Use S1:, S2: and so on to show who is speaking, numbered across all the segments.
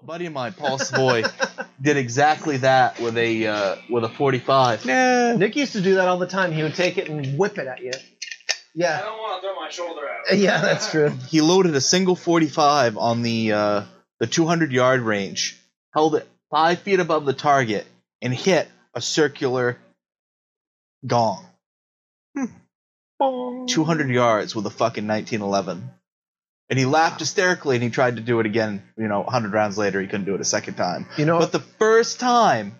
S1: A buddy of mine, Paul Savoy, did exactly that with a uh, with a 45.
S2: Nah.
S3: Nick used to do that all the time. He would take it and whip it at you.
S4: I
S3: Yeah,
S4: don't want to throw my shoulder out.
S3: yeah, that's true.
S1: He loaded a single 45 on the uh, the 200 yard range, held it five feet above the target, and hit a circular gong. 200 yards with a fucking 1911. And he laughed hysterically, and he tried to do it again. You know, 100 rounds later, he couldn't do it a second time.
S3: You know,
S1: But the first time,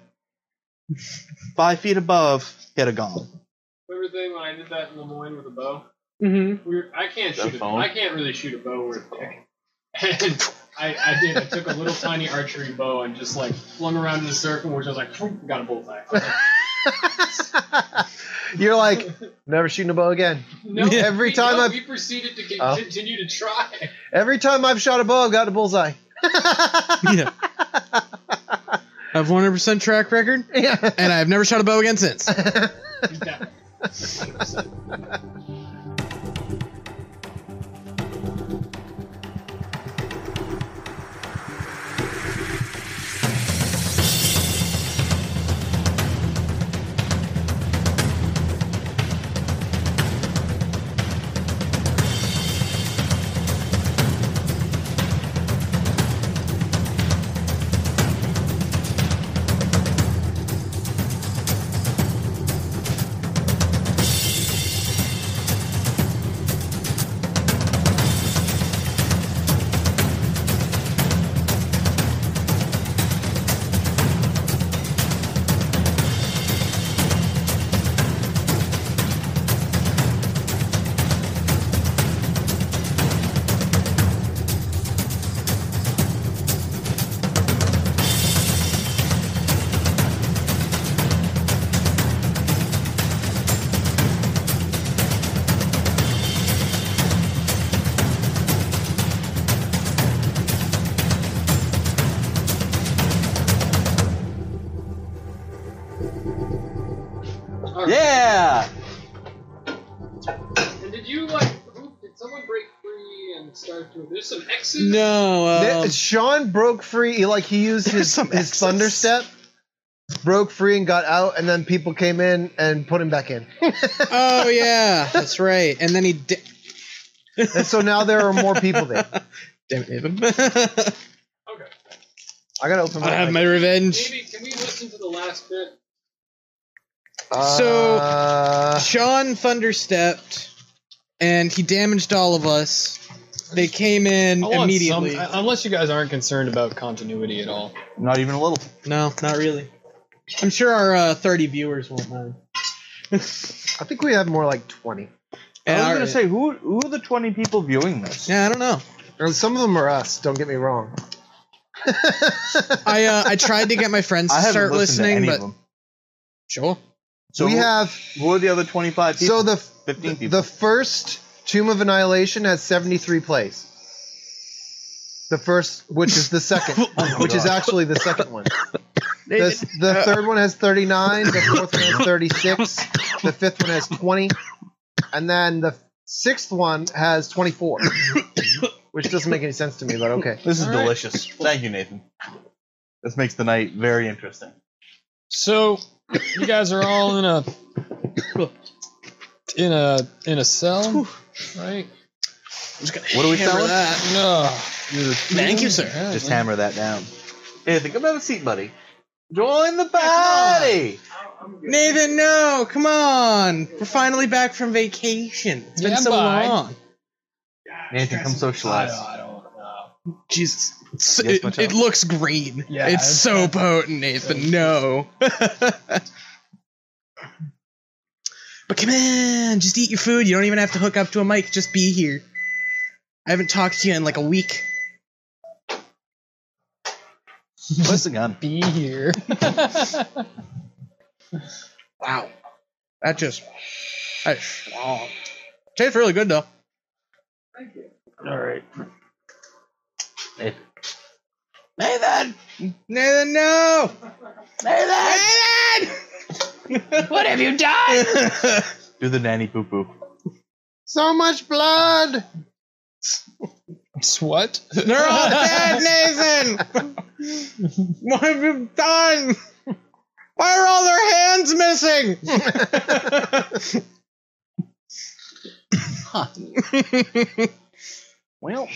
S1: five feet above, hit a gong.
S4: Favorite thing when I did that in the Moines with a bow.
S2: Mm-hmm.
S3: Mhm.
S4: We were, I can't
S1: That
S4: shoot. A,
S1: phone?
S4: I can't really shoot a bow worth picking. And I, I did. I took a little tiny archery bow and just like flung around in a circle, which I was like, "Phoom," got a bullseye. I was like,
S3: you're like never shooting a bow again.
S4: No,
S3: Every
S4: we-
S3: time
S4: no,
S3: I've-
S4: we proceeded to con-
S3: Oh.
S4: continue to try.
S3: Every time I've shot a bow, I've got a bullseye.
S2: Yeah. I have 100% track record,
S3: yeah.
S2: and I've never shot a bow again since.
S4: He's down. All right.
S1: Yeah!
S4: And did you like? Who, did someone break free and start to? There's some X's.
S2: No. Um,
S3: Sean broke free. he- Like he used
S1: There's
S3: his
S1: some
S3: his
S1: excess.
S3: thunder step, broke free and got out, and then people came in and put him back in.
S2: oh, yeah. That's right. And then he. Di-
S3: and so now there are more people there.
S2: Damn it, Nathan.
S4: Okay.
S3: I gotta open.
S2: I have my revenge.
S4: Maybe can we listen to the last bit?
S2: So-
S3: Uh,
S2: Sean thunderstepped, and he damaged all of us. They came in immediately.
S4: unless you guys aren't concerned about continuity at all.
S1: Not even a little.
S2: no, not really. I'm sure our uh, 30 viewers won't mind.
S3: I think we have more like twenty.
S1: I was
S2: And our-
S1: going to say, who, who are the 20 people viewing this?
S2: Yeah, I don't know.
S3: Or Some of them are us. Don't get me wrong.
S2: I uh, I tried to get my friends
S1: I
S2: to
S1: haven't
S2: start
S1: listened
S2: listening,
S1: to any
S2: but
S1: of them.
S2: sure.
S1: So
S3: we
S1: who,
S3: have
S1: who are the other 25 people?
S3: so the
S1: 15
S3: the,
S1: people.
S3: first Tomb of Annihilation has seventy three plays. The first, which is the second,
S1: Oh my
S3: which is
S1: God. Uh,
S3: actually the second one. The, the third one has 39. The fourth one has 36. The fifth one has 20. And then the sixth one has 24, which doesn't make any sense to me, but okay.
S1: This is
S4: All right.
S1: delicious. Thank you, Nathan. This makes the night very interesting.
S4: So you guys are all in a in a in a cell, right?
S1: What do we
S2: Hammer
S1: selling?
S2: that.
S4: No.
S2: Thank you, sir.
S1: Just hammer that down. Nathan, come have a seat, buddy. Join the party.
S2: Nathan, no, come on. We're finally back from vacation. It's been
S4: Yeah,
S2: so
S4: bye.
S2: long.
S1: Nathan, come socialize.
S4: I don't know.
S2: Jesus. It's-
S1: Yes, my
S2: it, it
S1: child.
S2: looks green.
S4: Yeah,
S2: it's
S4: it's-
S2: so potent, Nathan. No. but come on, just eat your food. You don't even have to hook up to a mic. Just be here. I haven't talked to you in like a week.
S1: Where's the gun?
S4: Be here.
S2: Wow. That just. That's strong. Tastes really good, though.
S4: all right.
S1: Nathan.
S2: Nathan! Nathan, no! Nathan! what have you done?
S1: Do the nanny poo poo.
S3: So much blood!
S4: It's what?
S2: They're all dead, Nathan! What have you done? Why are all their hands missing?
S1: Well,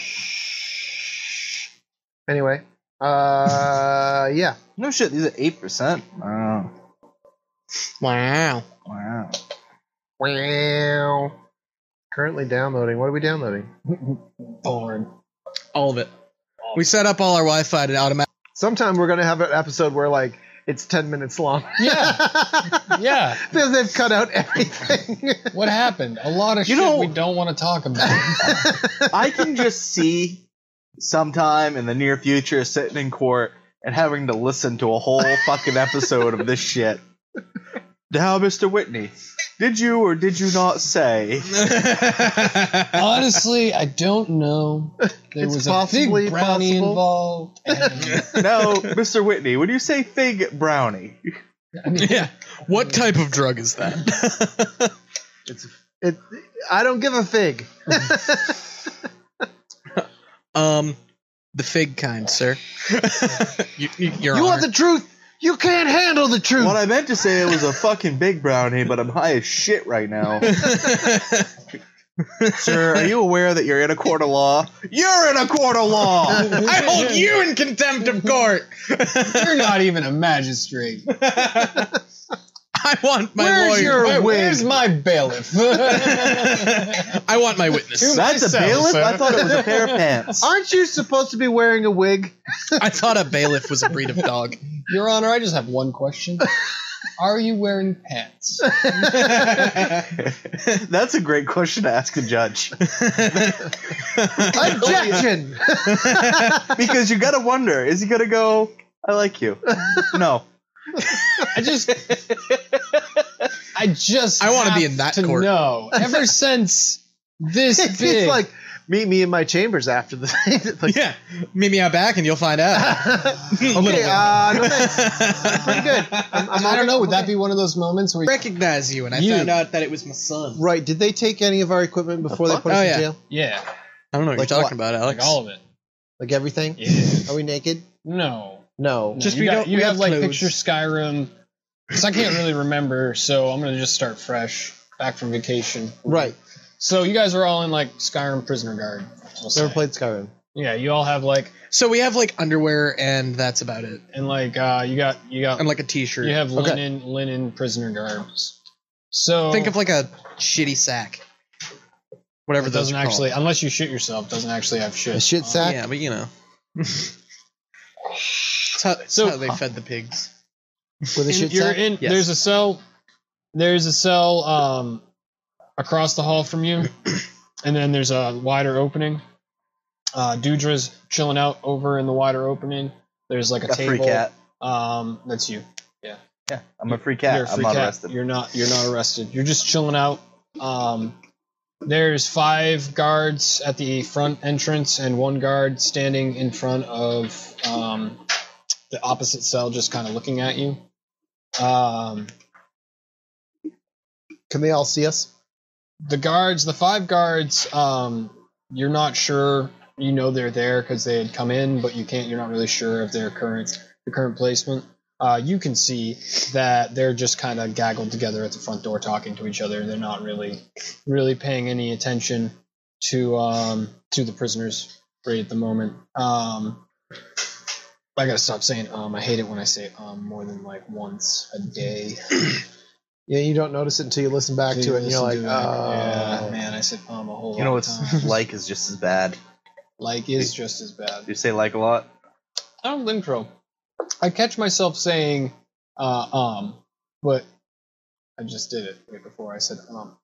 S3: Anyway, uh, yeah.
S1: no shit. These are eight percent. Wow.
S2: wow.
S1: Wow.
S3: Wow. Currently downloading. What are we downloading?
S5: Born.
S2: All of it. We set up all our Wi Fi to automatic.
S3: Sometime we're gonna have an episode where like it's ten minutes long.
S4: Yeah. Yeah.
S3: because they've cut out everything.
S4: What happened? A lot of
S1: You
S4: shit
S1: know-
S4: we don't want to talk about.
S1: I can just see sometime in the near future sitting in court and having to listen to a whole fucking episode of this shit. Now, Mr. Whitney, did you or did you not say?
S4: Honestly, I don't know. There
S3: It's
S4: was a
S3: possibly
S4: big brownie
S3: possible.
S4: involved. and-
S1: No, Mr. Whitney, when you say fig brownie,
S4: I mean,
S2: yeah. What type of drug is that?
S3: it, I don't give a fig.
S2: um, the fig kind, sir. you, you,
S3: You
S2: Your Honor.
S3: want the truth. You can't handle the truth.
S1: what I meant to say was a fucking big brownie, but I'm high as shit right now. Sir, are you aware that you're in a court of law? You're in a court of law!
S2: I hold you in contempt of court.
S4: You're not even a magistrate.
S2: I want my
S4: Where's
S2: lawyer.
S3: your-
S4: Where-
S3: wig?
S4: where's my bailiff?
S2: I want my witness.
S1: That's a
S4: Myself,
S1: bailiff?
S4: sir.
S1: I thought it was a pair of pants.
S3: Aren't you supposed to be wearing a wig?
S2: I thought a bailiff was a breed of dog.
S4: Your Honor, I just have one question. Are you wearing pants?
S1: That's a great question to ask a judge.
S3: Objection.
S1: Because you gotta wonder, is he gonna go, I like you? No.
S4: I just, I just,
S2: I wanna
S4: have
S2: be in that
S4: to
S2: court.
S4: know. Ever since this
S3: it's
S4: big,
S3: like meet me in my chambers after the thing. Like,
S2: yeah, meet me out back and you'll find out.
S3: okay, uh, no thanks. Pretty good. I'm, I'm
S4: I
S3: all
S4: don't know.
S3: good.
S4: Would that be one of those moments where?
S2: Recognize you, and I
S4: You.
S2: found out that it was my son.
S3: right? Did they take any of our equipment before they
S1: fuck?
S3: put us
S2: Oh,
S3: in
S2: yeah.
S3: jail?
S4: yeah,
S2: I don't know what
S3: Like
S2: you're
S3: what?
S2: talking about, Alex.
S4: like all of it.
S3: Like everything?
S4: Yeah.
S3: Are we naked?
S4: No.
S3: No.
S4: No,
S2: Just
S4: you
S2: we
S4: got-
S2: don't-
S4: You
S2: we
S4: have,
S2: have
S4: like
S2: clothes.
S4: picture Skyrim. 'Cause I can't really remember, so I'm gonna just start fresh, back from vacation.
S3: Right.
S4: So you guys are all in like Skyrim prisoner guard. we'll
S3: Never
S4: say.
S3: played Skyrim.
S4: Yeah, you all have like
S2: So we have like underwear, and that's about it,
S4: and like uh you got you got
S2: and like a t-shirt.
S4: you have
S3: Okay.
S4: linen linen prisoner guards. So
S2: Think of like a shitty sack, whatever
S4: it
S2: those
S4: doesn't
S2: are called.
S4: actually unless you shit yourself doesn't actually have shit. Uh,
S3: A shit
S4: on.
S3: sack.
S2: Yeah, but you know. It's how, it's
S4: So-
S2: how they fed the pigs.
S3: With a
S4: In-
S3: shit
S4: you're
S3: sack.
S4: in.
S2: Yes.
S4: There's a cell. There's a cell um, across the hall from you, and then there's a wider opening. Uh, Dudra's chilling out over in the wider opening. There's like a
S1: A
S4: table.
S1: free cat.
S4: Um, that's you.
S1: Yeah, I'm a free
S4: you're
S1: cat.
S4: a
S1: I'm
S4: free
S1: not
S4: cat.
S1: arrested.
S4: You're not. You're not arrested. You're just chilling out. Um, there's five guards at the front entrance and one guard standing in front of um, the opposite cell, just kind of looking at you. Um,
S3: Can they all see us?
S4: the guards, the five guards, um, you're not sure. You know they're there because they had come in, but you can't. You're not really sure of their current the current placement. Uh, you can see that they're just kind of gaggled together at the front door, talking to each other. They're not really really paying any attention to um, to the prisoners right at the moment. Um, I gotta stop saying um. I hate it when I say um more than like once a day.
S3: Yeah, you don't notice it until you listen back to it, and you're like,
S4: Listen to that.
S3: oh.
S4: yeah, man, I said um a whole
S1: You know,
S4: lot of times.
S1: it's like is just as bad.
S4: Like is just as bad.
S1: You say like a lot?
S4: I don't think so. I catch myself saying uh, um, but I just did it right before I said um.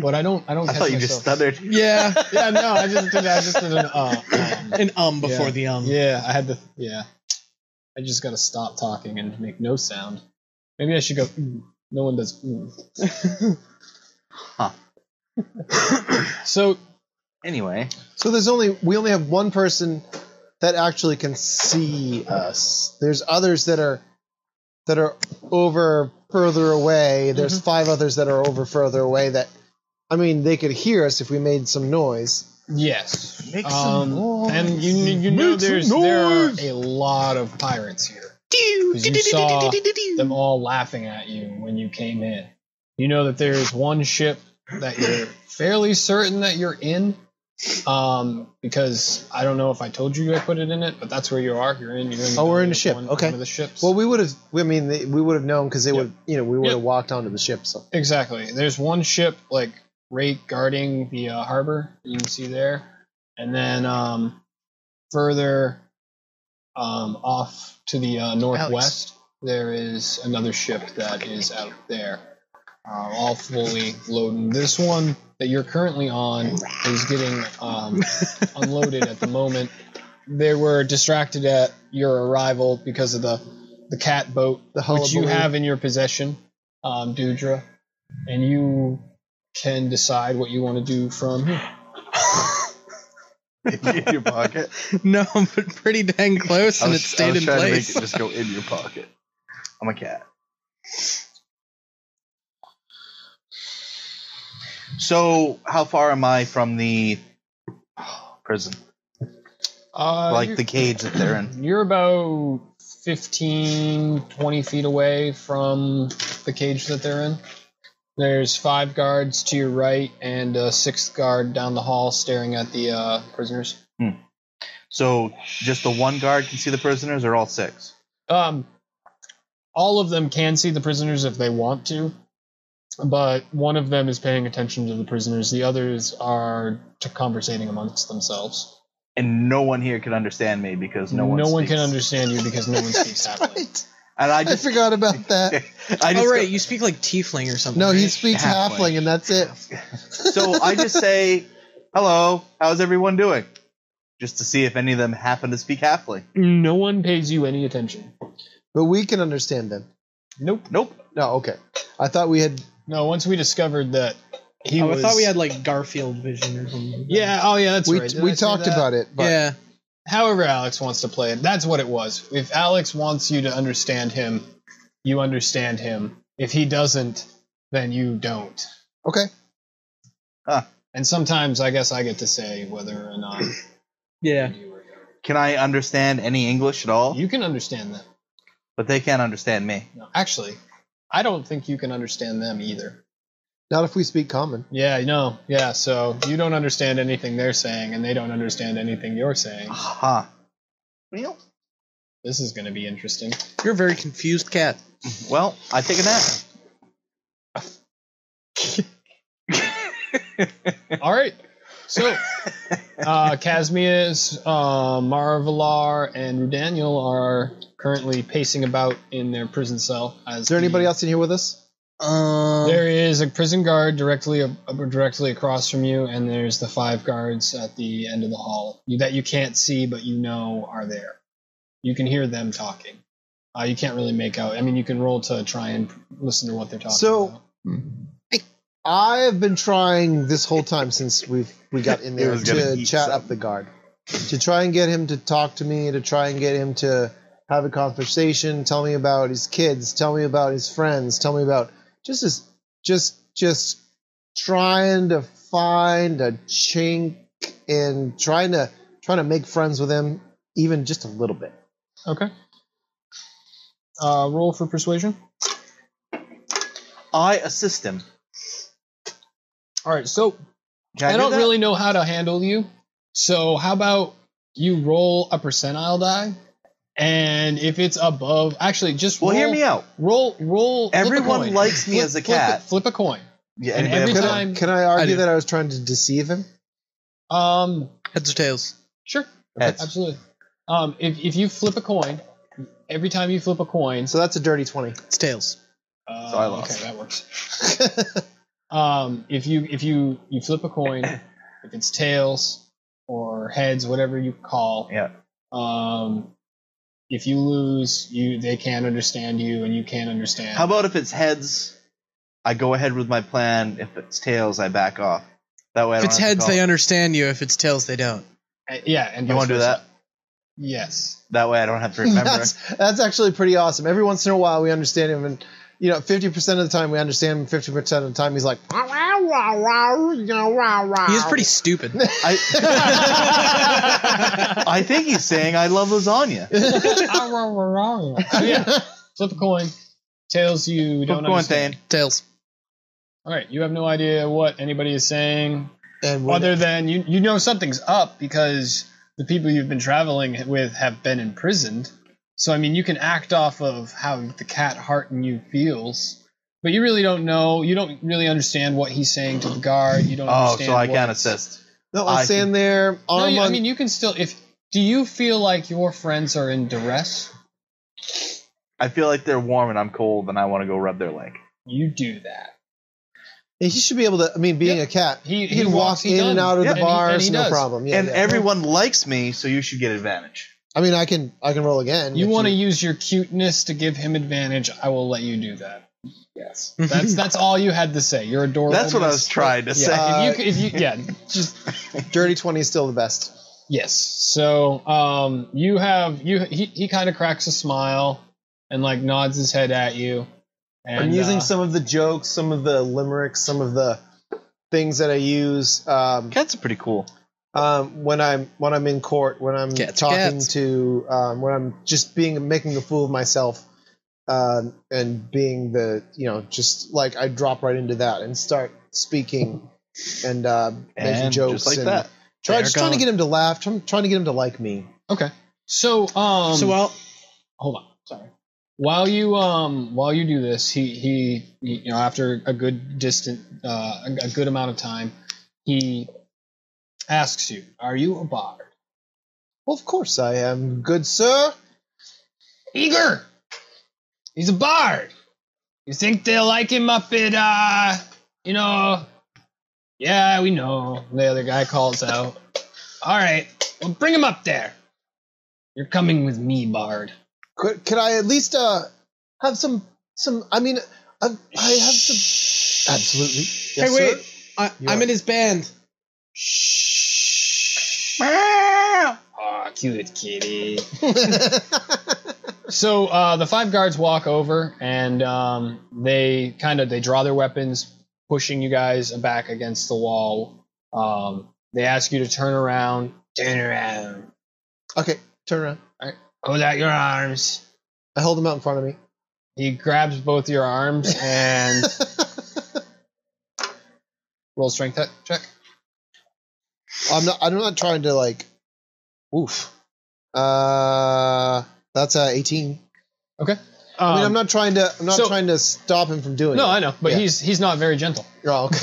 S4: But I don't. I don't.
S1: I
S4: catch
S1: thought you just
S4: myself-
S1: stuttered.
S2: Yeah,
S4: Yeah, no, I just did. I just did an uh, um.
S2: an um before
S4: Yeah.
S2: the um.
S4: Yeah, I had the. Yeah, I just gotta stop talking and make no sound. Maybe I should go. Mm. No one does. Mm. So
S1: Anyway,
S3: So there's only we only have one person that actually can see us. There's others that are that are over further away. There's
S4: Mm-hmm.
S3: five others that are over further away that I mean they could hear us if we made some noise.
S4: Yes.
S1: Make some
S4: Um,
S1: noise.
S4: and you you know
S1: Make some
S4: there's there are
S1: noise.
S4: a lot of pirates here.
S2: Doo,
S4: you
S2: doo, doo,
S4: saw
S2: doo, doo, doo, doo,
S4: them all laughing at you when you came in. You know that there's one ship that you're fairly certain that you're in, um, because I don't know if I told you I put it in it, but that's where you are. You're in. You're in. the
S3: Oh, we're
S4: belly
S3: in a
S4: of
S3: ship.
S4: One,
S3: Okay.
S4: One of the ships.
S3: Well, we would have. I mean, they, we would have known because they
S4: Yep.
S3: would. You know, we would
S4: Yep.
S3: have walked onto the ship. So
S4: Exactly. There's one ship like right guarding the uh, harbor. You can see there, and then um, further um, off to the uh, northwest, there is another ship that is out there, uh, all fully loaded. This one that you're currently on is getting um, unloaded at the moment. They were distracted at your arrival because of the the cat boat
S3: the
S4: which you
S3: hullabaloo-
S4: have in your possession, um, Dudra, and you can decide what you want to do from here.
S1: in your pocket.
S2: doo. No, but pretty dang close,
S1: I
S2: and
S1: was,
S2: it stayed
S1: I was
S2: in
S1: trying to
S2: place.
S1: make it just go in your pocket. I'm a cat. So, how far am I from the prison?
S4: Uh,
S1: like
S4: you're-
S1: the cage that they're in?
S4: You're about 15, 20 feet away from the cage that they're in. There's five guards to your right and a sixth guard down the hall staring at the uh, prisoners.
S1: So, just the one guard can see the prisoners, or all six?
S4: Um, all of them can see the prisoners if they want to, but one of them is paying attention to the prisoners. The others are t- conversating amongst themselves.
S1: And no one here can understand me because no one.
S4: can
S1: speaks.
S4: understand you because no one speaks Halfling.
S3: Right.
S1: And I
S3: I
S1: just,
S3: forgot about that.
S1: I just
S2: oh
S1: go-
S2: right, you speak like tiefling or something.
S3: No,
S2: right?
S3: he speaks
S1: Halfling.
S3: halfling, and that's it.
S1: So I just say, "Hello, how's everyone doing?" Just to see if any of them happen to speak halfling.
S4: No one pays you any attention.
S3: But we can understand them.
S4: Nope.
S1: Nope.
S3: No, okay. I thought we had.
S4: No. Once we discovered that he
S2: Oh,
S4: was.
S2: I thought we had like Garfield vision or something.
S4: Yeah. Oh, yeah. That's
S3: we
S4: right. Did I
S3: we
S4: say
S3: talked
S4: that?
S3: about it, but
S2: yeah.
S4: However, Alex wants to play it. That's what it was. If Alex wants you to understand him, you understand him. If he doesn't, then you don't.
S3: okay.
S4: And sometimes I guess I get to say whether or not
S2: Yeah.
S4: you were there.
S1: Can I understand any English at all?
S4: You can understand them.
S1: But they can't understand me.
S4: No, actually, I don't think you can understand them either.
S3: Not if we speak common.
S4: Yeah, no. Yeah, so you don't understand anything they're saying and they don't understand anything you're saying.
S1: Huh. Well,
S4: This is going to be interesting.
S2: You're a very confused cat.
S1: well, I take a nap.
S4: All right. So, uh, Casmias, uh, Marvelar, and Rudaniel are currently pacing about in their prison cell. As
S3: Is there anybody else in here with us?
S2: Um,
S4: There is a prison guard directly ab- ab- directly across from you, and there's the five guards at the end of the hall you, that you can't see but you know are there. You can hear them talking. Uh, you can't really make out. I mean, you can roll to try and listen to what they're talking
S3: So-
S4: about.
S3: I have been trying this whole time since we we got in
S1: It
S3: there
S1: was gonna
S3: to
S1: eat
S3: chat
S1: something.
S3: up the guard, to try and get him to talk to me, to try and get him to have a conversation, tell me about his kids, tell me about his friends, tell me about just his, just just trying to find a chink and trying to trying to make friends with him, even just a little bit.
S4: Okay. Uh, roll for persuasion.
S1: I assist him.
S4: All right. So
S1: Can
S4: I,
S1: do
S4: don't
S1: that?
S4: really know how to handle you. So how about you roll a percentile die, and if it's above, actually just
S1: Well,
S4: roll,
S1: hear me out.
S4: Roll, roll. flip a
S1: Everyone
S4: coin.
S1: likes me
S4: Flip-
S1: as a
S4: flip
S1: cat.
S4: Flip, a coin.
S1: Yeah,
S4: and
S1: anybody
S4: every
S1: have
S3: Can
S1: time-
S4: time-
S3: I, can I argue
S2: do.
S3: that I was trying to deceive him?
S4: Um,
S2: heads or tails.
S4: sure,
S1: Heads.
S4: absolutely. Um, if if you flip a coin, every time you flip a coin,
S3: So that's a dirty twenty.
S2: It's tails.
S4: uh,
S1: So I lost.
S4: Okay, that works. um, if you if you you flip a coin, if it's tails or heads, whatever you call,
S1: Yeah.
S4: Um, if you lose, you they can't understand you, and you can't understand.
S1: How about if it's heads, I go ahead with my plan. If it's tails, I back off. That way, I
S2: If
S1: don't
S2: it's
S1: have to
S2: heads,
S1: call.
S2: they understand you. If it's tails, they don't.
S4: Uh, yeah, and
S1: You
S4: vice
S1: want to do that?
S4: versa. Yes.
S1: That way, I don't have to remember.
S3: That's, that's actually pretty awesome. Every once in a while, we understand him, and you know, fifty percent of the time we understand him. Fifty percent of the time, he's like, "Wow, wow, wow, wow, wow, you know, wow, wow.
S2: He is pretty stupid.
S1: I, I think he's saying I love lasagna.
S4: Ah, rah, rah, rah. Oh, yeah. Flip a coin. Tails, you don't
S1: Keep going,
S4: understand.
S1: Thane.
S2: Tails.
S4: All right, you have no idea what anybody is saying,
S2: And
S4: other than you, you know something's up because the people you've been traveling with have been imprisoned. So, I mean, you can act off of how the cat heart in you feels, but you really don't know. You don't really understand what he's saying to the guard. You don't
S1: Oh,
S4: understand.
S1: so I
S4: what-
S1: can assist.
S3: No,
S1: I
S3: I'm standing there,
S4: No,
S3: arm
S4: you- I
S3: on.
S4: mean, you can still. If Do you feel like your friends are in duress?
S1: I feel like they're warm and I'm cold, and I want to go rub their leg.
S4: You do that.
S3: he should be able to. I mean, being
S4: Yep.
S3: a cat,
S4: He,
S3: he, can walk
S4: walks, he
S3: in and
S4: does.
S3: out of
S1: Yeah.
S3: the
S4: And he- and
S3: bars,
S4: he
S3: no
S4: does.
S3: problem. Yeah,
S1: and
S3: yeah.
S1: everyone likes me, so you should get advantage.
S3: I mean, I can, I can roll again.
S4: You
S3: if
S4: want to use your cuteness to give him advantage. I will let you do that. Yes, that's that's all you had to say. You're adorable.
S1: That's what I was trying to say.
S4: Yeah, if you, if you, yeah, just
S3: dirty twenty is still the best.
S4: yes. So um, you have you he, he kind of cracks a smile and like nods his head at you. And,
S3: I'm using
S4: uh,
S3: some of the jokes, some of the limericks, some of the things that I use um,
S1: Cats are pretty cool.
S3: um, when I'm when I'm in court, when I'm
S2: Cats are
S3: talking
S2: cats.
S3: to, um, when I'm just being making a fool of myself, um, and being the you know just like I drop right into that and start speaking and uh, making
S1: And
S3: jokes
S1: just like
S3: and
S1: that.
S3: Try,
S2: They're
S3: just trying to
S2: gone.
S3: get him to laugh, trying, trying to get him to like me.
S4: okay. So um,
S2: so while
S4: hold on sorry while you um while you do this he he you know after a good distant uh a- a good amount of time he asks you are you a bard
S3: Well, of course I am, good sir.
S4: eager he's a bard you think they'll like him up at uh you know yeah we know the other guy calls out all right well bring him up there you're coming with me bard
S3: Could, could I at least uh, have some some? I mean, I, I have some. Absolutely. Yes,
S2: hey wait,
S3: sir.
S2: I,
S3: You
S2: I'm
S3: are-
S2: in his band.
S4: Aw, cute kitty. so uh, the five guards walk over and um, they kind of they draw their weapons, pushing you guys back against the wall. Um, they ask you to turn around. Turn around.
S3: Okay, turn around.
S4: Hold out your arms.
S3: I hold him out in front of me.
S4: He grabs both your arms and roll strength te- check.
S3: I'm not. I'm not trying to like. Oof. Uh, that's uh 18.
S4: Um,
S3: I mean, I'm not trying to. I'm not
S4: so-
S3: trying to stop him from doing.
S4: No, I
S3: it.
S4: know, but
S3: Yeah.
S4: he's he's not very gentle.
S3: Oh, okay.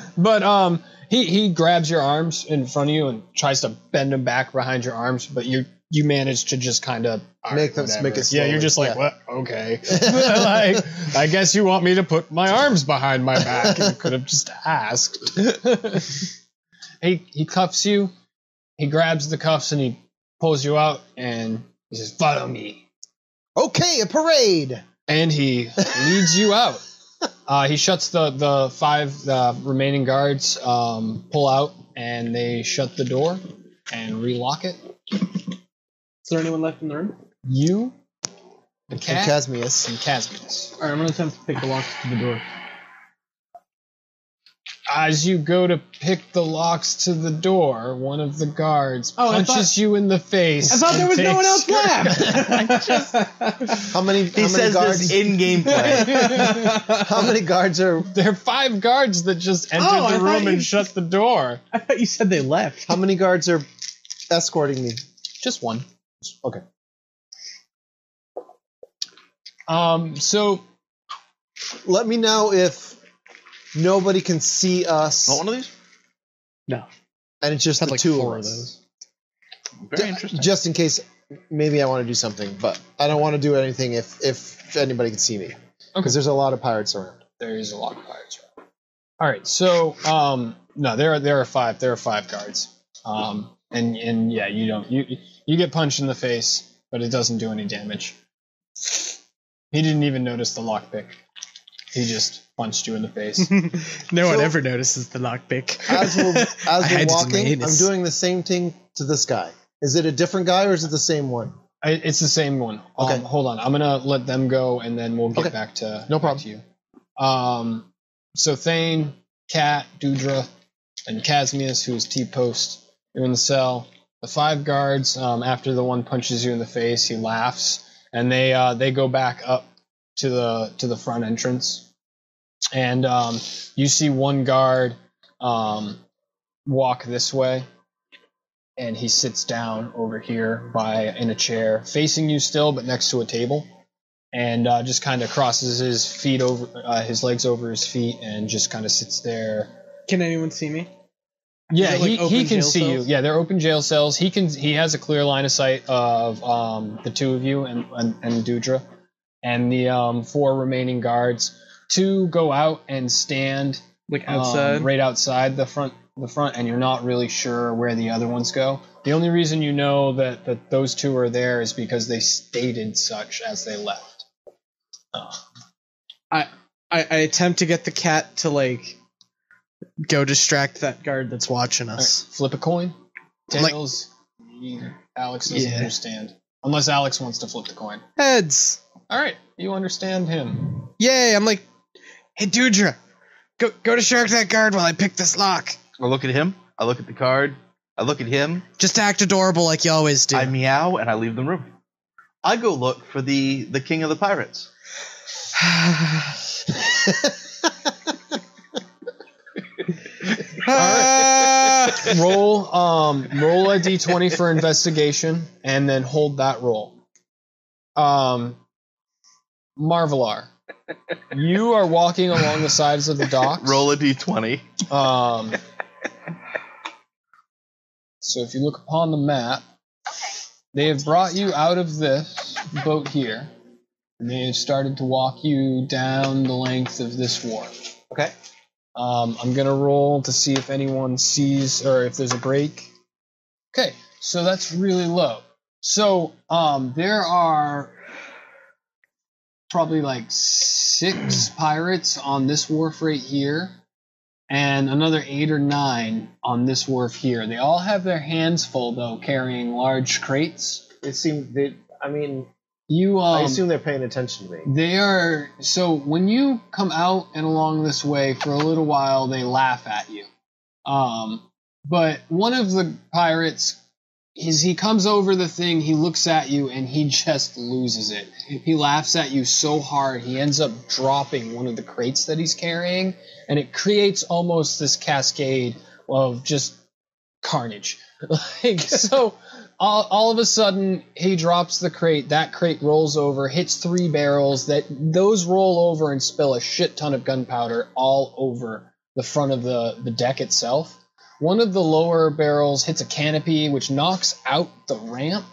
S4: But um, he he grabs your arms in front of you and tries to bend them back behind your arms, but you you manage to just kind of
S3: Make them- make it
S4: Yeah,
S3: slowly,
S4: you're just like
S3: yeah.
S4: what? Okay, like I guess you want me to put my arms behind my back. You could have just asked. he he cuffs you. He grabs the cuffs and he pulls you out and he says, "Follow me."
S3: okay, a parade.
S4: and he leads you out. Uh, he shuts the the five uh, remaining guards um, pull out, and they shut the door and relock it.
S2: Is there anyone left in the room?
S4: You, the
S3: And
S4: cat,
S3: Casmius.
S4: and Casmius.
S6: All right, I'm gonna attempt to pick the locks to the door.
S4: As you go to pick the locks to the door, one of the guards
S2: Oh, I
S4: punches
S2: thought-
S4: you in the face.
S2: I thought there was no one else
S4: left.
S3: How many?
S1: He
S3: how many
S1: says
S3: guards?
S1: this in gameplay.
S3: how many guards are?
S4: there are five guards that just entered
S2: Oh, I
S4: the
S2: thought
S4: room
S2: you-
S4: and shut the door.
S2: I thought you said they left.
S3: How many guards are escorting me?
S4: Just one.
S3: Okay.
S4: Um. So
S3: Let me know if nobody can see us,
S1: Want one of these?
S3: and it's just
S2: Had
S3: the
S2: like
S3: two of
S2: four of
S3: us.
S2: those.
S1: Very interesting.
S3: Just in case, maybe I want to do something, but I don't want to do anything if if anybody can see me, because
S4: Okay.
S3: there's a lot of pirates around.
S4: there is a lot of guards. around. All right. So um. No, there are there are five there are five guards. Um. And and yeah, you don't you you get punched in the face, but it doesn't do any damage. He didn't even notice the lockpick. He just punched you in the face.
S2: no one
S3: So-
S2: ever notices the lockpick.
S3: As we're,
S2: I
S3: as we're
S2: hide it in my
S3: walking, I'm
S2: anus.
S3: doing the same thing to this guy. Is it a different guy or is it the same one?
S4: I, it's the same one. Um,
S3: Okay.
S4: Hold on. I'm gonna let them go, and then we'll get
S3: Okay.
S4: back to
S3: No
S4: back
S3: problem.
S4: to you. Um, so Thane, Kat, Dudra, and Casmius, who is T post, you're in the cell. The five guards, um, after the one punches you in the face, he laughs, and they uh, they go back up to the to the front entrance, and um, you see one guard um, walk this way, and he sits down over here by in a chair, facing you still, but next to a table and uh, just kind of crosses his feet over uh, his legs over his feet and just kind of sits there.
S2: Can anyone see me?
S4: Yeah,
S2: Is it, like,
S4: he,
S2: open
S4: he can
S2: jail
S4: see
S2: cells?
S4: you. Yeah, they're open jail cells. He can he has a clear line of sight of um, the two of you and and, and Dudra and the um, four remaining guards. Two go out and stand
S2: Like
S4: um,
S2: outside?
S4: right outside the front the front and you're not really sure where the other ones go the only reason you know that that those two are there is because they stated such as they left Uh,
S2: I, I attempt to get the cat to like go distract that guard that's watching
S4: all right,
S2: us.
S4: flip a coin
S2: Like-
S4: tails you- alex doesn't
S2: Yeah.
S4: understand unless alex wants to flip the coin
S2: Heads.
S4: all right you understand him
S2: Yay! I'm like, hey Dudra, go go distract that guard while I pick this lock.
S1: I look at him. I look at the card. I look at him.
S2: Just act adorable like you always do.
S1: I meow and I leave the room. I go look for the the king of the pirates.
S2: Ah!
S4: roll um roll a d20 for investigation and then hold that roll um marvelar you are walking along the sides of the docks
S1: Roll a d20.
S4: um so if you look upon the map they have brought you out of this boat here and they have started to walk you down the length of this wharf
S1: Okay.
S4: um, I'm gonna roll to see if anyone sees or if there's a break. Okay, so that's really low. So um, there are probably like six pirates on this wharf right here, and another eight or nine on this wharf here. They all have their hands full though, carrying large crates.
S7: It seemed they. I mean,
S4: You um,
S7: I assume they're paying attention to me.
S4: they are so when you come out and along this way for a little while, they laugh at you. Um, but one of the pirates, is he comes over the thing, he looks at you, and he just loses it. He laughs at you so hard, he ends up dropping one of the crates that he's carrying, and it creates almost this cascade of just carnage. Like so all, all of a sudden he drops the crate that crate rolls over hits three barrels that those roll over and spill a shit ton of gunpowder all over the front of the, the deck itself one of the lower barrels hits a canopy which knocks out the ramp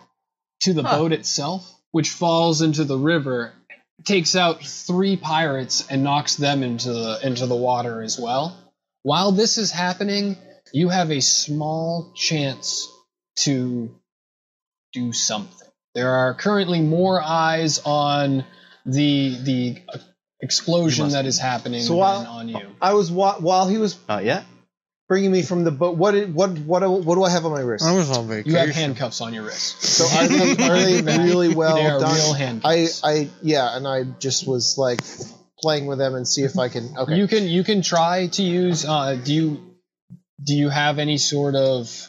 S4: to the boat itself which falls into the river takes out three pirates and knocks them into the into the water as well while this is happening you have a small chance to do something. There are currently more eyes on the the explosion
S1: must-
S4: that is happening
S7: So
S4: than
S7: while-
S4: on you.
S7: I was wa- while he was
S1: Not yet.
S7: bringing me from the boat. What did, what what what do I have on my wrist?
S2: I was on vacation.
S4: You have handcuffs on your wrist.
S7: So are they, are they really well
S4: they are
S7: done?
S4: real
S7: I
S4: handcuffs.
S7: I yeah, and I just was like playing with them and see if I can. Okay,
S4: You can you can try to use. Uh, do you do you have any sort of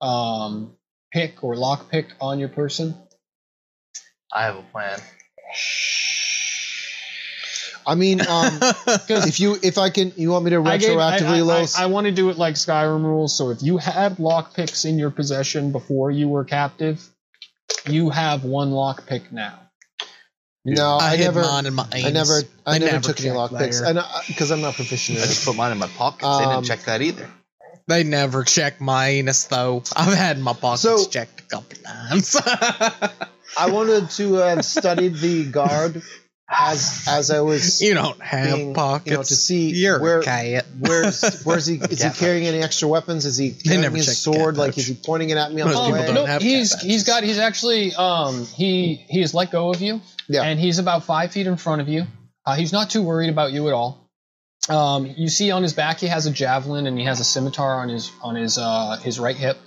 S4: um, pick or lock pick on your person?
S1: I have a plan.
S7: I mean, um, if you if I can, you want me to
S4: I gave- I-
S7: retroactively
S4: I,
S7: low?
S4: I, want to do it like Skyrim rules. So if you had lock picks in your possession before you were captive, you have one lock pick now.
S7: no, I,
S2: had
S7: never.
S2: mine in my
S7: I never, I,
S2: I
S7: never,
S2: never
S7: took any
S2: checked
S7: lock picks,
S2: layer.
S7: and because I'm not proficient
S1: I
S7: in it.
S1: just put mine in my pockets. they
S7: Um,
S1: didn't check that either.
S2: They never check my anus though. I've had my pockets
S7: So-
S2: checked a couple times.
S7: I wanted to have studied the guard as as I was
S2: you don't have
S7: being,
S2: pockets.
S7: you know, to see
S2: You're
S7: where
S2: a cat.
S7: where's where's he? Is he
S1: Yeah.
S7: carrying any extra weapons? Is he carrying
S2: never check
S7: his sword?
S2: cat
S7: Like is he pointing it at me? On
S2: Most
S7: the
S2: people
S7: way?
S2: don't
S4: Oh, no,
S2: have
S4: he's
S2: cat
S4: he's got he's actually um he he has let go of you.
S7: Yeah.
S4: And he's about five feet in front of you. Uh, he's not too worried about you at all. Um, you see on his back he has a javelin and he has a scimitar on his on his uh his right hip.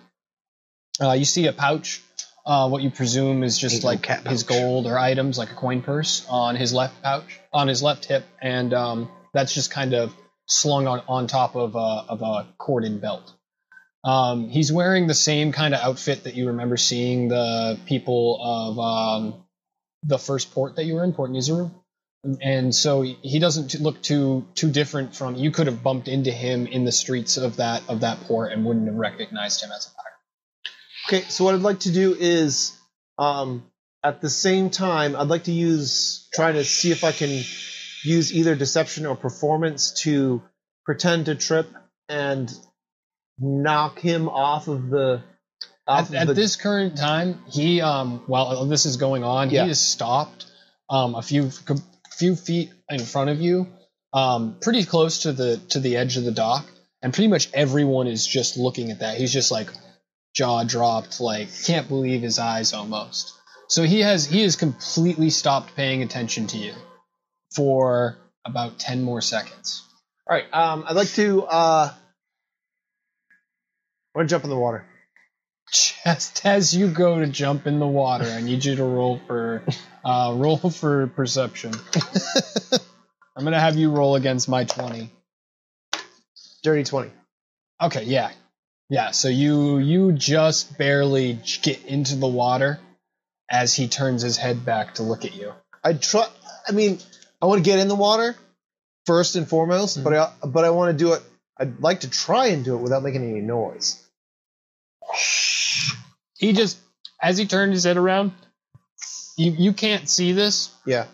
S4: Uh, you see a pouch. Uh, what you presume is just
S1: Ain't no
S4: like
S1: cat
S4: his
S1: pouch.
S4: gold or items, like a coin purse, on his left pouch, on his left hip, and um, that's just kind of slung on, on top of a, of a corded belt. Um, he's wearing the same kind of outfit that you remember seeing the people of um, the first port that you were in, Port Nizuru. And so he doesn't look too too different from you could have bumped into him in the streets of that of that port and wouldn't have recognized him as a pirate.
S3: Okay, so what I'd like to do is, um, at the same time, I'd like to use try to see if I can use either deception or performance to pretend to trip and knock him off of the. Off
S4: At,
S3: of
S4: at
S3: the,
S4: this current time, he um while all this is going on,
S3: Yeah.
S4: he is stopped um a few few feet in front of you, um pretty close to the to the edge of the dock, and pretty much everyone is just looking at that. He's just like jaw dropped, like can't believe his eyes almost. So he has he has completely stopped paying attention to you for about ten more seconds.
S3: all right, um, I'd like to. Uh, I'm gonna jump in the water.
S4: Just as you go to jump in the water, I need you to roll for uh, roll for perception. I'm gonna have you roll against my twenty.
S3: Dirty twenty.
S4: Okay, yeah, yeah. So you you just barely j- get into the water as he turns his head back to look at you.
S3: I try. I mean, I want to get in the water first and foremost, but
S4: Mm-hmm.
S3: I but I want to do it. I'd like to try and do it without making any noise.
S4: He just as he turned his head around. You you can't see this,
S3: Yeah.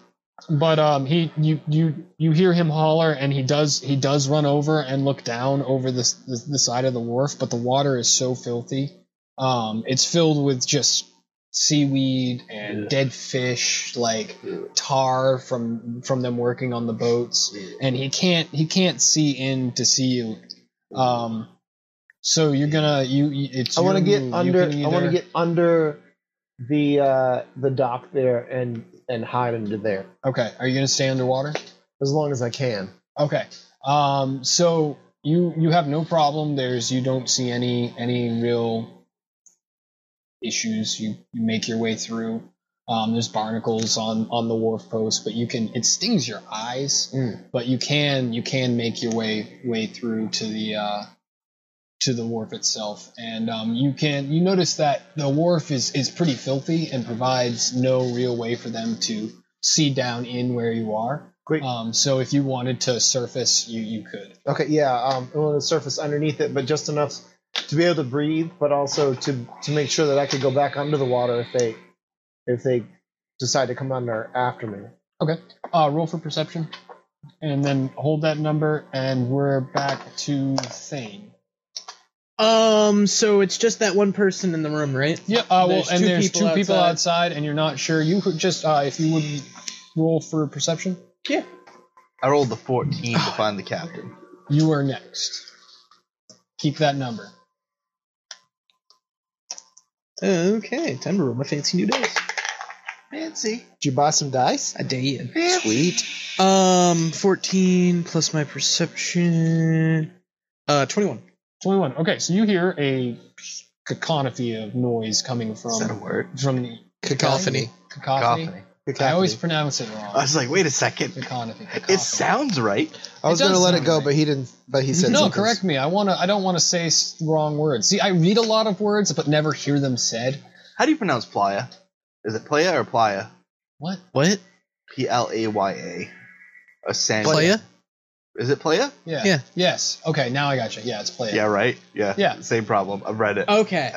S4: but um he you you you hear him holler and he does he does run over and look down over the, the the side of the wharf but the water is so filthy um it's filled with just seaweed and dead fish like tar from from them working on the boats and he can't he can't see in to see you um so you're gonna you you- it's
S3: I
S4: your
S3: want to get
S4: move. You
S3: under.
S4: can
S3: I want
S4: either-
S3: to get under the uh, the dock there and and hide under there
S4: okay are you gonna stay underwater
S3: as long as I can.
S4: Okay. Um, so you you have no problem. There's you don't see any any real issues. You, you make your way through. Um, there's barnacles on on the wharf post, but you can it stings your eyes,
S3: Mm.
S4: but you can you can make your way way through to the uh, to the wharf itself, and um, you can you notice that the wharf is is pretty filthy and provides no real way for them to see down in where you are.
S3: Great.
S4: Um, so if you wanted to surface, you you could.
S3: Okay. Yeah. Um. I want to surface underneath it, but just enough to be able to breathe, but also to to make sure that I could go back under the water if they if they decide to come under after me.
S4: Uh, roll for perception, and then hold that number, and we're back to Thane.
S2: Um, so it's just that one person in the room, right?
S4: Yeah. Uh, well,
S2: There's
S4: and
S2: two
S4: there's
S2: people
S4: two people
S2: outside.
S4: outside, and you're not sure. You could just uh, if you would roll for perception,
S1: I rolled the 14 to find the captain.
S4: you are next. Keep that number.
S2: Okay, time to roll my fancy new dice.
S1: Fancy.
S3: Did you buy some dice?
S2: I dare you.
S1: Sweet.
S2: Um, fourteen plus my perception. Uh, twenty-one.
S4: Twenty-one. Okay, so you hear a cacophony of noise coming from
S1: Is that a word?
S4: from the
S2: Cacophony.
S4: cacophony.
S1: Cacophony.
S4: I always pronounce it wrong.
S1: I was like, wait a second.
S4: Cacophony. cacophony.
S1: It sounds right.
S3: I was
S4: It does
S3: going to let it
S4: sound
S3: go,
S4: right.
S3: but he didn't. But he said
S4: no,
S3: something.
S4: correct me. I want to. I don't want to say s- wrong words. See, I read a lot of words, but never hear them said.
S1: How do you pronounce playa? Is it playa or playa?
S4: What?
S2: What?
S1: P L A Y A. A sand.
S2: Playa?
S1: Is it playa?
S4: Yeah.
S2: Yeah.
S4: Yes. Okay. Now I got you. Yeah, it's play.
S1: Yeah, right. Yeah.
S4: Yeah. Oh,
S1: Same problem. I've read it.
S2: Okay.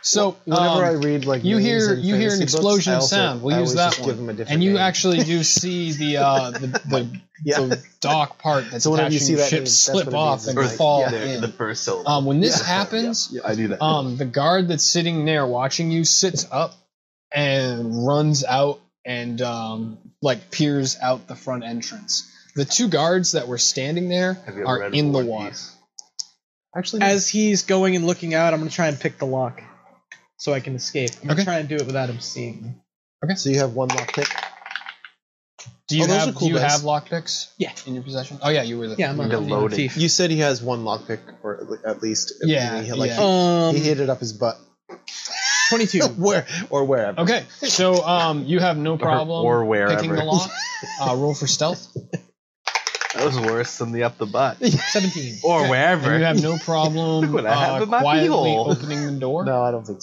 S4: So
S3: Whenever I
S4: um,
S3: read like
S4: you
S3: names
S4: hear-
S3: in
S4: you hear an
S3: fantasy
S4: explosion
S3: books, I also-
S4: sound. We'll
S3: I
S4: use
S3: always
S4: that
S3: just
S4: one.
S3: Give them a different
S4: and you
S3: name.
S4: actually do see the uh, the, the,
S3: yeah.
S4: the dock part that's
S3: So whenever
S4: attached
S3: you
S4: to
S3: see
S4: your
S3: that
S4: ship
S3: name, that's
S4: slip
S3: what it
S4: off
S3: means,
S4: and
S3: right?
S4: fall
S1: the,
S4: in.
S1: the first syllable.
S4: um, when this
S1: Yeah.
S4: happens,
S1: Yeah, I do that.
S4: um, the guard that's sitting there watching you sits up and runs out and um, like peers out the front entrance. The two guards that were standing there
S1: Have you ever
S4: are
S1: read
S4: in the
S1: One
S4: water.
S1: Piece?
S3: actually
S2: As he's going and looking out, I'm gonna try and pick the lock, so I can escape. I'm gonna
S4: Okay.
S2: try and do it without him seeing me.
S3: so you have one lock pick.
S4: Do you
S3: Oh, those
S4: have
S3: are cool
S4: do you
S3: dice.
S4: have lockpicks?
S2: Yeah.
S4: in your possession. Oh yeah, you were the
S2: Yeah, I'm
S1: They're
S2: a, I'm a
S1: loaded.
S2: thief.
S3: You said he has one lock pick, or at le- at least
S4: Yeah,
S3: and he, had, like,
S4: yeah.
S2: Um,
S3: he hid it up his butt.
S2: twenty-two.
S3: Where or wherever.
S4: okay. So um, you have no problem
S1: or wherever.
S4: picking the lock. Uh, roll for stealth.
S1: That was worse than the up the butt.
S2: 17.
S1: Or
S4: And you
S1: wherever.
S4: have no problem
S1: Look what I have
S4: uh,
S1: in my
S4: quietly
S1: beehole.
S4: opening the door.
S3: No, I don't think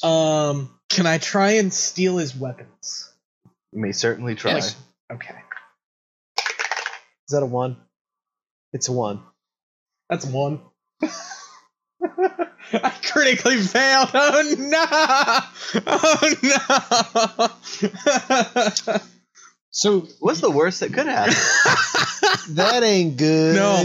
S3: so.
S2: Um, can I try and steal his weapons?
S1: You may certainly try.
S4: Yes.
S2: Okay.
S3: Is that a one? It's a one.
S2: That's one. I critically failed. Oh no! Oh no!
S4: So
S1: What's the worst that could happen?
S3: That ain't good.
S2: No.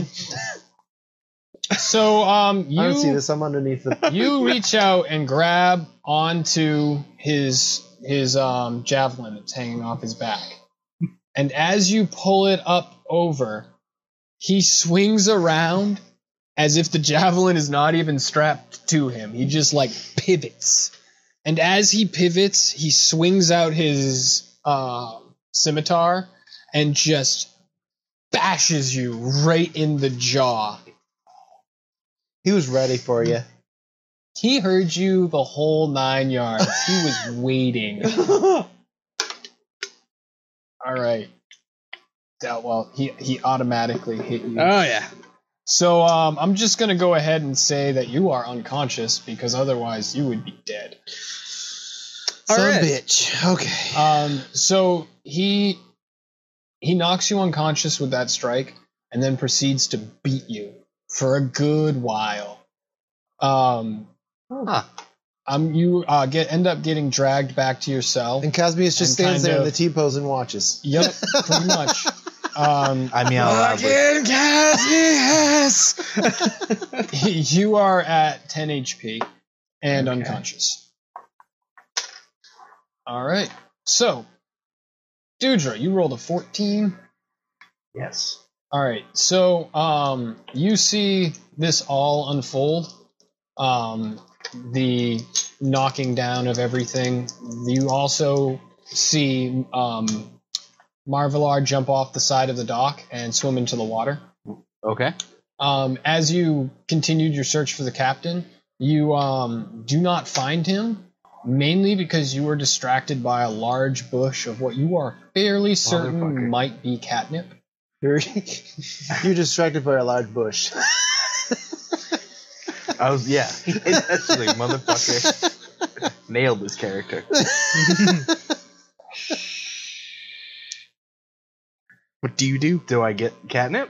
S4: so um
S3: I don't see
S4: you
S3: this. I'm underneath the.
S4: you reach out and grab onto his his um javelin that's hanging off his back. And as you pull it up over, he swings around as if the javelin is not even strapped to him. He just like pivots. And as he pivots, he swings out his uh, scimitar and just bashes you right in the jaw.
S3: He was ready for you.
S4: He heard you the whole nine yards. He was waiting. All right. That well, he he automatically hit you.
S2: Oh yeah.
S4: So um, I'm just gonna go ahead and say that you are unconscious because otherwise you would be dead.
S2: All
S3: Son of a
S2: right.
S3: bitch. Okay.
S4: Um, so he he knocks you unconscious with that strike, and then proceeds to beat you for a good while. Um,
S1: Huh.
S4: um, you uh, get end up getting dragged back to your cell.
S3: And Cosmius just stands
S4: and kind
S3: there in
S4: of-
S3: the T pose and watches.
S4: Yep, pretty much. Um,
S1: I mean, loudly.
S4: you are at 10 HP and unconscious. All right. So, Dudra, you rolled a 14.
S1: Yes.
S4: All right. So, um, you see this all unfold. Um, the knocking down of everything. You also see um, Marvelar jump off the side of the dock and swim into the water.
S1: Okay.
S4: Um, as you continued your search for the captain, you um, do not find him, mainly because you were distracted by a large bush of what you are fairly
S1: Motherfucker.
S4: certain might be catnip.
S3: You're, you're distracted by a large bush.
S1: I was yeah. Actually, motherfucker nailed this character.
S2: What do you do?
S1: Do I get catnip?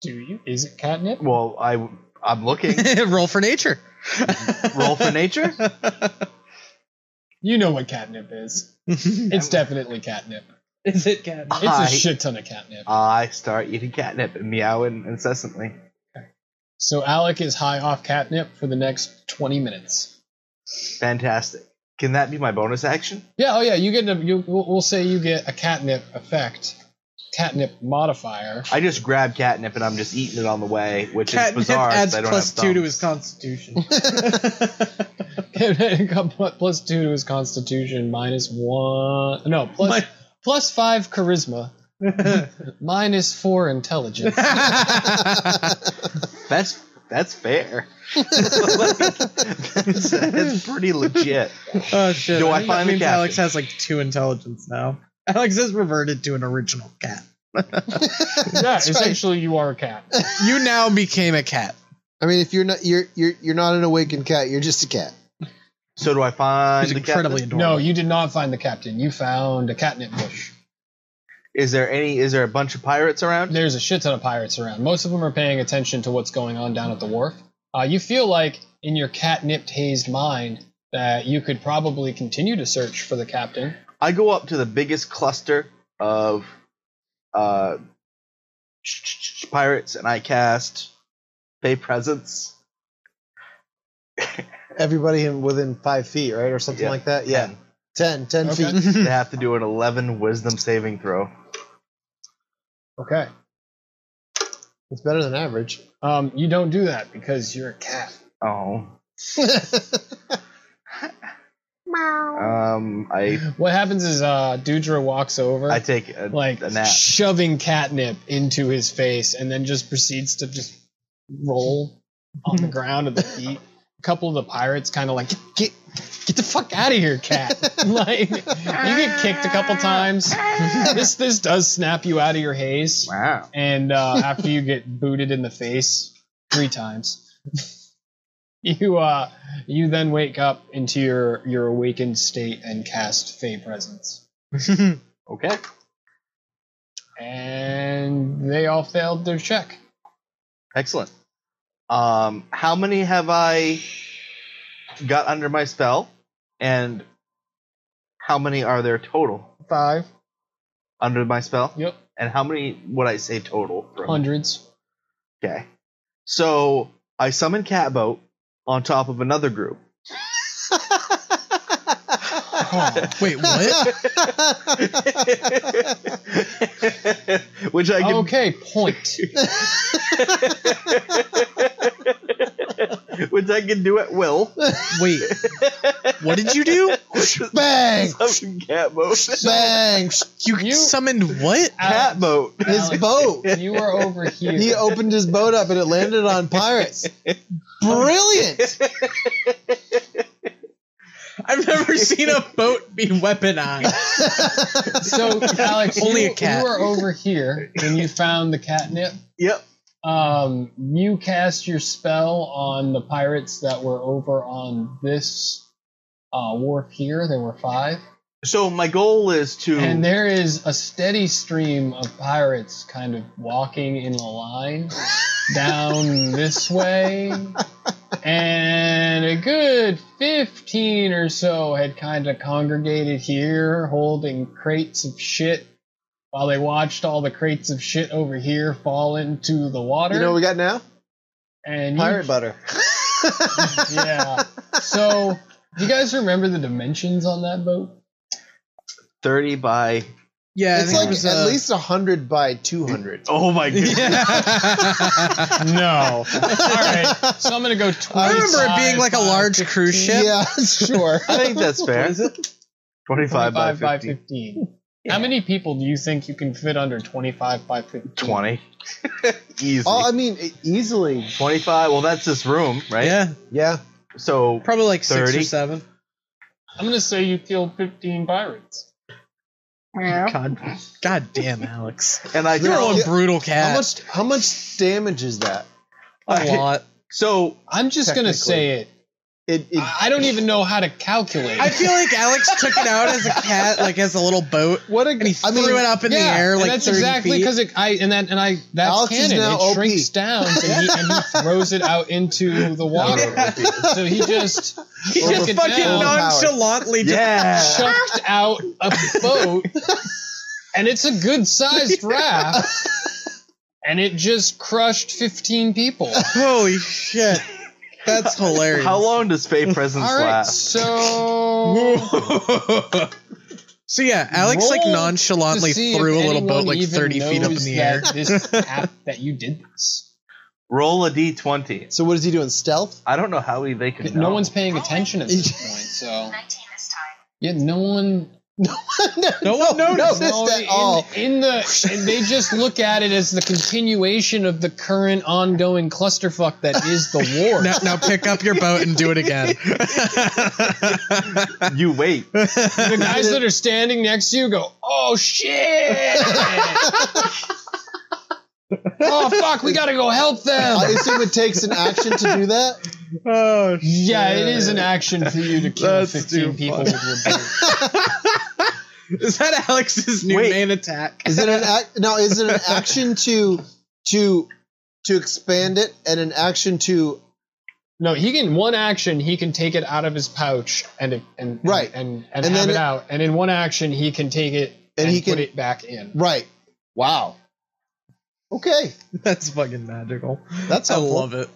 S4: Do you? Is it catnip?
S1: Well, I I'm looking.
S2: Roll for nature.
S1: Roll for nature.
S4: You know what catnip is. It's definitely catnip.
S2: Is it cat?
S4: It's
S1: I-
S4: a shit ton of catnip.
S1: I start eating catnip and meowing incessantly.
S4: So Alec is high off catnip for the next 20 minutes.
S1: Fantastic. Can that be my bonus action?
S4: Yeah, oh yeah, you get a, you, we'll, we'll say you get a catnip effect, catnip modifier.
S1: I just grab catnip and I'm just eating it on the way, which
S2: Catnip
S1: is bizarre.
S2: adds
S1: since I don't
S2: plus
S1: have
S2: two to
S1: thumbs.
S2: his constitution.
S4: plus two to his constitution, minus one. No, plus
S2: Min-
S4: plus five charisma, minus four intelligence.
S2: Oh,
S1: That's that's fair. that's, that's pretty legit.
S2: oh shit!
S1: Do I find
S2: think that
S1: the
S2: means
S1: captain?
S2: Alex has like two intelligence now. Alex has reverted to an original cat.
S4: yeah, essentially, you are a cat.
S2: You now became a cat.
S7: I mean, if you're not you're you're you're not an awakened cat, you're just a cat.
S1: So do I find
S2: He's
S1: the
S2: incredibly
S1: catnip?
S4: No,
S2: adorable.
S4: you did not find the captain. You found a catnip bush.
S1: Is there any? Is there a bunch of pirates around?
S4: There's a shit ton of pirates around. Most of them are paying attention to what's going on down at the wharf. Uh, you feel like, in your catnip hazed mind, that you could probably continue to search for the captain.
S1: I go up to the biggest cluster of uh, sh- sh- sh- pirates and I cast Fey Presence.
S3: Everybody in, within five feet, right? Or something
S1: Yeah.
S3: like that? Yeah.
S1: And
S3: Ten. Ten
S4: Okay.
S3: feet.
S1: they have to do an 11 wisdom saving throw.
S4: Okay.
S3: It's better than average.
S4: Um, you don't do that because you're a cat.
S1: Oh. Um, I
S4: What happens is uh, Dudra walks over,
S1: I take a,
S4: like
S1: a nap.
S4: shoving catnip into his face, and then just proceeds to just roll on the ground at the feet couple of the pirates kind of like get get the fuck out of here, cat. like you get kicked a couple times. this this does snap you out of your haze,
S1: Wow.
S4: and uh, after you get booted in the face three times, you uh you then wake up into your your awakened state and cast Fey Presence,
S1: Okay.
S4: and they all failed their check.
S1: Excellent. Um, how many have I got under my spell, and how many are there total
S4: Five
S1: under my spell?
S4: Yep.
S1: And how many would I say total? from-
S4: hundreds.
S1: Okay. So I summon Catboat on top of another group.
S4: Oh.
S2: Wait, what?
S1: Which I can
S4: Okay, point.
S1: which I can do at will.
S2: Wait, what did you do?
S3: Bang!
S1: Summon Catboat.
S3: Bang!
S2: You,
S4: You-
S2: summoned what?
S4: Alex,
S1: Catboat.
S3: His
S4: Alex,
S3: boat.
S4: you were over here.
S3: He opened his boat up and it landed on pirates. Brilliant!
S2: I've never seen a boat be weaponized.
S4: So, Alex,
S2: Only
S4: you,
S2: a cat.
S4: you were over here when you found the catnip.
S1: Yep.
S4: Um, you cast your spell on the pirates that were over on this uh, wharf here. There were five.
S1: So my goal is to
S4: And there is a steady stream of pirates kind of walking in a line down this way. And a good 15 or so had kind of congregated here, holding crates of shit while they watched all the crates of shit over here fall into the water.
S3: You know what we got now?
S4: and you-
S3: Pirate butter.
S4: yeah. So, do you guys remember the dimensions on that boat?
S1: thirty by.
S2: Yeah, I
S3: It's
S2: think it
S3: like
S2: was,
S3: at
S2: uh,
S3: least 100 by 200.
S1: Oh my goodness!
S4: No. All right. So I'm gonna go. 20
S2: I remember it being
S4: size
S2: like a
S4: by
S2: large cruise ship.
S3: Yeah, sure.
S1: I think that's fair. Twenty-five by
S4: 25
S1: 50.
S4: by 15. How many people do you think you can fit under 25 by 15?
S1: Twenty. Easy.
S3: Oh, I mean, e- easily.
S1: Twenty-five. Well, that's this room, right?
S2: Yeah,
S3: Yeah.
S1: So
S2: probably like six
S1: 30.
S2: or seven.
S4: I'm gonna say you killed 15 pirates.
S2: God, God damn, Alex.
S1: and I
S2: You're a
S3: Yeah.
S2: brutal cat.
S3: How much how much damage is that?
S2: A lot.
S1: so
S4: I'm just gonna
S3: Technically.
S4: say it.
S3: It, it
S4: I I don't even know how to calculate.
S2: I
S4: it.
S2: feel like Alex took it out as a cat, like as a little boat,
S3: what a
S2: and he
S3: I
S2: threw
S3: mean,
S2: it up in
S4: Yeah,
S2: the air
S4: and
S2: like
S4: that's
S2: 30
S4: exactly
S2: feet.
S4: because I and that and I that's
S3: Alex is
S4: canon.
S3: now
S4: It
S3: OP.
S4: shrinks down and he, and he throws it out into the water. So he just
S2: he
S4: broke
S2: just
S4: it
S2: fucking
S4: down.
S2: nonchalantly just
S1: yeah,
S4: chucked out a boat, and it's a good sized raft, and it just crushed 15 people.
S2: Holy shit. That's hilarious.
S1: how long does Fey presence
S4: All right,
S1: last?
S4: so
S2: so yeah, Alex like
S4: Roll
S2: nonchalantly
S4: to see if
S2: threw a little
S4: anyone
S2: boat like
S4: even
S2: 30 feet up in
S4: knows
S2: the air.
S4: that This app that you did this.
S1: Roll a d20.
S3: So what is he doing? Stealth?
S1: I don't know how we- they can.
S4: No.
S1: know.
S4: one's paying attention at this point, so yeah, no one.
S3: no,
S2: No one
S3: noticed
S2: noticed.
S4: no,
S3: at all.
S4: in, in the and they just look at it as the continuation of the current ongoing clusterfuck that is the war.
S2: Now, now pick up your boat and do it again.
S1: You wait.
S4: the guys that are standing next to you go, "Oh shit! oh fuck, we gotta go help
S3: I
S4: them."
S3: assume it takes an action to do that.
S2: oh,
S4: Yeah, it is an action for you to kill
S2: That's too
S4: fifteen people
S2: funny.
S4: with your boat.
S2: is that Alex's new
S1: Wait.
S2: main attack?
S3: Is it an act? No, is it an action to to to expand it and an action to
S4: No, he can one action he can take it out of his pouch and and
S3: Right.
S4: and and,
S3: And
S4: have
S3: then-
S4: it out, and in one action he can take it and,
S3: And he
S4: put
S3: can-
S4: it back in.
S3: right? Wow. Okay,
S2: That's fucking magical.
S3: that's
S2: I
S3: helpful.
S2: love it.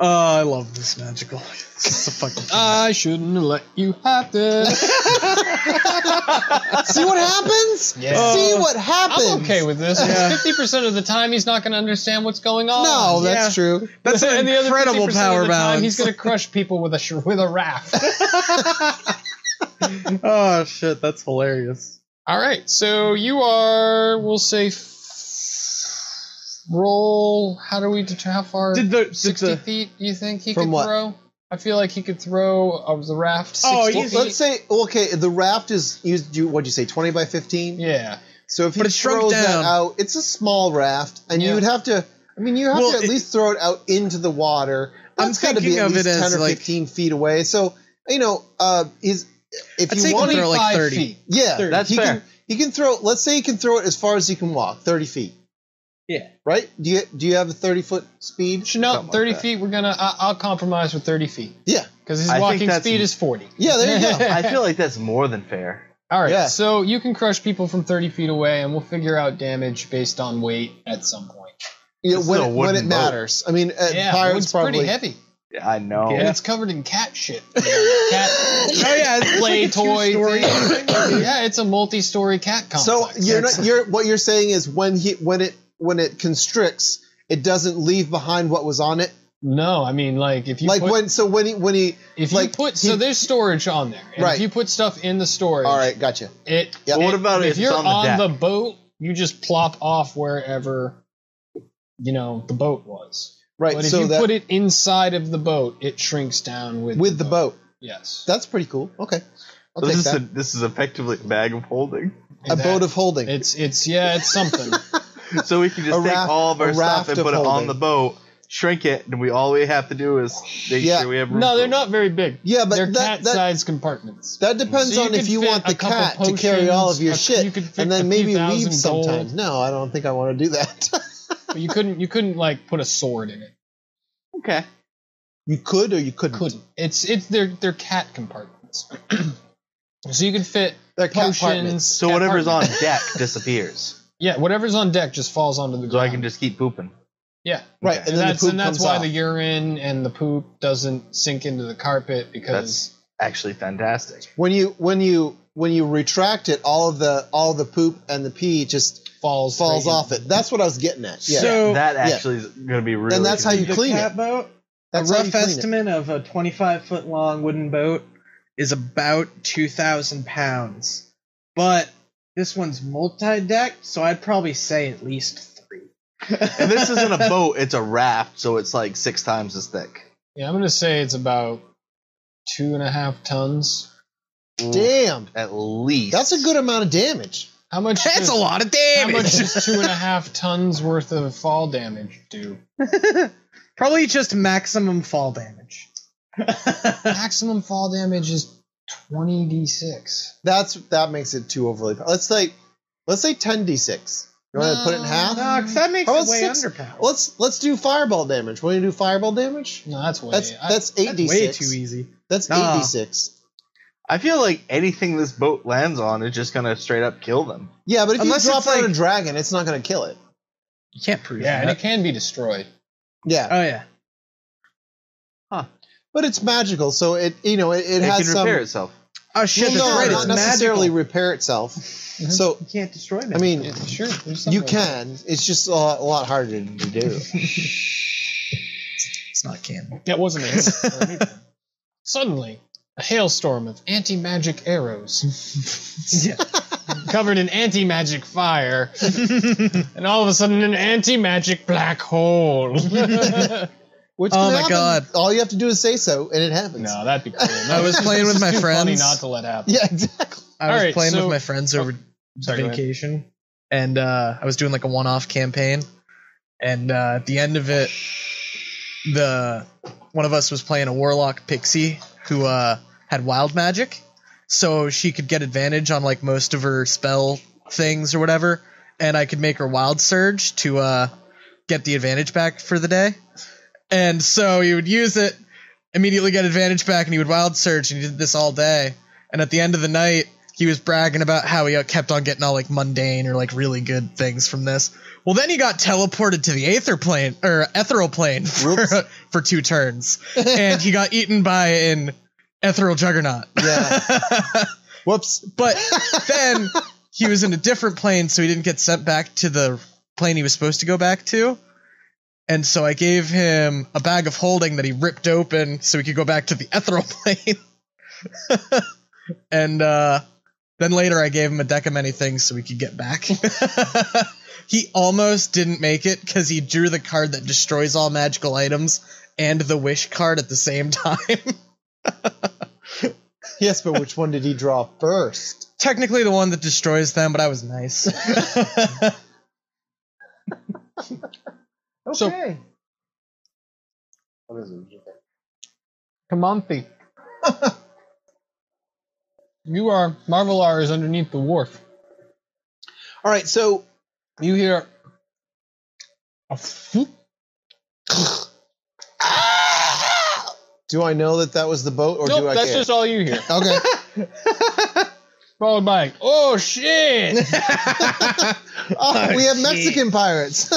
S2: Oh, I love this magical. It's a fucking.
S4: I shouldn't have let you have this.
S3: See what happens.
S4: Yeah.
S3: See what happens.
S4: Oh. I'm okay with this.
S2: Yeah.
S4: Fifty percent of the time, he's not going to understand what's going on.
S3: No, that's true.
S2: That's an
S4: And the other
S2: incredible
S4: 50% of
S2: power
S4: the time, He's
S2: balance.
S4: going to crush people with a sh- with a raft.
S2: Oh shit, that's hilarious.
S4: All right, so you are, we'll say, f- roll. How do we determine how far?
S2: Did the did
S4: sixty
S2: the
S4: feet? You think he
S3: From
S4: could
S3: what?
S4: throw I feel like he could throw uh, the raft. 60
S2: Oh,
S4: feet.
S2: he's-
S3: Let's say okay, the raft is you do what'd you say, twenty by fifteen?
S4: yeah,
S3: So if he
S2: But it's shrunk
S3: throws that
S2: down.
S3: out, it's a small raft, and
S4: Yeah.
S3: you would have to. I mean, you have
S2: Well,
S3: to at
S2: it-
S3: least throw it out into the water.
S2: I'm
S3: That's got to be
S2: thinking
S3: at
S2: of
S3: least
S2: it as,
S3: ten or
S2: like-
S3: fifteen feet away. So you know, uh, he's if
S2: I'd say
S3: you
S2: he
S3: want,
S2: can
S3: to,
S2: throw like
S4: 25
S2: 30.
S4: feet.
S3: yeah,
S2: thirty.
S1: That's
S3: he
S1: fair.
S3: Can, he can throw. Let's say he can throw it as far as he can walk, thirty feet.
S2: Yeah.
S3: Right? Do you do you have a thirty foot speed?
S4: Chanel,
S1: Something like
S4: thirty
S1: that.
S4: feet. We're gonna. I, I'll compromise with thirty feet.
S3: Yeah.
S4: because his
S1: I think
S4: walking
S1: that's-
S4: speed is forty.
S3: Yeah, there you go.
S1: I feel like that's more than fair.
S4: All right.
S3: Yeah.
S4: So you can crush people from thirty feet away, and we'll figure out damage based on weight at some point.
S3: You know,
S1: This
S3: when
S1: is a
S3: it, when it
S1: wooden boat.
S3: matters. I mean, uh,
S4: yeah,
S3: pirates
S4: pirates
S3: probably.
S4: pretty heavy,
S1: I know.
S4: and it's covered in cat shit. cat
S2: Oh yeah, it's
S4: play
S2: like a
S4: toy.
S2: two-story-
S4: thing. yeah, it's a multi-story cat complex.
S3: So you're
S4: It's-
S3: not, you're what you're saying is when he when it when it constricts, it doesn't leave behind what was on it.
S4: no, I mean like if you
S3: like
S4: put,
S3: when so when he when he
S4: if you
S3: like,
S4: put so
S3: he-
S4: there's storage on there. and
S3: Right.
S4: If you put stuff in the storage,
S3: all right, gotcha.
S4: It.
S3: Yeah.
S1: But what about
S4: if
S1: if it's
S4: you're
S1: on the deck?
S4: boat? You just plop off wherever you know the boat was.
S3: Right,
S4: But if
S3: so
S4: you
S3: that
S4: put it inside of the boat, it shrinks down with
S3: with the boat.
S4: Yes,
S3: That's pretty cool. Okay, I'll
S1: So
S3: take
S1: this is
S3: that.
S1: a, this is effectively a bag of holding.
S3: a
S4: That-
S3: boat of holding.
S4: It's it's yeah, it's something.
S1: So we can just
S3: A
S1: take
S3: raft-
S1: all of
S3: a
S1: our
S3: raft
S1: stuff and
S3: of
S1: put it on
S3: holding.
S1: the boat, shrink it, and we all we have to do is make
S3: Yeah.
S1: sure we have room.
S4: no,
S1: for
S4: they're
S1: it.
S4: not very big.
S3: yeah, but
S4: they're
S3: that that,
S4: cat-sized compartments.
S3: that depends
S4: So you
S3: on if
S4: could
S3: you
S4: fit
S3: want
S4: a
S3: the
S4: couple
S3: cat to carry all of your
S4: potions, a- you
S3: shit,
S4: could fit
S3: and
S4: a
S3: then
S4: few
S3: maybe
S4: thousand
S3: leave sometimes.
S4: gold.
S3: No, I don't think I want to do that.
S4: But you couldn't you couldn't like put a sword in it.
S1: Okay.
S3: you could or you couldn't.
S4: Couldn't. It's it's they're they're cat compartments. so you could fit
S3: They're cat
S4: potions.
S3: apartments.
S1: So
S4: cat
S1: whatever's on
S4: apartments.
S1: deck disappears.
S4: yeah, whatever's on deck just falls onto the ground.
S1: So I can just keep pooping.
S4: yeah.
S1: Okay.
S3: Right, and
S4: And
S3: then
S4: that's
S3: the poop
S4: and that's
S3: comes
S4: why
S3: off.
S4: the urine and the poop doesn't sink into the carpet because
S1: Actually, fantastic.
S3: when you when you when you retract it, all of the all the poop and the pee just
S4: falls
S3: falls
S4: right in.
S3: off it. That's what I was getting at. Yeah,
S2: So
S1: That
S3: yeah.
S1: actually is going to be really.
S3: and that's how you
S2: the
S3: clean it.
S2: cat boat.
S3: That's
S2: a
S3: how
S2: rough
S3: you clean it.
S2: estimate of a 25 foot long wooden boat is about 2,000 pounds. But this one's multi decked, so I'd probably say at least three.
S1: and this isn't a boat; it's a raft, so it's like six times as thick.
S4: Yeah, I'm gonna say it's about two and a half tons.
S1: Ooh,
S3: Damn,
S1: At least
S3: that's a good amount of damage.
S4: How much?
S2: That's
S4: does-
S2: a lot of
S4: How much
S2: damage.
S4: does two and a half tons worth of fall damage do?
S2: probably just maximum fall damage.
S4: Maximum fall damage is twenty d six.
S3: That's that makes it too overly. Let's say, let's say ten d six. You want to put it in half?
S2: No, 'cause that makes
S3: How
S2: it
S3: about
S2: way
S3: six-
S2: under pound.
S3: Let's let's do fireball damage. Want to do fireball damage?
S4: No, that's way.
S3: That's
S4: I-
S3: that's eight
S2: That's
S3: d
S2: way too
S3: six.
S2: easy.
S3: That's
S2: Nah.
S3: eight d six.
S1: I feel like anything this boat lands on is just going to straight up kill them.
S3: Yeah, but if
S2: Unless
S3: you drop
S2: it's
S3: it on
S2: like-
S3: a dragon, it's not going to kill it.
S2: You can't prove
S4: yeah, and
S2: that.
S4: it can be destroyed.
S3: Yeah,
S2: Oh, yeah.
S3: but it's magical, so it you know it, it,
S1: It,
S3: has
S1: can
S3: some.
S1: repair itself.
S2: Oh, shit,
S3: Well, no,
S2: that's right.
S3: not
S2: It's
S3: necessarily
S2: magical.
S3: repair itself. So
S2: You can't destroy them.
S3: I mean,
S4: Yeah, sure, there's some
S3: you
S4: way.
S3: can. It's just a lot, a lot harder to do.
S2: it's not canon.
S4: That wasn't it. Suddenly, a hailstorm of anti magic arrows
S2: Yeah.
S4: covered in anti magic fire, and all of a sudden, an anti magic black hole. no,
S3: Which
S2: Oh
S3: can
S2: my
S3: happen.
S2: God.
S3: All you have to do is say so, and it happens.
S4: that'd be cool. No,
S2: I was
S4: this is-
S2: playing
S4: this
S2: with
S4: is
S2: my
S4: too Funny
S2: friends.
S4: not to let happen.
S3: Yeah, exactly.
S2: I was
S4: Alright,
S2: playing
S4: so-
S2: with my friends over
S4: Sorry, go ahead.
S2: vacation, and uh, I was doing like a one-off campaign, and uh, at the end of it, the one of us was playing a warlock pixie who uh, had wild magic, so she could get advantage on like most of her spell things or whatever, and I could make her wild surge to uh, get the advantage back for the day, and so he would use it, immediately get advantage back, and he would wild surge, and he did this all day, and at the end of the night he was bragging about how he uh, kept on getting all like mundane or like really good things from this. Well, then he got teleported to the aether plane or ethereal plane for, for two turns, and he got eaten by an ethereal juggernaut.
S3: Yeah. Whoops.
S2: but then he was in a different plane, so he didn't get sent back to the plane he was supposed to go back to. And so I gave him a bag of holding that he ripped open so he could go back to the ethereal plane. and uh, then later I gave him a deck of many things so we could get back. he almost didn't make it because he drew the card that destroys all magical items and the wish card at the same time.
S3: Yes, but which one did he draw first?
S2: Technically, the one that destroys them, but I was nice.
S7: Okay.
S4: So-
S8: What is it?
S4: Kamanthi. you are Marvelar is underneath the wharf.
S3: All right, so
S4: You hear a whoop.
S3: do I know that that was the boat, or
S4: Nope,
S3: do I
S4: that's
S3: care?
S4: just all you hear.
S3: okay.
S4: Followed by oh shit.
S3: Oh, we have Mexican pirates.
S4: I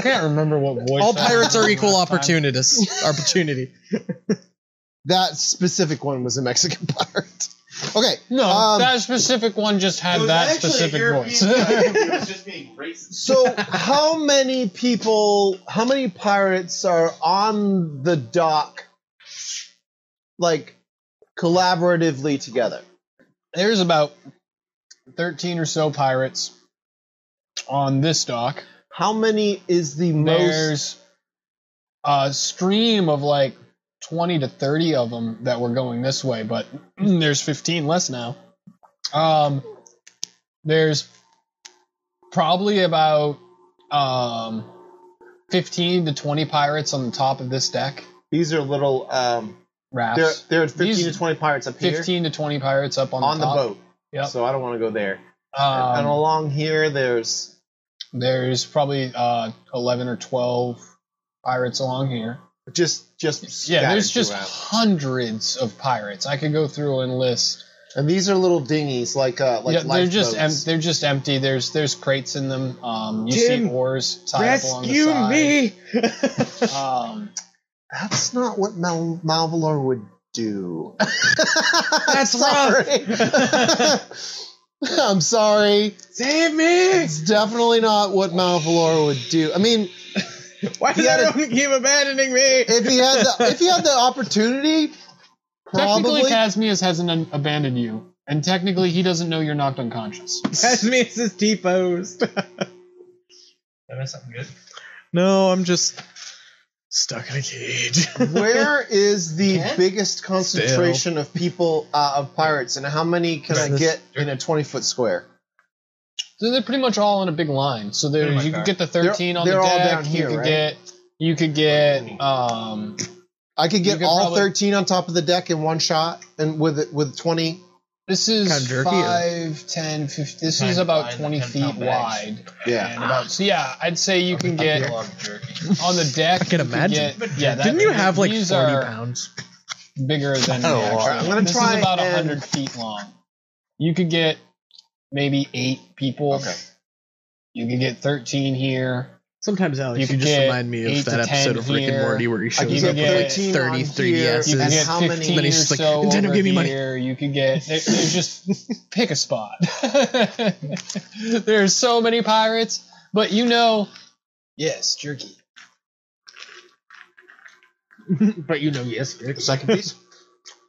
S4: can't remember what voice.
S2: All
S4: that
S2: pirates
S4: was
S2: are equal
S4: last time.
S2: opportunities. Opportunity.
S3: that specific one was a Mexican pirate. Okay.
S4: No,
S3: Um,
S4: that specific one just had that specific voice.
S1: it
S8: was just being racist.
S3: So, how many people, how many pirates are on the dock, like collaboratively together?
S4: There's about thirteen or so pirates on this dock.
S3: How many is the most?
S4: There's a stream of like twenty to thirty of them that were going this way, but there's fifteen less now. Um, there's probably about um fifteen to twenty pirates on the top of this deck.
S3: These are little. Um, there,
S4: Rafts.
S3: there are fifteen
S4: These-
S3: to twenty pirates up here
S4: Fifteen to twenty pirates up on
S3: on,
S4: the
S3: the
S4: top.
S3: boat.
S4: Yep.
S3: So I don't want to go there.
S4: Um,
S3: and along here, there's
S4: There's probably uh, 11 or 12 pirates along here.
S3: just just
S4: Yeah, there's
S3: scattered
S4: just
S3: throughout.
S4: hundreds of pirates. I could go through and list.
S3: and these are little dingies like uh like
S4: yeah, they're just em-
S3: lifeboats.
S4: they're just empty. There's there's crates in them. Um, you
S2: Tim,
S4: see oars tied up along the side. Um,
S3: That's not what Mal- Malvalor would do.
S2: That's
S3: I'm sorry.
S2: Save me!
S3: It's definitely not what Malvalor would do. I mean,
S2: Why does
S3: You gotta-
S2: everyone keep abandoning me?
S3: if he had the if he had the opportunity, probably
S4: technically, Casmius hasn't un- abandoned you, and technically, he doesn't know you're knocked unconscious.
S2: That's me. It's his T-post.
S8: something good.
S2: no, I'm just stuck in a cage.
S3: where is the
S8: Can't?
S3: biggest concentration of people uh, of pirates, and how many can I
S2: Business.
S3: get in a twenty foot square?
S4: So they're pretty much all in a big line. So there,
S8: Pretty much
S4: you
S8: are.
S4: could get the 13 on
S3: they're
S4: the
S3: all
S4: deck.
S3: down here,
S4: you could
S3: right?
S4: get you could get um,
S3: I could
S4: You
S3: get
S4: could
S3: all
S4: probably-
S3: thirteen on top of the deck in one shot, and with with twenty.
S4: This is
S2: Kinda jerky, or-
S4: five, 10, 15. This is
S8: to
S4: about
S8: find the
S4: 20 feet
S8: 10-pound bags.
S4: wide.
S3: Yeah.
S4: And about, so yeah, I'd say you can get
S8: Log jerky.
S4: on the deck.
S2: I can
S4: you could
S2: imagine.
S4: get- yeah, that-
S2: Didn't you have like
S4: these
S2: 40
S4: are
S2: pounds?
S4: bigger than the
S3: Oh,
S4: actual.
S3: I'm gonna
S4: this
S3: try
S4: is about
S3: and-
S4: 100 feet long. You could get maybe eight people.
S3: Okay.
S4: You could get 13 here.
S2: Sometimes, Alex,
S4: You
S2: you,
S4: could
S2: just
S4: get
S2: remind me
S4: eight
S2: of
S4: to
S2: that
S4: 10
S2: episode of Rick
S4: here.
S2: and Morty where he
S3: I
S2: shows
S3: could
S4: You
S2: up
S4: could
S3: get
S4: get-
S2: with like
S3: 13
S2: 30
S3: on
S2: 3DSs.
S3: here,
S4: You
S3: and
S4: could get
S3: how
S4: 15
S3: many-
S2: Then
S4: or
S2: he's just like,
S4: so
S2: "Nintendo,
S4: over
S2: give me money."
S4: here. You could get there, there's just pick a spot. there's so many pirates, but you know, yes, jerky.
S2: But you know, yes, Rick.
S3: Second piece.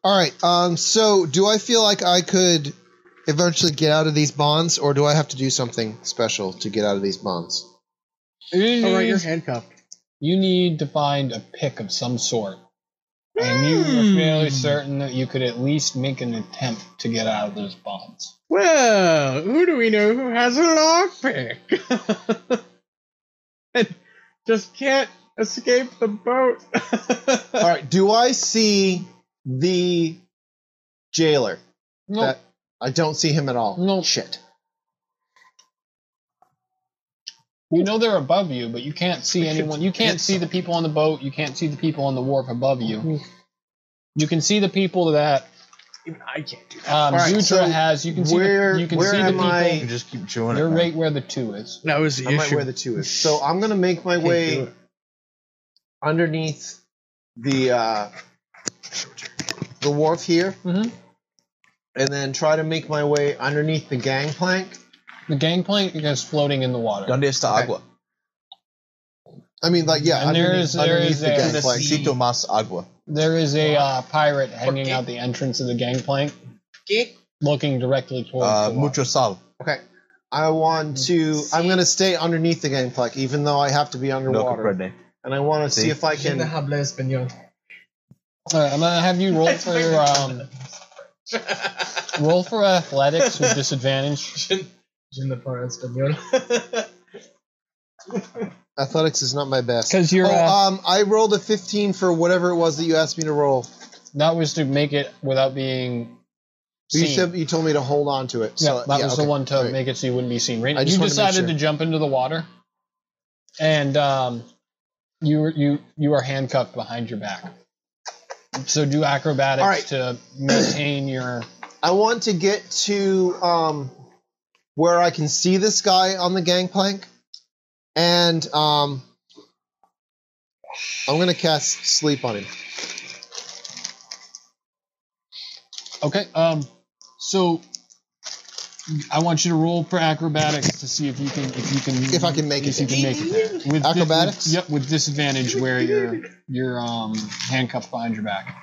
S3: All right. Um. So, do I feel like I could eventually get out of these bonds, or do I have to do something special to get out of these bonds?
S4: You
S2: Oh, right, you're
S4: need,
S2: handcuffed.
S4: you need to find a pick of some sort, and you
S3: Hmm.
S4: are fairly certain that you could at least make an attempt to get out of those bonds.
S2: Well, who do we know who has a lockpick? and just can't escape the boat.
S3: All right. Do I see the jailer?
S4: Nope.
S3: That- I don't see him at all.
S4: Nope.
S3: Shit.
S4: You know they're above you, but you can't see anyone. You can't see the people on the boat. You can't see the people on the wharf above
S3: Hmm.
S4: you. You can see the people that
S2: Even I can't do
S4: um,
S3: right,
S4: Zutra
S3: so
S4: has. You can
S3: where-
S4: see. The, you can
S3: where
S4: see the
S3: am
S4: people.
S3: I-
S1: You just keep chewing
S4: You're
S1: it. man.
S4: right where the two is.
S2: That was the
S3: I'm right
S2: issue.
S3: where the two is. So I'm gonna make my
S2: Can't do
S3: way
S2: it.
S3: underneath the uh, the wharf here,
S4: Mhm.
S3: and then try to make my way underneath the gangplank.
S4: The gangplank is floating in the water.
S1: Donde está agua?
S3: I mean, like yeah,
S4: And there
S3: underneath,
S4: is- there
S3: underneath
S4: is
S3: the
S4: a-
S3: gangplank.
S1: Necesito más agua.
S4: There is a uh, pirate hanging out the entrance of the gangplank, looking directly towards
S1: Uh,
S4: the water.
S1: mucho sal.
S3: Okay. I want to. I'm going to stay underneath the gangplank, even though I have to be
S1: No
S3: underwater.
S1: comprende.
S7: and I want to see?
S1: See?
S7: if I can.
S2: habla español.
S4: All right, I'm gonna have you roll for your um, roll for athletics with disadvantage.
S2: Je ne parle español.
S3: Athletics is not my best.
S4: Because you're
S3: Oh,
S4: uh,
S3: um, I rolled a 15 for whatever it was that you asked me to roll.
S4: that was to make it without being
S3: You
S4: seen.
S3: said you told me to hold on to it. So,
S4: yeah, that was
S3: okay,
S4: the one to
S3: great.
S4: make it so you wouldn't be seen. Right?
S3: I just
S4: You
S3: wanted to make
S4: decided to,
S3: sure.
S4: jump into the water, and um, you were- you you are handcuffed behind your back. So do acrobatics
S3: All right.
S4: to maintain your.
S3: I want to get to um, where I can see this guy on the gangplank, and um, I'm gonna cast sleep on him.
S4: Okay. Um. So I want you to roll for acrobatics to see if you can if you can
S3: If I can make
S4: if
S3: it
S4: you can
S3: there.
S4: make it there with
S3: Acrobatics?
S4: With, yep, with disadvantage where you're you're um handcuffed behind your back.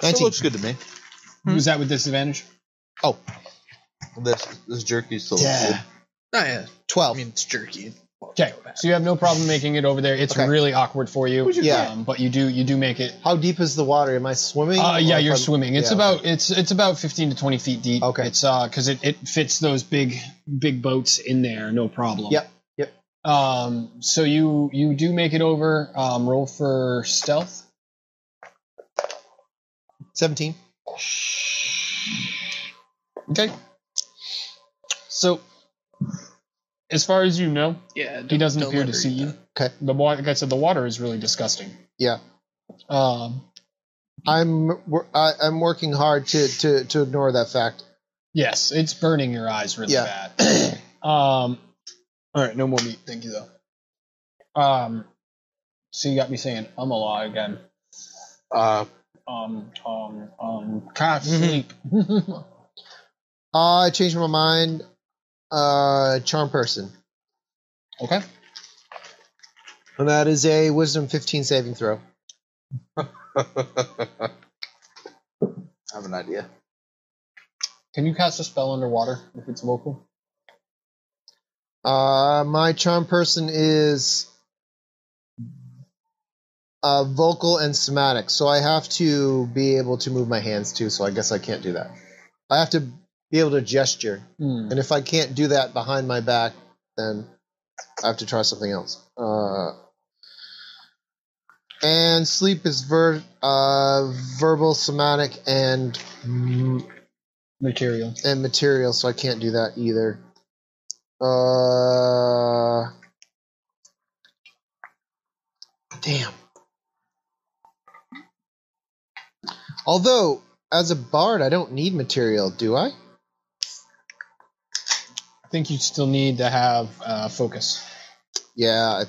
S1: That
S3: 19.
S1: looks good to me.
S4: Was that with disadvantage?
S3: Oh,
S1: This this jerky still
S4: Oh, Yeah.
S1: looks
S2: Ah, yeah. I
S3: 12.
S2: mean, it's jerky.
S4: Okay. So you have no problem making it over there. It's
S3: Okay.
S4: really awkward for you.
S3: Yeah.
S4: Um, but you do you do make it.
S3: How deep is the water? Am I swimming?
S4: Uh, yeah,
S3: Or if
S4: you're
S3: I'm-
S4: swimming. It's
S3: yeah,
S4: about it's it's about fifteen to twenty feet deep.
S3: Okay.
S4: It's uh because it, it fits those big big boats in there, no problem.
S3: Yep, yep.
S4: Um, so you you do make it over. Um, roll for stealth.
S3: 17.
S4: Okay. So, as far as you know,
S2: Yeah.
S4: he
S2: don't-
S4: doesn't
S2: don't
S4: appear
S2: let
S4: to
S2: her
S4: see
S2: eat
S4: you.
S2: that.
S4: The water, like I said, the water is really disgusting.
S3: Yeah.
S4: Um,
S3: I'm wor- I, I'm working hard to, to, to ignore that fact.
S4: Yes, it's burning your eyes really
S3: Yeah.
S4: bad. um, all right, no more meat. Thank you though. Um, so you got me saying um a lot again.
S1: Uh,
S4: Um, um, um, can't sleep.
S3: Uh, I changed my mind. Uh, charm person.
S4: okay.
S3: And that is a wisdom 15 saving throw.
S1: I have an idea.
S4: Can you cast a spell underwater if it's local?
S3: Uh, my charm person is uh, vocal and somatic, so I have to be able to move my hands too. So I guess I can't do that. I have to be able to gesture,
S4: Hmm.
S3: and if I can't do that behind my back, then I have to try something else. Uh, and sleep is ver- uh, verbal, somatic, and
S4: Material.
S3: and material, so I can't do that either. Uh, damn. Although, as a bard, I don't need material, do I?
S4: I think you still need to have uh, focus.
S3: Yeah. I-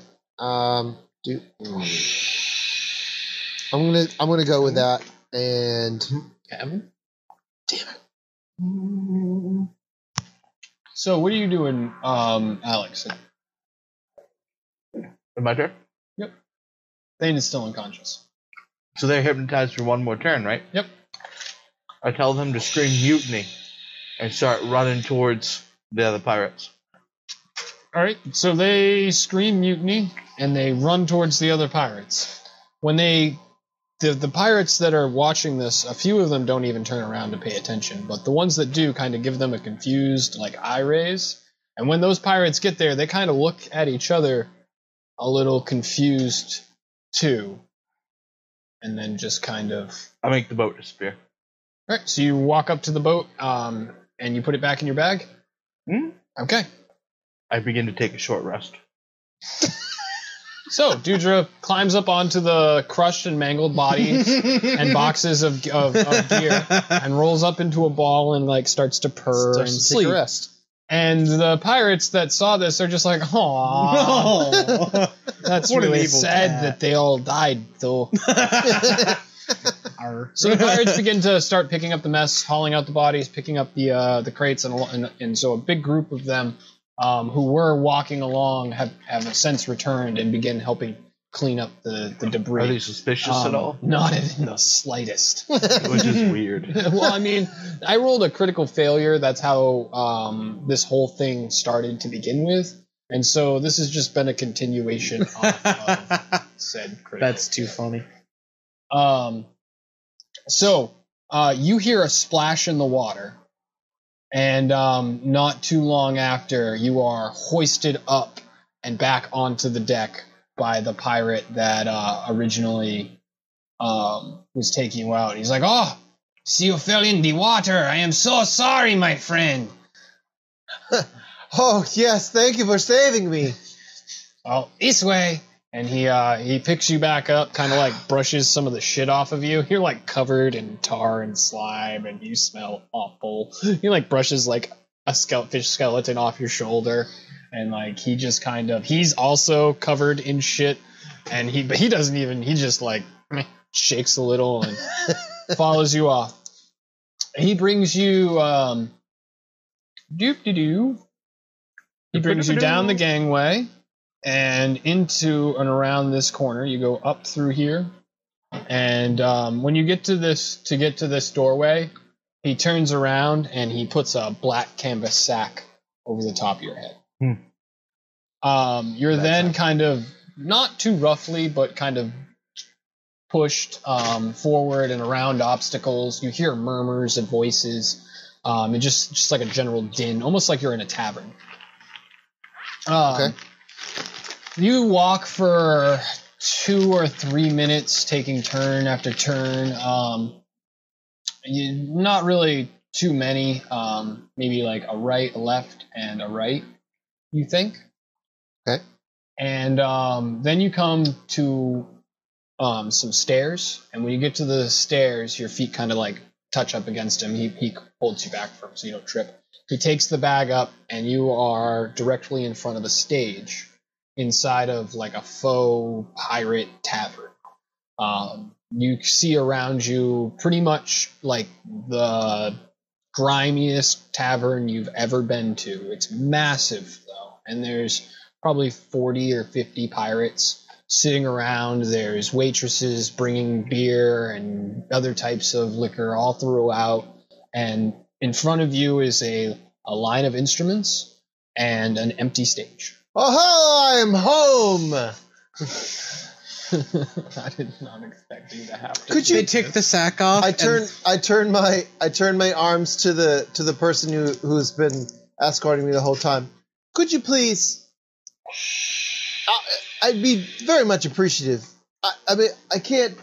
S3: Um. Do. mm. I'm gonna. I'm gonna go with that. And
S4: Damn it. So what are you doing, um, Alex?
S1: Am I turn?
S4: Thane is still unconscious.
S1: So they're hypnotized for one more turn, right?
S4: Yep.
S1: I tell them to scream mutiny and start running towards the other pirates.
S4: All right, so they scream mutiny and they run towards the other pirates. When they, the, the pirates that are watching this, a few of them don't even turn around to pay attention, but the ones that do kind of give them a confused, like, eye raise. And when those pirates get there, they kind of look at each other a little confused, too. And then just kind of.
S1: I make the boat disappear.
S4: All right, so you walk up to the boat um, and you put it back in your bag?
S1: Hmm.
S4: Okay.
S1: I begin to take a short rest.
S4: So Dudra climbs up onto the crushed and mangled body and boxes of, of, of gear and rolls up into a ball and like starts to purr
S3: Starts
S4: and
S3: to take a
S4: sleep.
S3: rest.
S4: And the pirates that saw this are just like, "Aw, that's
S2: What an
S4: really
S2: evil
S4: sad
S2: cat."
S4: that they all died." Though, so the pirates begin to start picking up the mess, hauling out the bodies, picking up the uh, the crates, and, al- and and so a big group of them um, who were walking along have have since returned and begin helping clean up the the debris.
S1: Are they suspicious
S4: Um,
S1: at all?
S4: Not in the slightest.
S1: Which is weird.
S4: well, I mean, I rolled a critical failure. That's how um, this whole thing started to begin with. And so this has just been a continuation off of said critical.
S2: That's too funny.
S4: Um, so uh, you hear a splash in the water, and um, not too long after, you are hoisted up and back onto the deck by the pirate that uh, originally um, was taking you out. He's like, "Oh, see, you fell in the water. I am so sorry, my friend."
S3: Oh yes, thank you for saving me.
S4: Oh, this way. And he uh, he picks you back up, kind of like brushes some of the shit off of you. You're like covered in tar and slime, and you smell awful. He like brushes like a skeleton fish skeleton off your shoulder, and like he just kind of he's also covered in shit, and he but he doesn't even he just like meh, shakes a little and follows you off. He brings you um, doop de doo. He brings you down the gangway and into and around this corner. You go up through here, and um, when you get to this to get to this doorway, he turns around and he puts a black canvas sack over the top of your head.
S1: Hmm.
S4: Um, you're then kind of not too roughly, but kind of pushed um, forward and around obstacles. You hear murmurs and voices, um, and just just like a general din, almost like you're in a tavern. Um,
S3: Okay.
S4: You walk for two or three minutes, taking turn after turn. Um, you, not really too many. Um, maybe like a right, a left, and a right. You think?
S3: Okay.
S4: And um, then you come to um, some stairs, and when you get to the stairs, your feet kind of like touch up against him. He he holds you back from so you don't trip. He takes the bag up, and you are directly in front of a stage inside of like a faux pirate tavern. Um, you see around you pretty much like the grimiest tavern you've ever been to. It's massive though, and there's probably 40 or 50 pirates sitting around. There's waitresses bringing beer and other types of liquor all throughout. And in front of you is a, a line of instruments and an empty stage.
S3: Oh, I'm home.
S4: I did not expect you to have to.
S3: Could you
S2: They take the sack off.
S3: I
S2: and-
S3: turn I turn my I turn my arms to the to the person who who's been escorting me the whole time. Could you please? I, I'd be very much appreciative. I, I mean, I can't.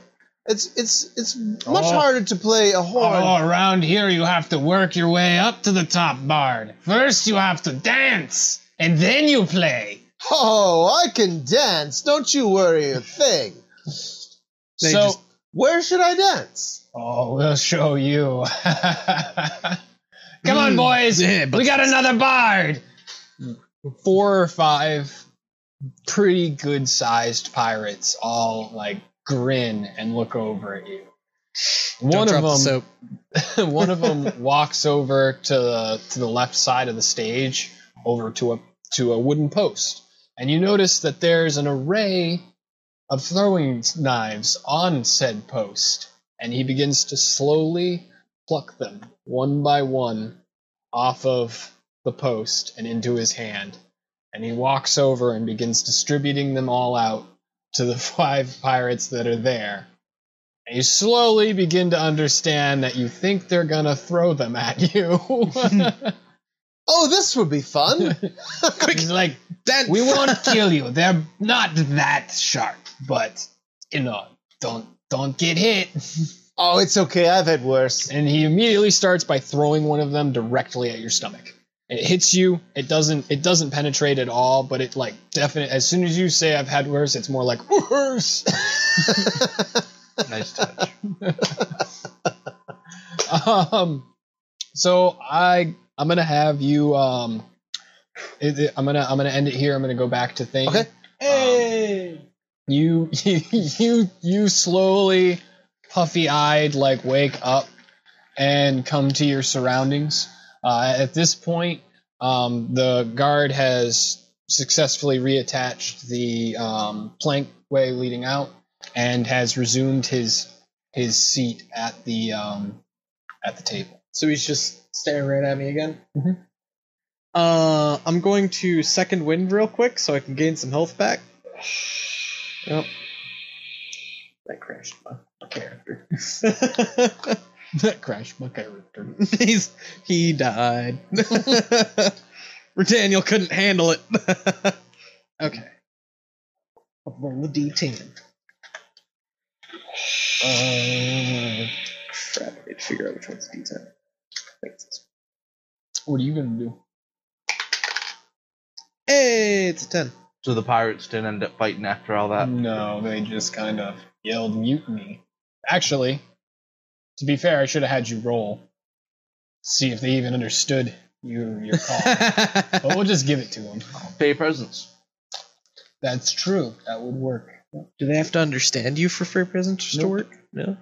S3: It's it's it's much
S4: Oh.
S3: harder to play a horn.
S4: Oh, around here you have to work your way up to the top bard. First you have to dance, and then you play.
S3: Oh, I can dance. Don't you worry a thing.
S2: They
S4: so
S2: just-
S3: Where should I dance?
S4: Oh, we'll show you. Come on,
S2: Mm,
S4: boys.
S2: yeah, but-
S4: we got another bard. Four or five pretty good sized pirates all like grin and look over at you.
S2: Don't
S4: One
S2: drop
S4: of
S2: the
S4: them
S2: soap.
S4: one of them walks over to the, to the left side of the stage over to a to a wooden post and you notice that there's an array of throwing knives on said post and he begins to slowly pluck them one by one off of the post and into his hand and he walks over and begins distributing them all out to the five pirates that are there and you slowly begin to understand that you think they're gonna throw them at you.
S3: Oh, this would be fun.
S4: He's like,
S2: Then
S4: we won't kill you. They're not that sharp, but you know, don't don't get hit.
S3: oh, it's okay. I've had worse.
S4: And he immediately starts by throwing one of them directly at your stomach. It hits you. It doesn't. It doesn't penetrate at all. But it like definite. As soon as you say I've had worse, it's more like worse.
S1: Nice touch.
S4: um so i i'm gonna have you um it- it- i'm gonna i'm gonna end it here i'm gonna go back to things
S3: Okay.
S4: hey you you you slowly puffy eyed like wake up and come to your surroundings uh, at this point um, the guard has successfully reattached the um, plankway leading out and has resumed his his seat at the um, at the table.
S2: Mm-hmm. So he's just staring right at me again. Uh, I'm going to second wind real quick so I can gain some health back. Yep. That crashed my character.
S4: that crashed my character.
S2: He's he died. Daniel couldn't handle it. okay. I'll roll the D10. Uh, crap, I need to figure out which one's D10. I think it's this
S4: What are you gonna do?
S2: one. Hey, it's a 10.
S1: So the pirates didn't end up fighting after all
S2: Uh,
S1: that.
S4: no, they just kind of yelled mutiny. Actually, to be fair, I should have had you roll. See if they even understood you, your call. but we'll just give it to them.
S1: Pay presents.
S4: That's true. That would work.
S2: Do they have to understand you for free presents to
S4: Nope.
S2: work? No.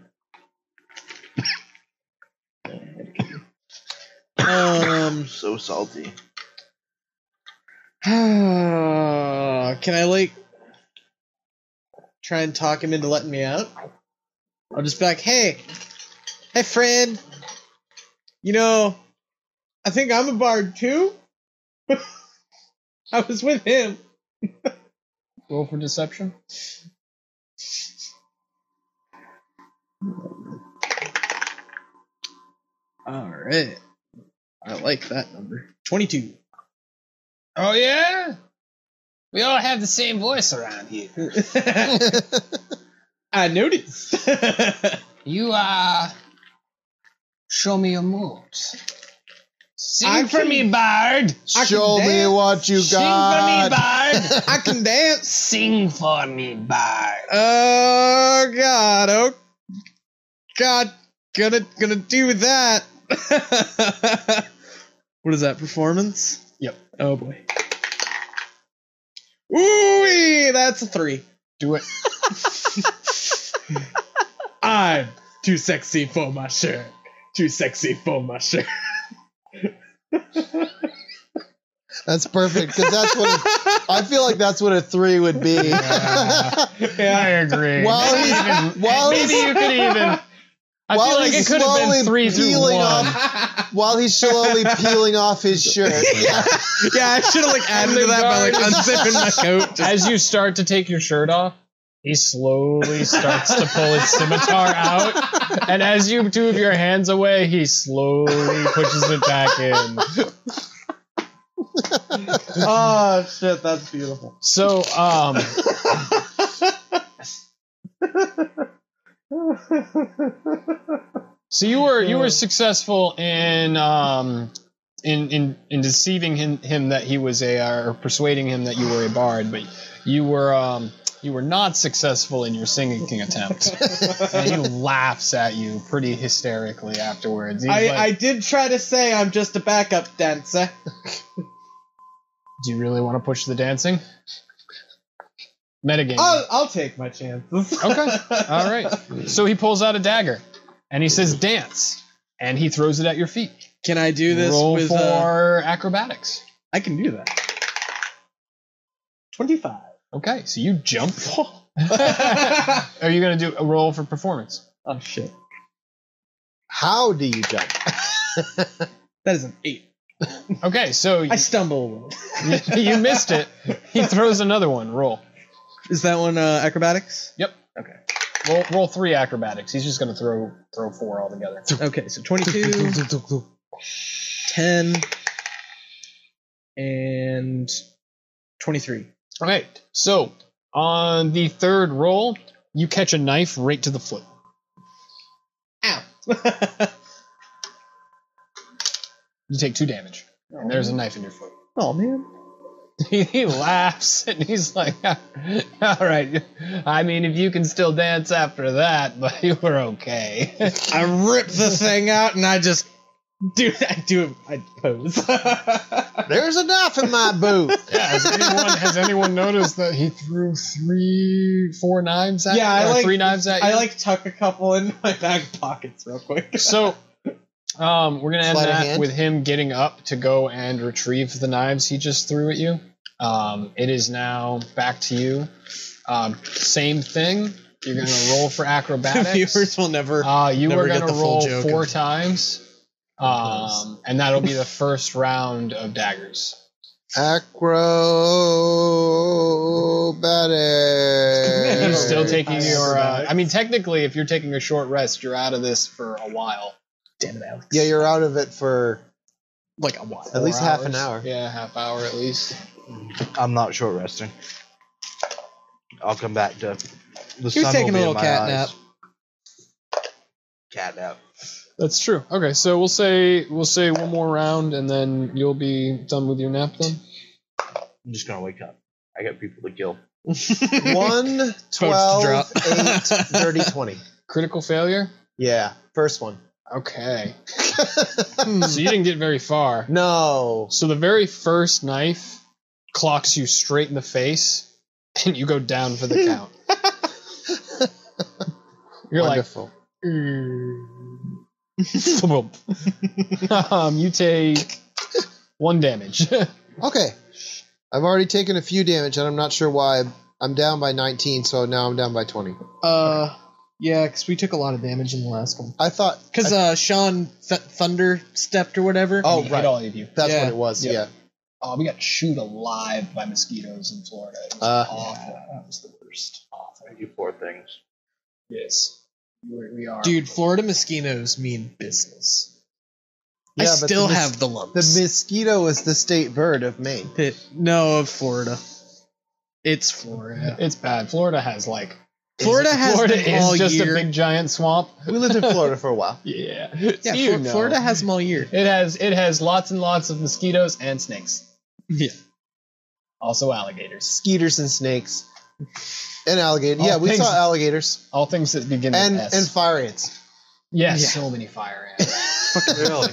S2: um.
S1: So salty.
S2: Can I like try and talk him into letting me out? I'll just be like, "Hey, hey, friend. You know, I think I'm a bard too. I was with him.
S4: Roll for deception.
S2: All right. I like that number. Twenty-two.
S4: Oh yeah. We all have the same voice around here.
S2: I noticed.
S4: You uh show me your moves. Sing
S2: I
S4: for
S2: can-
S4: me, Bard.
S2: I can
S3: Show me
S2: dance.
S3: what you
S4: Sing for me,
S3: got.
S4: Bard.
S2: I can dance.
S4: Sing for me, Bard.
S2: Oh God! Oh God! Gonna gonna do that. what is that performance?
S4: Yep.
S2: Oh boy. Ooh, that's a three.
S4: Do it.
S2: I'm too sexy for my shirt. Too sexy for my shirt.
S3: That's perfect because that's what a, I feel like. That's what a three would be.
S4: Yeah. I agree.
S3: While
S4: Maybe
S3: he's-
S4: even-
S3: while
S4: maybe
S3: he's-
S4: you could even. I
S3: While
S4: feel like it
S3: he's
S4: could have
S3: slowly
S4: been three through
S3: peeling
S4: one.
S3: off- While he's slowly peeling off his shirt.
S2: yeah, I should have like added to that by like unzipping my coat.
S4: As you start to take your shirt off, he slowly starts to pull his scimitar out, and as you two of your hands away, he slowly pushes it back in.
S2: oh shit, that's beautiful.
S4: So, um, so you were you were successful in um, in in in deceiving him, him that he was a uh, or persuading him that you were a bard, but you were um, you were not successful in your singing attempt. and he laughs at you pretty hysterically afterwards. He's
S2: I,
S4: like,
S2: I did try to say I'm just a backup dancer.
S4: Do you really want to push the dancing? Metagame.
S2: I'll, I'll take my chances.
S4: Okay. Uh, All right. So he pulls out a dagger and he says, "Dance," and he throws it at your feet.
S2: Can I do this
S4: Roll
S2: with? Uh,
S4: for acrobatics.
S2: I can do that. Twenty-five.
S4: Okay, so you jump. Are you gonna do a roll for performance?
S2: oh shit!
S3: How do you jump?
S2: That is an eight.
S4: Okay, so you,
S2: I stumble. a little.
S4: you missed it. He throws another one. Roll.
S2: Is that one uh, acrobatics?
S4: Roll, roll three acrobatics. He's just gonna throw throw four altogether.
S2: Okay, so 22, 10, and 23.
S4: All right. So on the third roll, you catch a knife right to the foot.
S2: Ow!
S4: You take two damage. And there's a knife in your foot.
S2: oh man.
S4: he, he laughs and he's like, "All right, I mean, if you can still dance after that, but you were okay."
S2: I rip the thing out and I just do I do I pose.
S3: There's a knife in my boot.
S4: yeah, has anyone, has anyone noticed that he threw three, four knives at
S2: Yeah,
S4: you?
S2: I
S4: or
S2: like-
S4: three knives at you.
S2: I like tuck a couple in my back pockets real quick.
S4: so. Um, we're gonna end
S3: Sleight of
S4: that
S3: hand?
S4: with him getting up to go and retrieve the knives he just threw at you. Um, it is now back to you. Um, same thing. You're gonna roll for acrobatics.
S2: Viewers will never
S4: Uh, you
S2: Never
S4: were
S2: get
S4: gonna
S2: the full
S4: roll
S2: joke
S4: four
S2: of-
S4: times. Um, and that'll be the first round of daggers.
S3: Acrobatic.
S4: You're still taking
S8: Nice.
S4: your. Uh, I mean, technically, if you're taking a short rest, you're out of this for a while.
S2: Damn it, Alex.
S3: Yeah, you're out of it for.
S2: Like a while.
S3: At least half an hour.
S4: Yeah, half hour at least.
S1: I'm not short resting. I'll come back to. The
S2: He was
S1: sun will
S2: taking a
S1: be in
S2: little
S1: my
S2: cat
S1: eyes.
S2: nap.
S1: Cat nap.
S4: That's true. Okay, so we'll say we'll say one more round, and then you'll be done with your nap. Then
S1: I'm just gonna wake up. I got people to kill.
S3: 1,
S2: drop.
S3: 12, 8, 30, 20.
S4: critical failure.
S3: Yeah, first one.
S4: Okay, so you didn't get very far.
S3: no.
S4: So the very first knife clocks you straight in the face, and you go down for the count. You're like,
S3: Wonderful.
S4: um, you take one damage.
S3: okay. I've already taken a few damage, and I'm not sure why. I'm down by 19, so now I'm down by 20.
S2: Uh, yeah, because we took a lot of damage in the last one.
S3: I thought.
S2: Because uh, Sean th- thunder stepped or whatever.
S3: Oh,
S4: Hit
S3: right.
S4: all of you.
S3: That's
S2: Yeah.
S3: what it was.
S4: Yep.
S3: Yeah.
S4: Oh, we got chewed alive by mosquitoes in Florida. It was
S3: Uh,
S4: awful. That was the worst. Awful.
S1: You poor things.
S4: Yes. We, we are.
S2: Dude, Florida mosquitoes mean business. I
S3: Yeah, but the
S2: still
S3: mos-
S2: have
S3: The
S2: the lumps.
S3: mosquito is the state bird of Maine.
S2: It- no, of Florida. It's Florida.
S4: It's bad. Florida has like.
S2: Florida has
S4: Florida
S2: them
S4: is
S2: all
S4: just
S2: year.
S4: a big giant swamp.
S3: We lived in Florida for a while.
S4: Yeah.
S2: yeah,
S4: You
S2: Flo-
S4: know.
S2: Florida has them all year.
S4: It has it has lots and lots of mosquitoes and snakes.
S2: Yeah.
S4: Also alligators.
S3: Skeeters and snakes. Oh, And alligator.
S4: All
S3: yeah, we
S4: things-
S3: saw alligators.
S4: All things that begin
S3: And
S4: with S.
S3: and fire ants.
S4: yes,
S2: Yeah.
S4: so many fire ants.
S1: Really?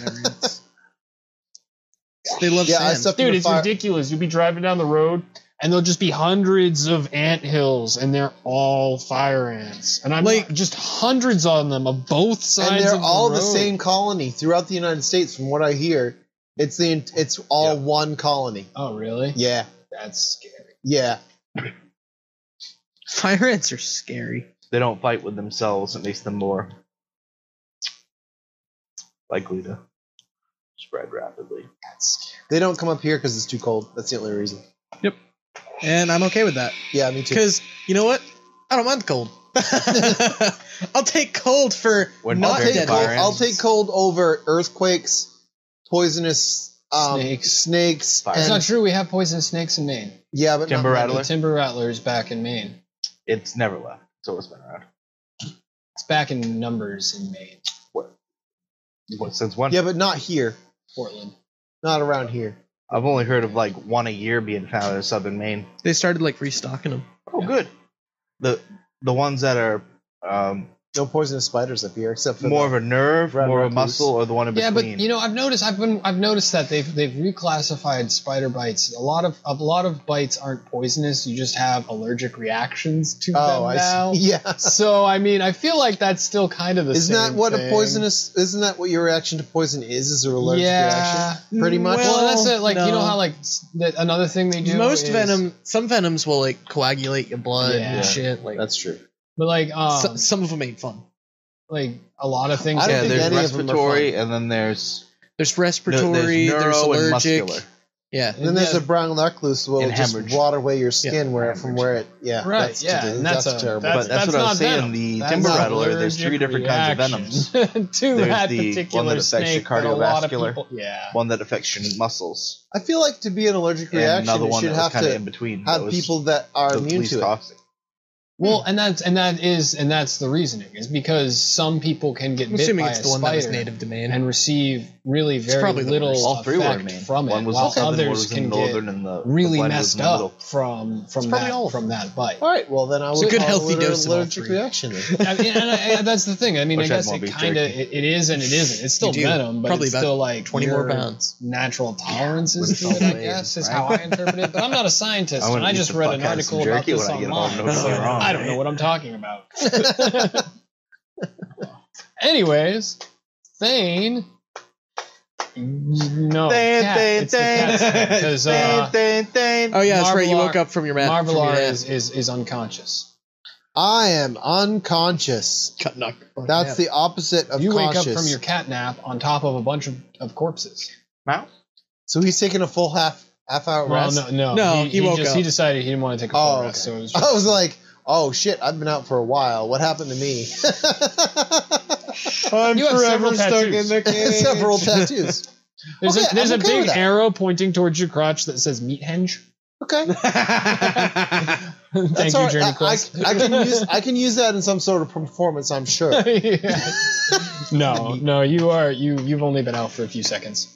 S2: They love
S3: Yeah, I
S2: sand.
S3: stuffed
S4: Dude,
S3: them
S4: it's
S3: with fire.
S4: ridiculous. You'll be driving down the road and there'll just be hundreds of ant hills and they're all fire ants. And I'm
S2: Like-
S4: like just hundreds on them of both sides
S3: and they're
S4: of
S3: all the
S4: road.
S3: same colony throughout the United States, from what I hear. It's the it's all one colony.
S4: Oh, really?
S3: Yeah,
S4: That's scary.
S3: yeah.
S2: Fire ants are scary.
S1: they don't fight with themselves. It makes them more likely to spread rapidly.
S4: That's scary.
S3: They don't come up here because it's too cold. That's the only reason.
S2: And I'm okay with that.
S3: Yeah, me too.
S2: Because, you know what? I don't mind the cold. I'll take cold for
S1: When
S3: I'll
S2: not
S1: compared to
S3: take,
S2: dead.
S3: cold,
S1: fire
S3: I'll
S1: ants.
S3: take cold over earthquakes, poisonous um,
S4: Snakes.
S3: snakes,
S1: Fire.
S4: It's
S3: and-
S4: not true. We have poisonous snakes in Maine.
S3: yeah, but
S1: Timber
S3: not,
S1: rattler.
S4: The timber rattlers back in Maine.
S1: It's never left. It's always been around.
S4: It's back in numbers in Maine.
S1: What since when?
S3: Yeah, but not here.
S4: Portland.
S3: Not around here.
S1: I've only heard of like one a year being found in southern Maine.
S2: They started like restocking them.
S1: Oh, good. The the ones that are um,
S3: No poisonous spiders up here, except for
S1: more of a nerve,
S3: Red
S1: more of a
S3: recluse.
S1: muscle, or the one in
S4: Yeah, but
S1: between.
S4: you know, I've noticed. I've been. I've noticed that they've they've reclassified spider bites. A lot of a lot of bites aren't poisonous. You just have allergic reactions to
S3: the, oh,
S4: them
S3: I
S4: now.
S3: see. Yeah.
S4: so I mean, I feel like that's still kind of the
S3: Isn't
S4: same.
S3: that what
S4: thing.
S3: a poisonous? Isn't that what your reaction to poison is? Is a allergic
S4: yeah.
S3: reaction? Pretty much.
S4: Well, that's it. Like you know
S2: no.
S4: how like s- that another thing they do.
S2: Most
S4: is-
S2: venom, some venoms will like coagulate your blood
S4: Yeah.
S2: and shit. Like
S3: That's true.
S4: but like um,
S2: so- some of them ain't fun.
S4: like a lot of things.
S3: I don't
S1: yeah,
S3: think
S1: there's
S3: any of them are
S1: respiratory, and then there's no,
S2: There's
S1: there's
S2: respiratory,
S1: neuro
S2: there's
S1: and
S2: allergic.
S1: muscular.
S2: Yeah.
S3: And then there's a brown recluse will
S1: And
S3: just
S1: hemorrhage.
S3: rot away your skin where from where it. Yeah,
S4: Right,
S3: That's
S4: yeah, and
S3: that's,
S4: that's a-
S3: terrible.
S4: that's-
S1: but that's, what I was
S4: not
S1: saying.
S4: venom.
S1: The
S4: That's
S1: timber
S4: an
S1: rattler, there's
S4: allergic
S1: three different kinds of venoms.
S4: reaction to
S1: There's
S4: that
S1: the one
S4: particular
S1: that affects your
S4: snake that a lot of
S1: cardiovascular.
S4: people- yeah.
S1: One that affects your muscles,
S3: I feel like to be an allergic
S1: and
S3: reaction,
S1: another
S3: you
S1: one
S3: should
S1: that was
S3: have
S1: kind of
S3: to
S1: in between. that
S3: have
S1: was
S3: people that are
S1: the
S3: immune
S1: least
S3: to it.
S1: toxic.
S2: Hmm.
S4: Well, and that's and that is and that's the reasoning is because some people can get
S2: I'm
S4: bit
S2: assuming
S4: by
S2: it's
S4: a
S2: the one that was
S4: spider
S2: native to Maine.
S4: and receive really very
S2: probably the
S4: little
S2: worst.
S1: All three were in
S4: effect
S1: Maine.
S4: from it,
S1: One was
S4: while
S1: in southern, one
S4: others
S1: was in
S4: can
S1: northern,
S4: get
S1: and the the
S4: really
S1: one was
S4: messed
S1: in the middle.
S4: up from from
S2: probably all
S4: that
S2: of
S4: from that bite.
S3: All right, well then I
S2: It's
S3: would
S2: a good
S3: call
S2: healthy
S3: it an
S2: dose of all
S3: allergic
S2: three.
S3: reason.
S4: I mean, and I, I- that's the thing. I mean,
S1: Wish
S4: I
S1: I'd
S4: guess
S1: more
S4: it
S1: beef
S4: kind of
S1: jerky.
S4: it, it is and it isn't. It's still
S2: do.
S4: venom, but
S2: Probably
S4: it's
S2: about
S4: still like
S2: 20 more
S4: your
S2: pounds.
S4: Natural tolerances.
S1: Yeah,
S4: to it, I
S1: with
S4: guess is
S1: right?
S4: how I interpret it. But I'm not a scientist.
S1: I
S4: and
S1: wouldn't
S4: I
S1: eat
S4: just
S1: the
S4: read
S1: fuck
S4: an
S1: out of some
S4: article about
S1: jerky
S4: this
S1: when I get home.
S4: online.
S1: Don't get me wrong.
S4: I don't know what I'm talking about. Anyways, Thane. No,
S1: Thane,
S4: cat.
S1: Thane,
S4: it's the
S1: Thane.
S4: Because uh,
S1: Ding, ding, ding.
S2: oh yeah, that's right. You
S4: Marvelar-
S2: woke up from your mat. from your
S4: Marvelar
S2: nap.
S4: is, is is unconscious.
S3: I am unconscious.
S2: Got knocked.
S3: That's the opposite of
S4: you
S3: conscious.
S4: wake up from your cat nap on top of a bunch of, of corpses.
S3: so he's taking a full half half
S1: Oh,
S3: hour
S4: Well,
S3: rest.
S4: no, no,
S2: No, he
S4: He,
S2: woke
S4: just
S2: up.
S4: he decided he didn't want to take a
S3: Oh,
S4: full rest,
S3: okay.
S4: so it was just-
S3: I was like, oh shit, I've been out for a while. What happened to me?
S2: I'm
S4: You have
S2: forever
S4: several
S2: stuck in
S4: tattoos.
S2: the cage.
S3: Several tattoos.
S4: there's
S3: Okay,
S4: a, there's
S3: I'm
S4: a
S3: okay with
S4: big
S3: that.
S4: arrow pointing towards your crotch that says meat henge.
S3: Okay,
S4: Thank
S3: that's
S4: you,
S3: all right.
S4: Jeremy
S3: I- I,
S4: Quest.
S3: I can use I can use that in some sort of performance. I'm sure.
S4: Yeah. no, no, you are you. You've only been out for a few seconds.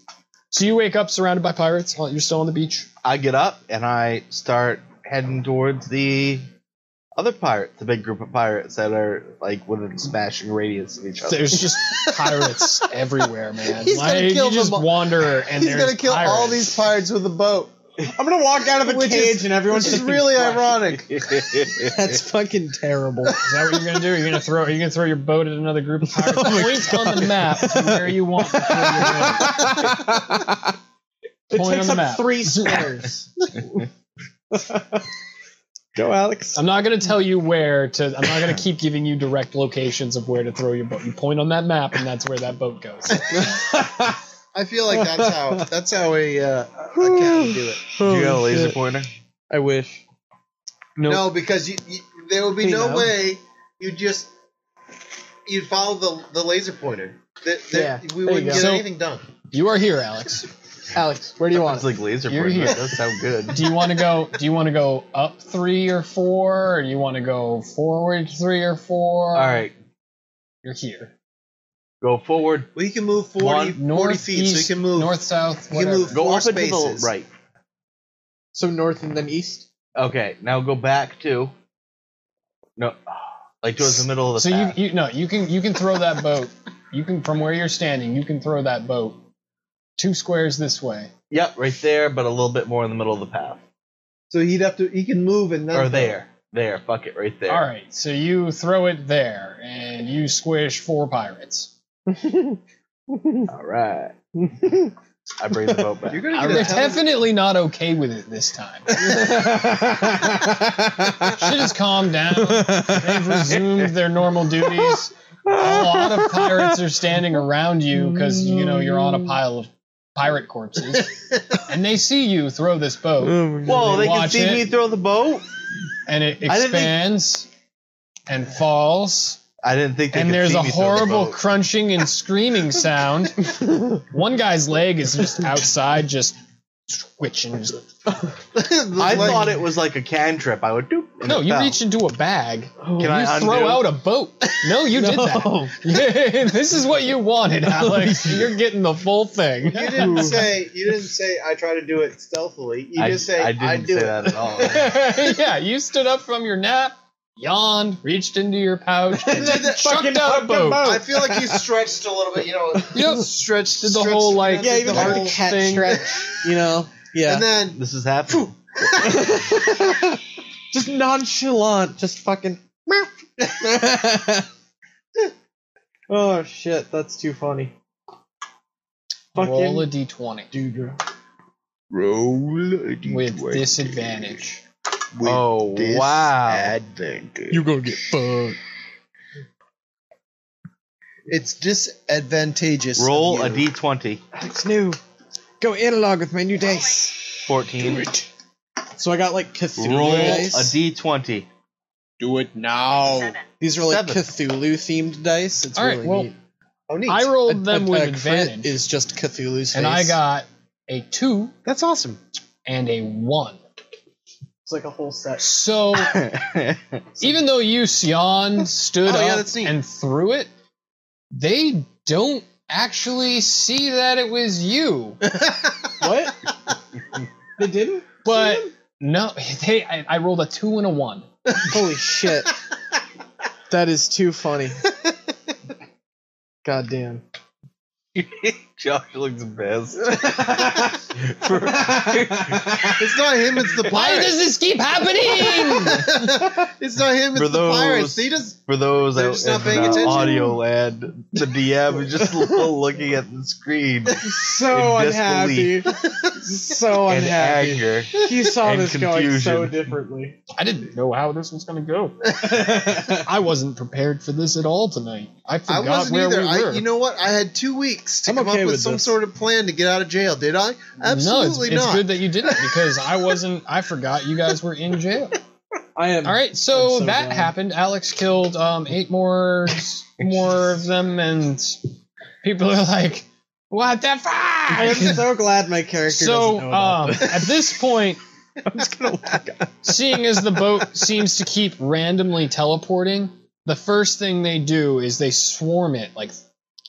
S4: So you wake up surrounded by pirates. Oh, You're still on the beach.
S1: I get up and I start heading towards the other pirates, the big group of pirates that are like within smashing radius of each other.
S4: There's just pirates everywhere, man.
S3: He's gonna
S4: like,
S3: kill
S4: you just
S3: them all.
S4: wander and
S3: He's
S4: there's
S3: gonna kill
S4: pirates.
S3: all these pirates with a boat.
S1: I'm gonna walk out of the
S3: Which
S1: cage
S3: is-
S1: and everyone's
S3: which is
S1: just
S3: really ironic.
S2: That's fucking terrible.
S4: Is that what you're gonna do? You're gonna throw? You're gonna throw your boat at another group of pirates?
S3: Oh
S4: Point on the map to where you want. to throw your boat.
S1: It
S4: Point
S1: takes
S4: on
S1: up
S4: the map.
S1: three squares. Go, Alex.
S4: I'm not gonna tell you where to. I'm not gonna keep giving you direct locations of where to throw your boat. You point on that map, and that's where that boat goes.
S3: I feel like that's how that's how a uh, a cat would do it.
S1: you got a laser pointer?
S2: I wish.
S3: No, because you, you, there would be
S2: You
S3: no
S2: know.
S3: way you just you'd follow the the laser pointer. That, that we wouldn't
S4: go.
S3: get
S4: So-
S3: anything done.
S4: You are here, Alex.
S2: Alex, where do you want?
S1: Sounds like laser
S4: You're
S1: pointer.
S4: here.
S1: That does sound good.
S4: Do you want to go? Do you want to go up three or four, or do you want to go forward three or four?
S1: All right,
S4: you're here.
S1: go forward.
S3: We can move 40,
S1: One
S3: 40 feet, so you
S4: east,
S3: can move.
S4: north, south.
S3: you can
S4: whatever.
S3: move
S1: Go
S3: four
S1: up into the
S3: spaces.
S1: right.
S2: So north and then east.
S1: Okay, now go back to. No, like towards the middle of the
S4: So
S1: path.
S4: you, you no, you can you can throw that boat. You can from where you're standing, you can throw that boat two squares this way.
S1: Yep, right there, but a little bit more in the middle of the path.
S3: So he'd have to. He can move and then
S1: Or there. There, fuck it, right there.
S4: All right, so you throw it there, and you squish four pirates.
S1: All right. I bring the boat back.
S3: You're gonna
S4: They're
S3: get a ton-
S4: definitely not okay with it this time. Shit has calmed down. They've resumed their normal duties. A lot of pirates are standing around you because you know you're on a pile of pirate corpses, and they see you throw this boat,
S1: Oh Whoa, they can
S4: Watch
S1: see
S4: it.
S1: me throw the boat?
S4: and it
S1: I didn't think-
S4: expands and falls.
S1: I didn't think they
S4: and
S1: could
S4: there's
S1: see
S4: a
S1: me throw the
S4: horrible
S1: boat.
S4: crunching and screaming sound. One guy's leg is just outside, just twitching. Just,
S1: I thought it was like a cantrip. I would do.
S4: no, you reach into a bag.
S1: Can
S4: you
S1: I
S4: throw
S1: undo?
S4: out a boat. No, you did that. Yeah, this is what you wanted, Alex. You're getting the full thing.
S3: You didn't say. You didn't say. I try to do it stealthily. You
S1: I,
S3: just say.
S1: I
S3: I,
S1: didn't
S3: do
S1: say
S3: it.
S1: that at all.
S4: yeah, you stood up from your nap, yawned, reached into your pouch, and
S3: Did that
S4: chucked out a boat.
S3: I feel like you stretched a little bit. You know,
S4: Yep.
S3: stretched
S4: Did the whole, like,
S3: yeah,
S4: even
S3: the
S4: like
S3: whole,
S4: the cat thing. stretch,
S2: you know? Yeah.
S3: and then
S1: this is happening.
S2: just nonchalant, just fucking. oh shit, that's too funny.
S4: Roll
S2: Fucking
S4: a d20
S2: dude.
S9: Roll a d20
S4: with disadvantage.
S9: with
S1: oh, wow.
S9: disadvantage.
S2: gonna get fucked.
S3: it's disadvantageous. of
S1: Roll
S3: you.
S1: a d20.
S2: That's new. Go analog with my new dice.
S1: 14.
S2: So I got like Cthulhu
S1: Roll a
S2: dice.
S1: d20.
S9: Do it now.
S2: These are like
S1: seven.
S2: Cthulhu themed dice. It's
S4: All right,
S2: really
S4: well,
S2: neat.
S3: Oh, neat.
S4: I
S2: A-
S4: rolled them
S2: a-
S4: with
S2: a crit
S4: advantage,
S2: is just Cthulhu's
S4: and I
S2: face.
S4: got a two
S3: That's awesome.
S4: and a one.
S2: it's like a whole set.
S4: So even though you yawned, stood
S3: Oh, yeah,
S4: up,
S3: that's neat.
S4: and threw it, they don't actually see that it was you.
S2: What? they didn't?
S4: But no, they, I, I rolled a two and a one.
S2: Holy shit. that is too funny. God damn.
S1: Josh looks pissed.
S3: It's not him. It's the
S4: Why
S3: pirates.
S4: does this keep happening?
S3: it's not him. It's
S1: For
S3: the pirates.
S1: those-
S3: He does.
S1: For those
S3: They're
S1: out
S3: just not
S1: in
S3: paying
S1: uh,
S3: attention.
S1: audio land, the DM is just looking at the screen
S10: so
S1: In
S10: unhappy.
S1: disbelief.
S10: so
S1: in
S10: unhappy.
S1: anger.
S10: He saw
S1: and
S10: this going so
S1: confusion.
S10: differently.
S4: I didn't know how this was going to go. I wasn't prepared for this at all tonight. I
S3: I
S4: forgot
S3: wasn't
S4: where
S3: either.
S4: we
S3: I,
S4: were.
S3: you know what? I had two weeks to
S2: I'm
S3: come
S2: okay
S3: up with,
S2: with
S3: some
S2: this.
S3: sort of plan to get out of jail. Did I? Absolutely
S4: no, it's,
S3: not.
S4: It's good that you didn't because I wasn't. I forgot you guys were in jail.
S10: I am.
S4: All right, so,
S10: I'm so
S4: that
S10: glad.
S4: happened. Alex killed um, eight more more of them, and people are like, "What the
S10: I am
S4: fuck?"
S10: so glad my character
S4: so
S10: doesn't know about
S4: um, at this point, seeing as the boat seems to keep randomly teleporting, the first thing they do is they swarm it. Like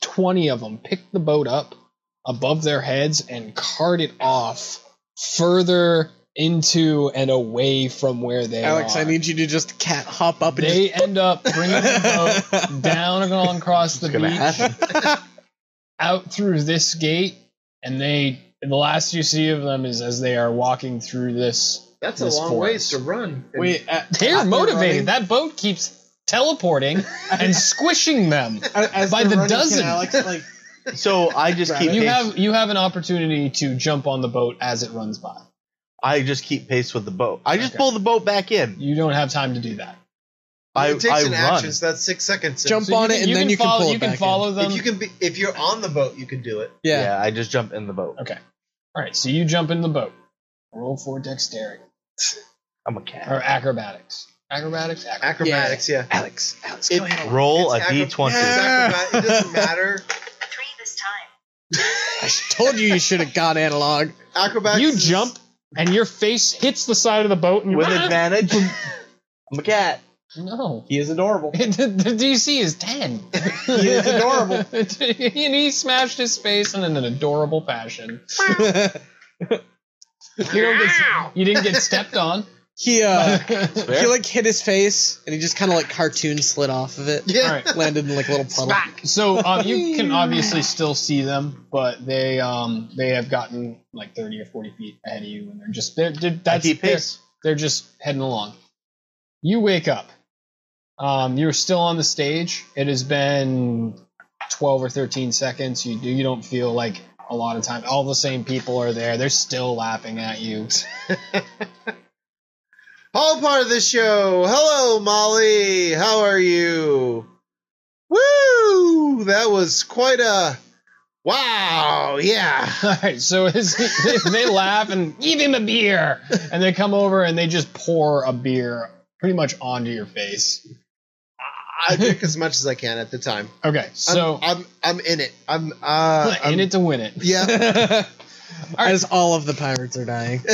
S4: twenty of them pick the boat up above their heads and cart it off further into and away from where they
S2: Alex,
S4: are
S2: I need you to just cat hop up and
S4: they end up bringing the boat down and along across the
S1: gonna
S4: beach, out through this gate, and they. And the last you see of them is as they are walking through this.
S7: That's
S4: This
S7: a long
S4: forest.
S7: ways to run.
S10: it. Wait,
S2: uh,
S10: a-
S4: They're
S10: as
S4: motivated.
S10: running-
S4: That boat keeps teleporting and squishing them.
S2: uh,
S10: a- as
S4: by
S10: they're
S4: the
S10: running, can
S4: dozen.
S10: Alex, like,
S1: So I just keep
S4: You
S1: pace,
S4: have you have an opportunity to jump on the boat as it runs by.
S1: I just keep pace with the boat. I just
S4: Okay.
S1: pull the boat back in.
S4: You don't have time to do that.
S1: I,
S3: it takes
S1: I
S3: an
S1: run.
S3: action, so that's six seconds.
S2: jump
S4: So you
S2: on
S4: can-
S2: it, and then you
S4: follow,
S2: can pull it
S4: You
S2: back
S4: can follow them.
S3: if you can be, if you're on the boat, you can do it.
S2: in.
S1: Yeah.
S2: Yeah.
S1: I just jump in the boat.
S4: All right, so you jump in the boat. Roll for dexterity
S1: I'm a cat.
S4: or acrobatics. Acrobatics. Acrobatics.
S3: Acrobatics, yeah.
S2: Alex, Alex,
S3: It-
S2: go ahead.
S1: Roll a
S3: It's acro-
S1: d20.
S3: it's acrobat- it doesn't matter.
S11: Three this time.
S2: I told you you should have got analog.
S3: Acrobatics.
S4: you
S3: is-
S4: jump and your face hits the side of the boat and you
S1: With advantage. I'm a cat.
S4: no
S10: he is adorable.
S4: the, the dc is 10
S10: He is adorable.
S4: and he smashed his face in an adorable fashion you, don't get, you didn't get stepped on
S2: He uh,
S4: Fair.
S2: he like hit his face, and he just kind of like cartoon slid off of it.
S4: all
S3: Yeah.
S4: right
S2: landed in like a little puddle.
S4: so um, you can obviously still see them but they um they have gotten like 30 or 40 feet ahead of you and they're just they're, they're
S1: I
S4: that's
S1: keep
S4: they're-
S1: pace.
S4: they're just heading along. You wake up. Um, you're still on the stage. It has been 12 or 13 seconds. You do you don't feel like a lot of time. All the same people are there. They're still laughing at you.
S3: All part of the show. Hello, Molly. How are you? Woo! That was quite a wow. Yeah.
S4: All right, so as they laugh and give him a beer, and they come over and they just pour a beer pretty much onto your face.
S3: I drink as much as I can at the time.
S4: Okay, so
S3: I'm I'm, I'm in it. I'm uh
S4: in
S3: I'm-
S4: it to win it.
S3: Yeah.
S2: As all of the pirates are dying.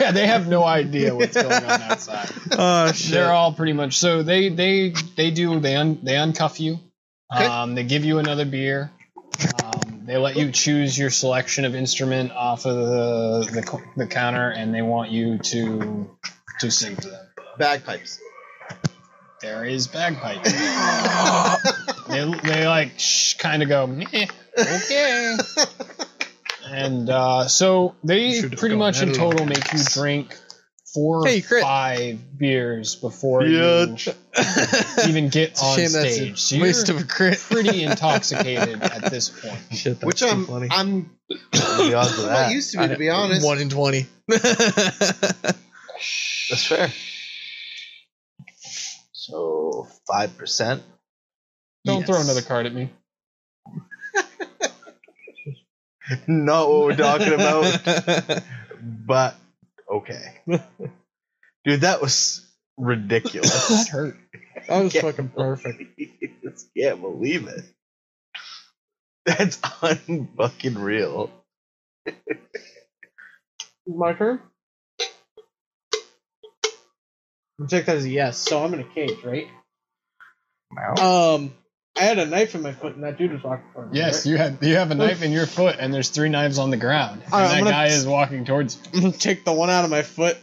S4: Yeah, they have no idea what's going on outside.
S2: Oh
S4: They're all pretty much so they they they do they un, they uncuff you. Um, they give you another beer. Um, they let you choose your selection of instrument off of the the, co- the counter, and they want you to to sing for them.
S3: Bagpipes.
S4: There is bagpipe. they they like sh- kind of go "Meh, okay. And uh, so they
S2: Should've
S4: pretty
S2: gone
S4: much in
S2: that
S4: total make you drink four
S2: Hey,
S4: or
S2: crit.
S4: five beers before you
S1: Bitch.
S4: even get on
S2: Shame that's
S4: stage. So
S2: a
S4: you're
S2: waste of a crit.
S4: pretty intoxicated at this point.
S2: Shit, that's
S3: Which
S2: too
S3: I'm
S2: funny.
S3: I'm
S1: The odds of
S3: not
S1: that.
S3: used to be to be honest.
S2: One in twenty.
S1: That's fair. So five percent.
S4: Don't
S2: Yes.
S4: throw another card at me.
S1: Not what we're talking about. but okay. Dude, that was ridiculous.
S4: That hurt.
S2: That was
S1: Yeah.
S2: fucking perfect.
S1: just can't believe it. That's unfucking real.
S10: My turn? I'll Take that as a yes. So I'm in a cage, right? Um, I had a knife in my foot, and that dude was walking for me.
S4: Yes, you have you have a knife in your foot, and there's three knives on the ground. And
S10: All right,
S4: that
S10: I'm gonna-
S4: guy is walking towards. you.
S10: I'm gonna take the one out of my foot.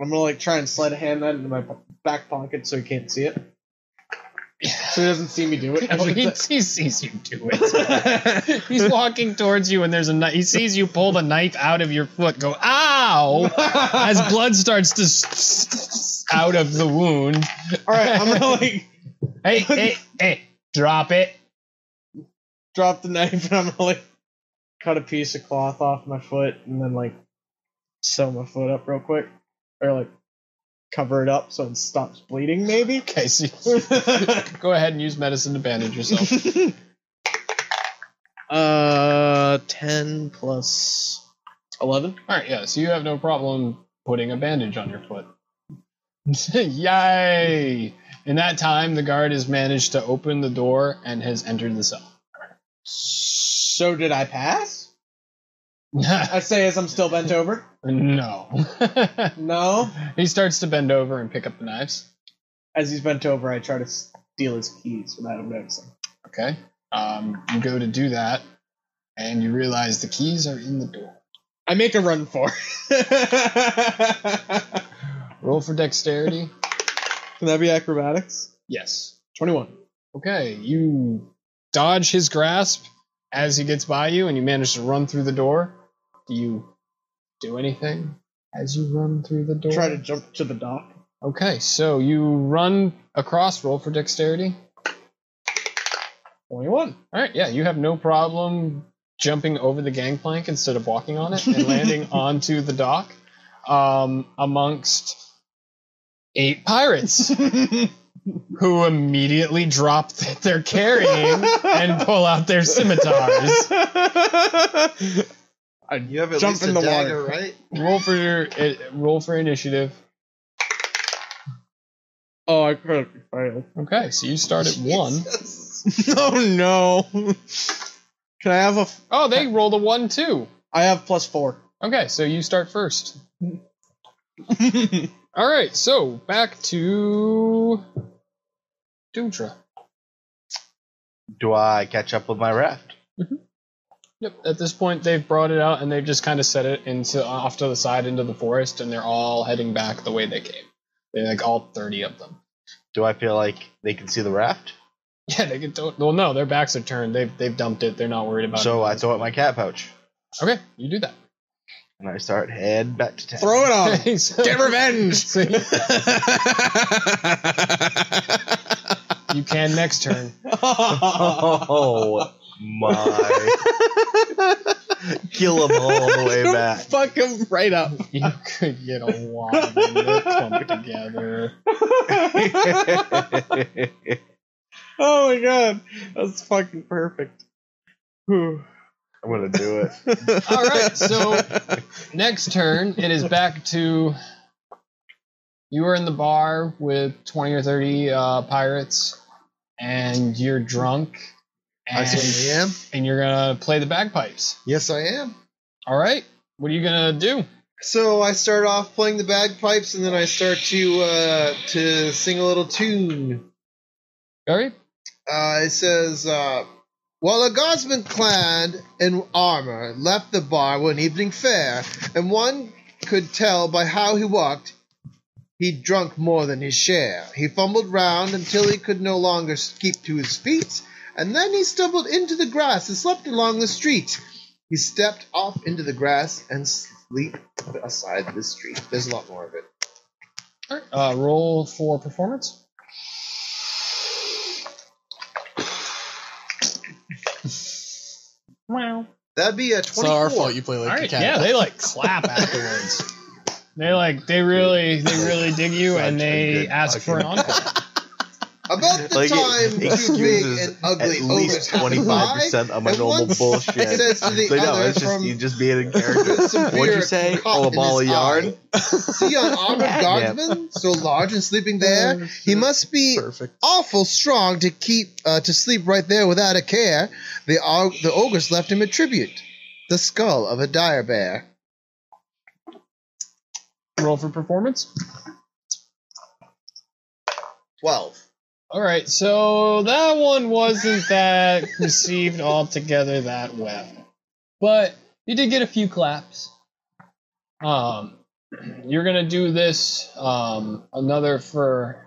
S10: I'm gonna like try and slide a hand that into my back pocket so he can't see it. so he doesn't see me do it.
S4: No, Oh, he, he sees you do it. He's walking towards you, and there's a knife. He sees you pull the knife out of your foot. Go, ow! As blood starts to s- out of the wound.
S10: All right, I'm gonna like
S4: Hey, hey, hey! Drop it.
S10: drop the knife and I'm gonna like cut a piece of cloth off my foot and then like sew my foot up real quick or like cover it up so it stops bleeding. Maybe.
S4: Okay, so go ahead and use medicine to bandage yourself.
S10: Uh, ten plus eleven.
S4: All right, yeah. So you have no problem putting a bandage on your foot. Yay! In that time, the guard has managed to open the door and has entered the cell.
S10: So did I pass? I say as I'm still bent over.
S4: no.
S10: No.
S4: he starts to bend over and pick up the knives.
S10: As he's bent over, I try to steal his keys without him noticing.
S4: Okay. Um, you go to do that, and you realize the keys are in the door.
S10: I make a run for. it.
S4: Roll for dexterity.
S10: Can that be acrobatics?
S4: yes.
S10: Twenty-one.
S4: Okay, you dodge his grasp as he gets by you, and you manage to run through the door. Do you do anything as you run through the door?
S10: Try to jump to the dock.
S4: Okay, so you run across. Roll for dexterity.
S10: Twenty-one.
S4: All right, yeah, you have no problem jumping over the gangplank instead of walking on it and landing onto the dock um, amongst eight pirates who immediately drop th- their carrying and pull out their scimitars.
S3: You have at
S10: Jump
S3: least
S10: in
S3: a
S10: the
S3: dagger,
S10: water.
S3: right?
S4: Roll for your uh, roll for initiative.
S10: Oh, I critically failed.
S4: Okay, so you start at one.
S10: oh no! Can I have a? F-
S4: Oh, they rolled a one too.
S10: I have plus four.
S4: Okay, so you start first. All right, so back to Dudra.
S1: Do I catch up with my raft?
S4: Yep. At this point, they've brought it out and they've just kind of set it into uh, off to the side into the forest, and they're all heading back the way they came. They're like all thirty of them.
S1: Do I feel like they can see the raft?
S4: Yeah, they can. Don't, well, no, their backs are turned. They've they've dumped it. They're not worried about
S1: So I
S4: it.
S1: throw out my cat pouch
S4: okay, you do that.
S1: and I start head back to town.
S10: Throw it on. him.
S4: Okay, so-
S10: Oh, Get revenge.
S4: so you can next turn.
S1: Oh my! Kill him all the way back.
S10: Fuck him right up.
S4: You could get a lot of them to clump together.
S10: Oh my god, that's fucking perfect. Whew.
S1: I'm gonna do it.
S4: All right, so next turn it is back to you were in the bar with 20 or 30 uh, pirates and you're drunk
S3: I
S4: and,
S3: certainly am.
S4: and you're gonna play the bagpipes
S3: Yes, I am.
S4: all right what are you gonna do
S3: So I start off playing the bagpipes, and then I start to uh, to sing a little tune.
S4: Barry?
S3: Uh, it says, uh, while a guardsman clad in armor left the bar one evening fair, and one could tell by how he walked, he'd drunk more than his share. He fumbled round until he could no longer keep to his feet, and then he stumbled into the grass and slept along the street. He stepped off into the grass and sleep aside the street. There's a lot more of it.
S4: All right, uh, roll for performance
S3: That'd be a
S2: It's
S3: twenty-four.
S2: not our fault you play like
S4: all
S2: a
S4: right
S2: cat.
S4: yeah they like clap afterwards they like they really they really dig you and
S1: Such a
S4: they
S1: good
S4: ask for an
S1: fucking-
S4: encore
S3: About the
S1: Like, it
S3: time two big
S1: excuses
S3: and ugly
S1: At least twenty five percent of my
S3: and
S1: normal
S3: one
S1: bullshit.
S3: says to the
S1: But no,
S3: other
S1: it's just
S3: from
S1: you just being in character.
S3: severe
S1: What'd you say?
S3: cut
S1: Oh, a
S3: in
S1: ball of
S3: his
S1: yarn.
S3: eye. See an armored guardsman, so large and sleeping there, he must be
S2: Perfect.
S3: awful strong to keep uh, to sleep right there without a care. The og- the ogres left him a tribute, the skull of a dire bear.
S4: roll for performance
S3: Twelve.
S4: All right, so that one wasn't that received altogether that well, but you did get a few claps. Um, you're gonna do this um, another for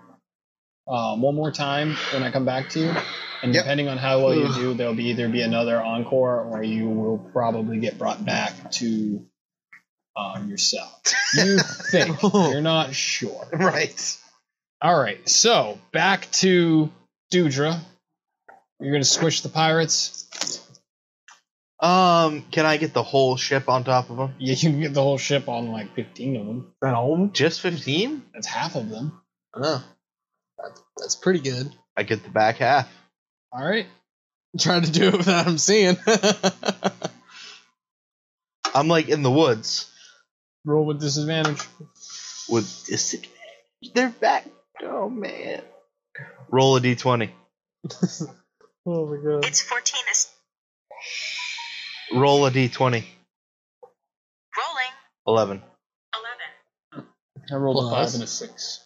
S4: um, one more time when I come back to you. And
S3: Yep.
S4: depending on how well you do, there'll be either be another encore or you will probably get brought back to um, yourself. You think you're not sure.
S3: Right.
S4: All right, so back to Dudra. You're gonna squish the pirates.
S1: Um, can I get the whole ship on top of them?
S4: You can get the whole ship on like 15 of them.
S1: Just fifteen?
S4: That's half of them.
S1: Oh,
S2: That's pretty good.
S1: I get the back half.
S4: All right.
S2: I'm trying to do it without him seeing.
S1: I'm like in the woods
S4: Roll with disadvantage.
S1: with disadvantage. They're back. Oh man. Roll a d20.
S10: Oh my god.
S11: It's 14 is
S1: Roll a d20.
S11: rolling.
S1: Eleven.
S11: 11.
S4: I rolled
S2: Well,
S4: a five
S2: that's-
S4: and a six.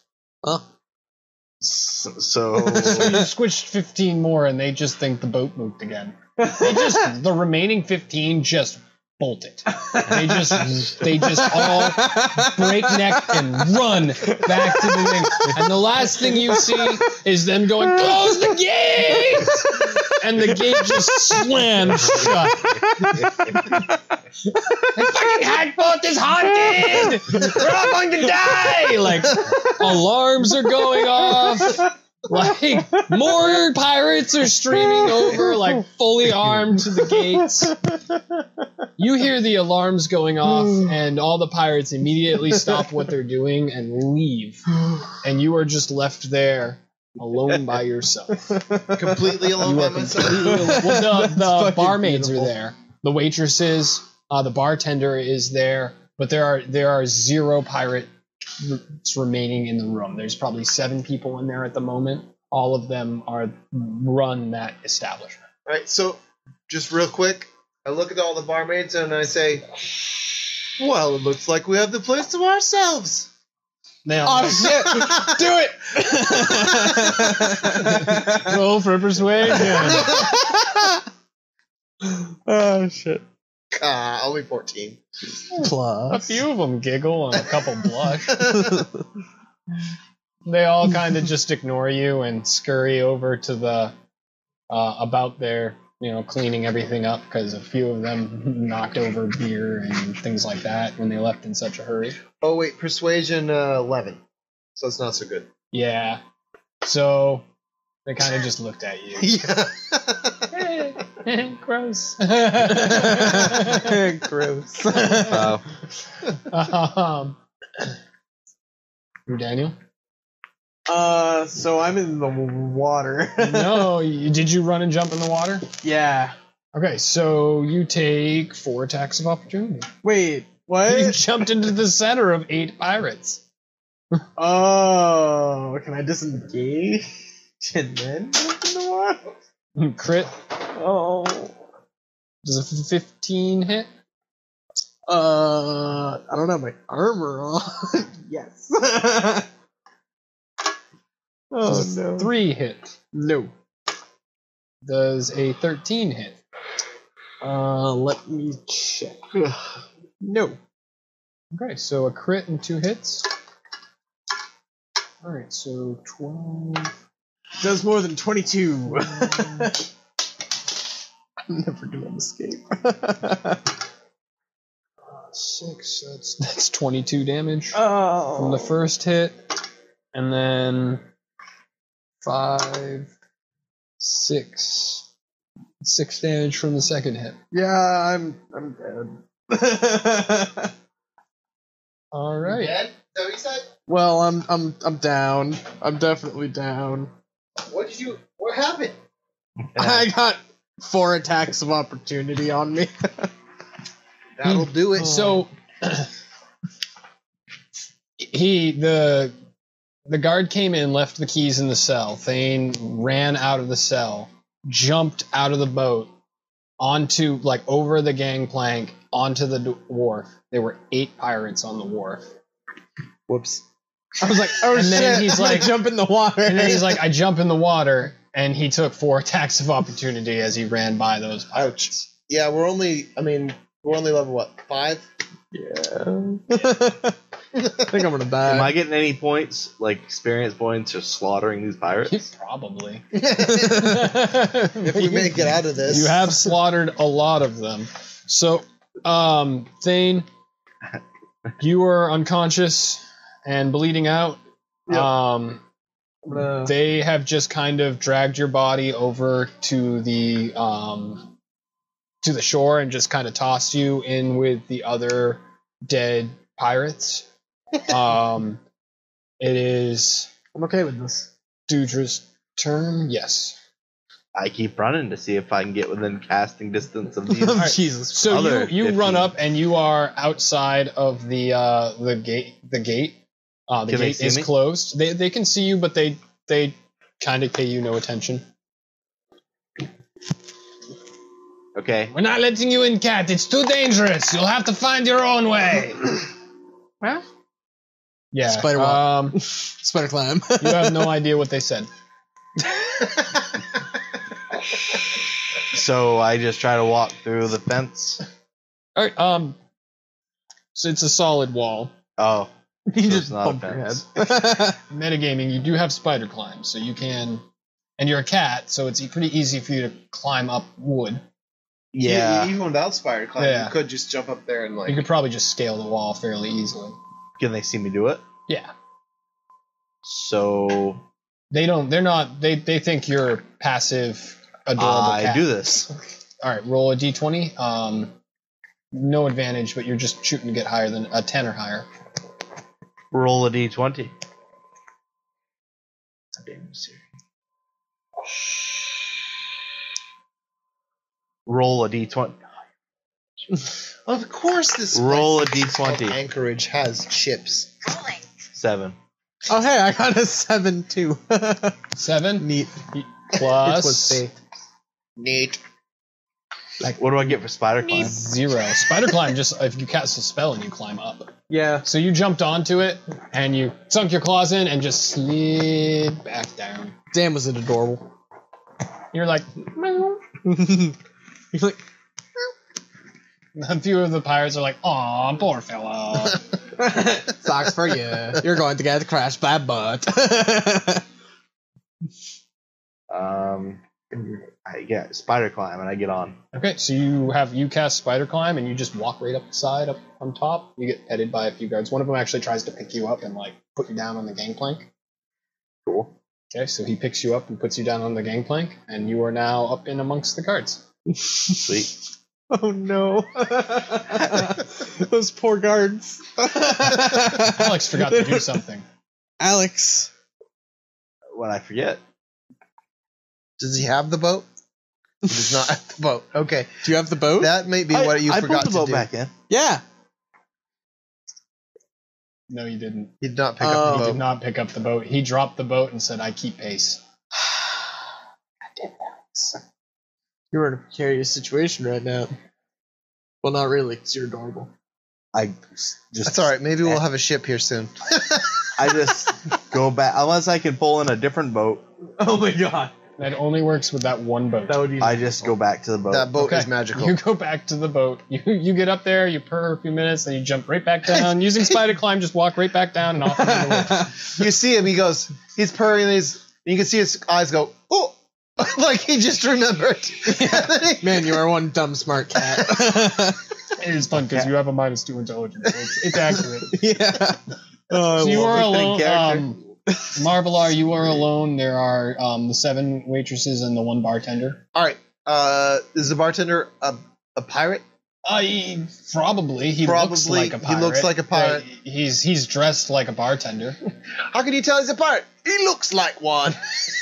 S1: So, so
S4: So you squished 15 more, and they just think the boat moved again. They just the remaining 15 just bolt it. They just they just all breakneck and run back to the thing. And the last thing you see is them going, close the gate! And the gate just slams shut. the fucking Hackboat is haunted! We're all going to die! Like, alarms are going off. Like, more pirates are streaming over, like, fully armed to the gates. You hear the alarms going off, and all the pirates immediately stop what they're doing and leave. And you are just left there alone by yourself.
S3: Completely alone
S4: You
S3: by
S4: are
S3: myself.
S4: Well, the, the
S2: fucking
S4: barmaids
S2: beautiful.
S4: are there, the waitresses, uh, the bartender is there, but there are there are zero pirates remaining in the room. There's probably seven people in there at the moment. All of them are run that establishment.
S3: All right. So, just real quick, I look at all the barmaids and I say, "Well, it looks like we have the place to ourselves."
S4: Now,
S2: Oh,
S3: shit!
S2: do it.
S4: roll for persuasion.
S10: Oh shit.
S3: Ah, only fourteen.
S4: A
S2: Plus.
S4: few of them giggle and a couple blush. they all kind of just ignore you and scurry over to the uh, about their you know cleaning everything up because a few of them knocked over beer and things like that when they left in such a hurry.
S3: Oh wait, persuasion uh, eleven. So it's not so good.
S4: Yeah, so they kind of just looked at you.
S3: Yeah.
S4: Gross.
S2: Gross.
S1: uh,
S4: um, Daniel.
S10: Uh, so I'm in the water.
S4: no, you, did you run and jump in the water?
S10: yeah.
S4: Okay, so you take four attacks of opportunity.
S10: Wait.
S4: You
S10: What?
S4: jumped into the center of eight pirates.
S10: Oh, can I disengage and then jump in the water?
S4: Hmm, Crit
S10: Oh.
S4: does a fifteen hit.
S10: Uh, I don't have my armor on. yes. oh
S4: Does a
S10: no.
S4: Three hit.
S10: No.
S4: Does a thirteen hit?
S10: Uh, let me check. no.
S4: Okay, so a crit and two hits. All right, so twelve.
S10: Does more than 22. I'm never doing escape.
S4: Six. That's that's twenty-two damage
S10: Oh.
S4: from the first hit, and then five, six, six damage from the second hit.
S10: Yeah, I'm I'm dead.
S4: All right.
S3: Dead? Is that what you said?
S10: well, I'm I'm I'm down. I'm definitely down.
S3: What did you? What happened?
S10: I got four attacks of opportunity on me.
S3: That'll
S2: Hmm.
S3: do it.
S4: So he the the guard came in, left the keys in the cell. Thane ran out of the cell, jumped out of the boat onto like over the gangplank onto the d- wharf. There were eight pirates on the wharf.
S1: whoops.
S10: I was like, oh
S4: And
S10: shit!
S4: then he's
S10: I'm gonna
S4: like-
S10: jump in the water.
S4: And then he's like, I jump in the water, and he took four attacks of opportunity as he ran by those pirates.
S3: yeah, we're only. I mean, we're only level what five?
S10: yeah.
S2: I think I'm
S1: Am
S2: gonna
S1: I
S2: die.
S1: getting any points, like experience points, for slaughtering these pirates?
S4: Probably.
S3: if we make it out of this.
S4: You have slaughtered a lot of them. So, um, Thane, you are unconscious and bleeding out. Um, they have just kind of dragged your body over to the um, to the shore and just kind of tossed you in with the other dead pirates. um, it is
S10: I'm okay with this.
S4: Dudra's turn. Yes.
S1: I keep running to see if I can get within casting distance of these.
S4: Alright.
S2: Jesus.
S4: So
S1: other
S4: you, you
S1: 15.
S4: run up and you are outside of the uh, the gate. The gate. Uh, the
S1: Can they
S4: gate
S1: see
S4: is
S1: me?
S4: closed. They they can see you, but they they kind of pay you no attention.
S1: Okay.
S4: We're not letting you in, cat. It's too dangerous. You'll have to find your own way.
S10: Well.
S4: Yeah.
S2: Spider walk.
S4: um,
S2: Spider climb.
S4: you have no idea what they said.
S1: So I just try to walk through the fence.
S4: All right. Um. So it's a solid wall.
S1: Oh,
S2: you
S1: so
S2: just
S1: it's not a
S2: bump your head.
S1: fence.
S4: metagaming, you do have spider climb, so you can, and you're a cat, so it's e-, pretty easy for you to climb up wood.
S1: Yeah,
S3: Even without spider climb,
S4: Yeah.
S3: you could just jump up there and
S4: You
S3: like.
S4: could probably just scale the wall fairly easily.
S1: can they see me do it?
S4: Yeah,
S1: So
S4: they don't. They're not. They they think you're passive, adorable.
S1: I
S4: cat.
S1: do this.
S4: All right, roll a d20. Um, no advantage, but you're just shooting to get higher than a ten or higher.
S1: Roll a d20. Damn serious. Roll a d20.
S3: Of course, this
S1: Roll a
S3: place called
S1: d20.
S3: Anchorage has chips.
S11: Rolling.
S1: Seven.
S2: Oh hey, I got a seven too.
S4: Seven
S2: Neat. It was
S4: plus
S2: fate.
S3: Neat.
S1: What do I get for spider climb?
S4: zero. Spider climb just if you cast a spell and you climb up.
S10: Yeah.
S4: So you jumped onto it and you sunk your claws in and just slid back down.
S2: Damn, was it adorable.
S4: You're like,
S2: You're like,
S4: a few of the pirates are like, "Aw, poor fellow."
S2: socks for you. You're going to get crashed by a butt.
S1: Um, I get spider climb and I get on.
S4: okay, so you have you cast spider climb and you just walk right up the side, up on top. You get petted by a few guards. One of them actually tries to pick you up and like put you down on the gangplank.
S1: Cool.
S4: Okay, so he picks you up and puts you down on the gangplank, and you are now up in amongst the guards.
S1: Sweet.
S2: oh no. Those poor guards.
S4: Alex forgot to do something.
S2: Alex.
S1: What I forget?
S3: Does he have the boat? He does not have the boat. Okay,
S2: Do you have the boat?
S3: that may be
S1: I-
S3: what you
S1: I
S3: forgot
S1: put the boat
S3: to do.
S1: back in.
S2: yeah.
S4: No, you didn't.
S3: He did not pick
S2: Oh.
S3: up
S4: He
S3: the
S4: did
S3: boat.
S4: not pick up the boat. He dropped the boat and said, "I keep pace."
S2: You're in a precarious situation right now. Well, not really, because you're adorable.
S1: I just.
S3: That's all right. Maybe we'll have a ship here soon.
S1: I just go back unless I can pull in a different boat.
S10: Oh my god.
S4: That only works with that one boat.
S10: That would be.
S1: I just go back to the boat.
S3: That boat
S4: Okay.
S3: is magical.
S4: You go back to the boat. You you get up there. You purr a few minutes, then you jump right back down. Using spider climb, just walk right back down and off. into the woods.
S3: you see him. He goes. He's purring. And he's. And you can see his eyes go. Oh, like he just remembered. And then he-
S2: Man, you are one dumb smart cat.
S4: It is fun because you have a minus two intelligence. It's, it's accurate.
S2: yeah. Oh, I
S4: So you
S2: love
S4: are
S2: it.
S4: alone.
S1: character.
S4: Um, Marvelar, you are alone. There are um, the seven waitresses and the one bartender.
S3: all right. Uh, is the bartender a, a pirate?
S4: I probably he looks
S3: Probably,
S4: like a
S3: he
S4: pirate.
S3: looks like a pirate.
S4: Right, He's he's dressed like a bartender.
S3: How can you tell he's a pirate? He looks like one.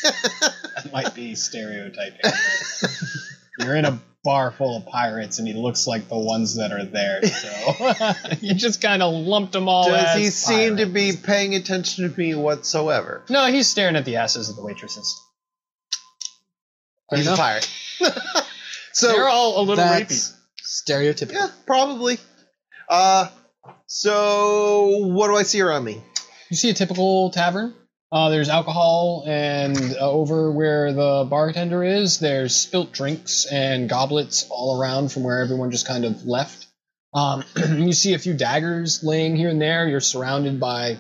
S4: That might be stereotyping. but You're in a bar full of pirates, and he looks like the ones that are there. So you just kind of lumped them all.
S3: Does
S4: as
S3: he seem to
S4: pirates.
S3: be paying attention to me whatsoever?
S4: No, he's staring at the asses of the waitresses.
S3: he's a
S4: enough.
S3: pirate. so
S4: They're all a little rapey.
S2: That's stereotypical.
S3: Yeah, probably. Uh, so what do I see around me?
S4: You see a typical tavern. Uh, there's alcohol, and uh, over where the bartender is, there's spilt drinks and goblets all around from where everyone just kind of left. Um, you see a few daggers laying here and there. You're surrounded by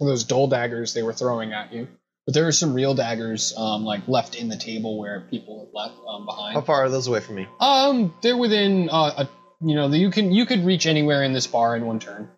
S4: those dull daggers they were throwing at you. But there are some real daggers, um, like left in the table where people had left um, behind.
S3: How far are those away from me?
S4: Um, they're within uh, a, you know, you can you could reach anywhere in this bar in one turn.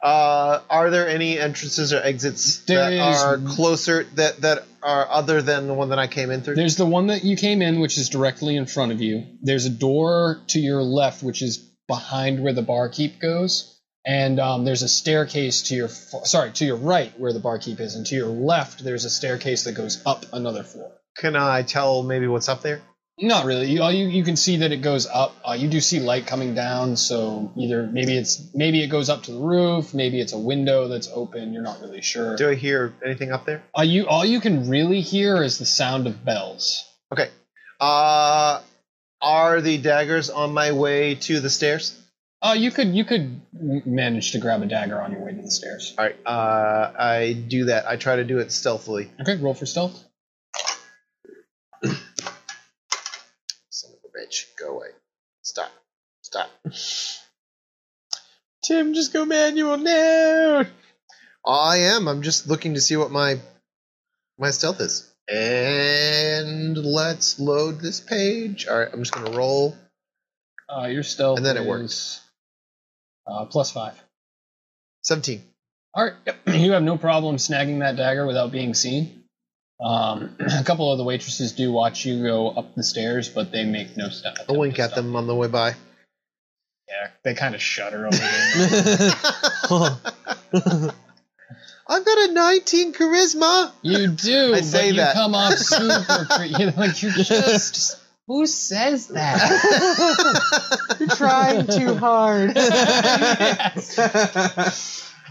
S3: Uh, are there any entrances or exits
S4: There
S3: that
S4: is-
S3: are closer that that are other than the one that I came in through?
S4: There's the one that you came in, which is directly in front of you. There's a door to your left, which is behind where the barkeep goes, and um, there's a staircase to your f- sorry to your right where the barkeep is, and to your left there's a staircase that goes up another floor.
S3: Can I tell maybe what's up there?
S4: Not really. You, all you you can see that it goes up. Uh, you do see light coming down, so either maybe it's maybe it goes up to the roof, maybe it's a window that's open. You're not really sure.
S3: Do I hear anything up there?
S4: Uh, you all you can really hear is the sound of bells.
S3: Uh, are the daggers on my way to the stairs?
S4: Uh, you could you could m- manage to grab a dagger on your way to the stairs.
S3: All right. Uh, I do that. I try to do it stealthily.
S4: Okay, roll for stealth.
S3: Son of a bitch, go away. Stop. Stop.
S4: Tim, just go manual now.
S3: I am. I'm just looking to see what my my stealth is. And let's load this page. All right. I'm just gonna roll.
S4: Uh, your stealth
S3: And then it
S4: is,
S3: works.
S4: Uh, plus five.
S3: Seventeen.
S4: All right, yep. you have no problem snagging that dagger without being seen. Um, a couple of the waitresses do watch you go up the stairs, but they make no step.
S3: I
S4: attempt
S3: wink
S4: to
S3: at
S4: stop
S3: them on the way by.
S4: you. Yeah, they kind of shudder over there.
S3: I've got a 19 charisma.
S4: you do.
S3: I say
S4: but
S3: that.
S4: You come off super. cre- you know, like you're just. Who says that?
S10: You're trying too hard.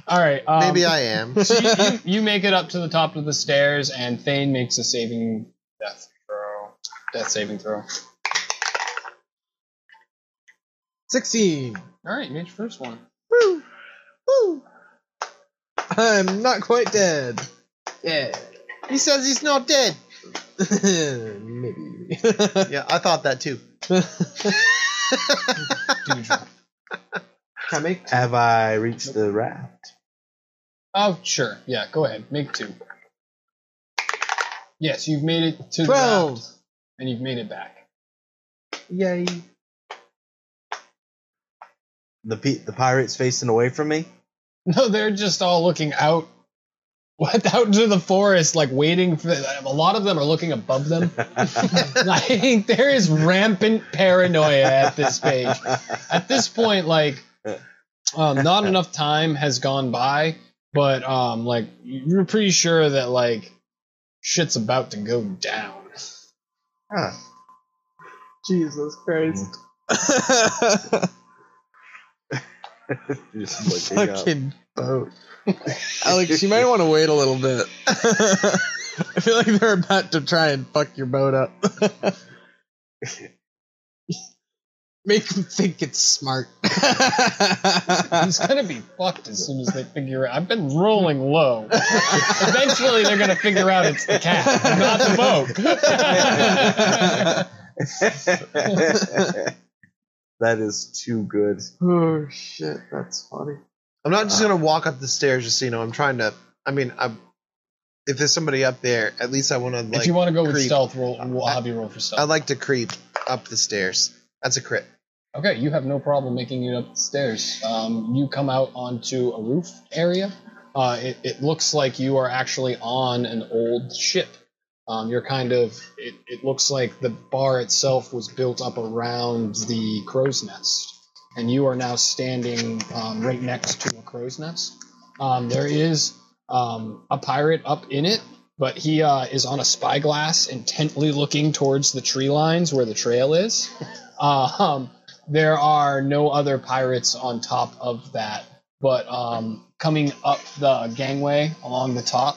S4: All right. Um,
S3: Maybe I am.
S4: so you, you, you make it up to the top of the stairs, and Thane makes a saving death throw. Death saving throw.
S10: Sixteen.
S4: All right, you made your first one.
S10: Woo. Woo. I'm not quite dead. Yeah.
S3: He says he's not dead.
S10: Maybe.
S3: Yeah, I thought that too.
S4: Doodra.
S10: Can I make
S1: Have I reached the raft?
S4: oh, sure. Yeah, go ahead. Make two. Yes, you've made it to the
S10: twelve?
S4: raft, and you've made it back.
S10: Yay.
S1: The pe- the pirates facing away from me.
S4: No, they're just all looking out. What out into the forest, like waiting for a lot of them are looking above them. like there is rampant paranoia at this page. at this point, like, um, not enough time has gone by, but um, like you're pretty sure that like shit's about to go down.
S10: Jesus Christ.
S1: Just looking
S3: uh,
S1: up.
S2: Fucking boat. Alex, you might want to wait a little bit. I feel like they're about to try and fuck your boat up. Make them think it's smart.
S4: He's gonna be fucked as soon as they figure out. I've been rolling low. Eventually, they're gonna figure out it's the cat, not the boat.
S1: that is too good.
S10: Oh shit, that's funny.
S3: I'm not
S4: Uh,
S3: just gonna walk up the stairs. Just so you know, I'm trying to. I mean, I'm, if there's somebody up there, at least I want to
S4: if
S3: like.
S4: you want to go with
S3: creep.
S4: stealth, roll. We'll have you roll for stealth.
S3: I like to creep up the stairs. That's a crit.
S4: Okay, you have no problem making it up the stairs. Um, you come out onto a roof area. Uh, it, it looks like you are actually on an old ship. Um, you're kind of. It, it looks like the bar itself was built up around the crow's nest, and you are now standing um, right next to a crow's nest. Um, there is um, a pirate up in it, but he uh, is on a spyglass, intently looking towards the tree lines where the trail is. Uh, um, there are no other pirates on top of that, but um, coming up the gangway along the top,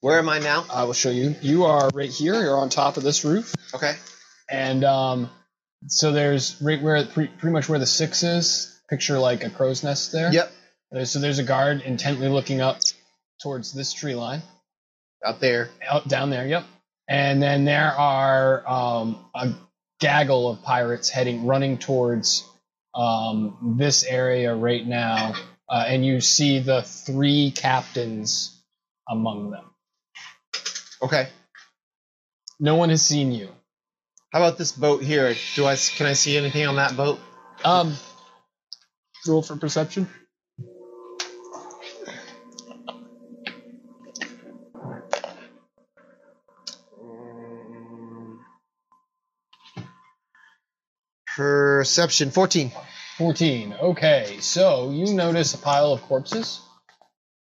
S3: Where am I now?
S4: I will show you. You are right here. You're on top of this roof,
S3: Okay.
S4: and um, so there's right where pre- pretty much where the six is. Picture like a crow's nest there.
S3: Yep.
S4: There's, so there's a guard intently looking up towards this tree line
S3: Up there.
S4: out down there. Yep. And then there are um, a gaggle of pirates heading running towards um, this area right now, uh, and you see the three captains among them.
S3: Okay.
S4: No one has seen you.
S3: How about this boat here? Do I s- can I see anything on that boat?
S4: Um, roll for perception.
S3: Perception fourteen.
S4: 14. Okay, so you notice a pile of corpses.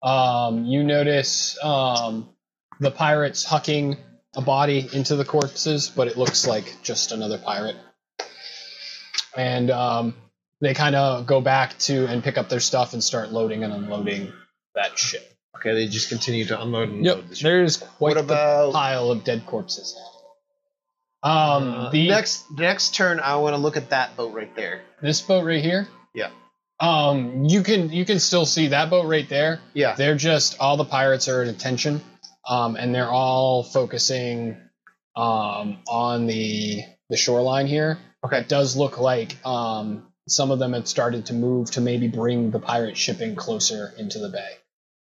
S4: Um, you notice um, the pirates hucking a body into the corpses, but it looks like just another pirate. And um, they kind of go back to and pick up their stuff and start loading and unloading that ship.
S3: Okay, they just continue to unload and
S4: Yep,
S3: load the ship.
S4: there is quite
S3: What
S4: a
S3: about
S4: pile of dead corpses. Um,
S3: uh,
S4: the
S3: next next turn? I want to look at that boat right there.
S4: this boat right here.
S3: Yeah.
S4: Um, you can you can still see that boat right there.
S3: Yeah.
S4: They're just all the pirates are at attention, um, and they're all focusing um, on the the shoreline here.
S3: Okay.
S4: It does look like um, some of them had started to move to maybe bring the pirate shipping closer into the bay.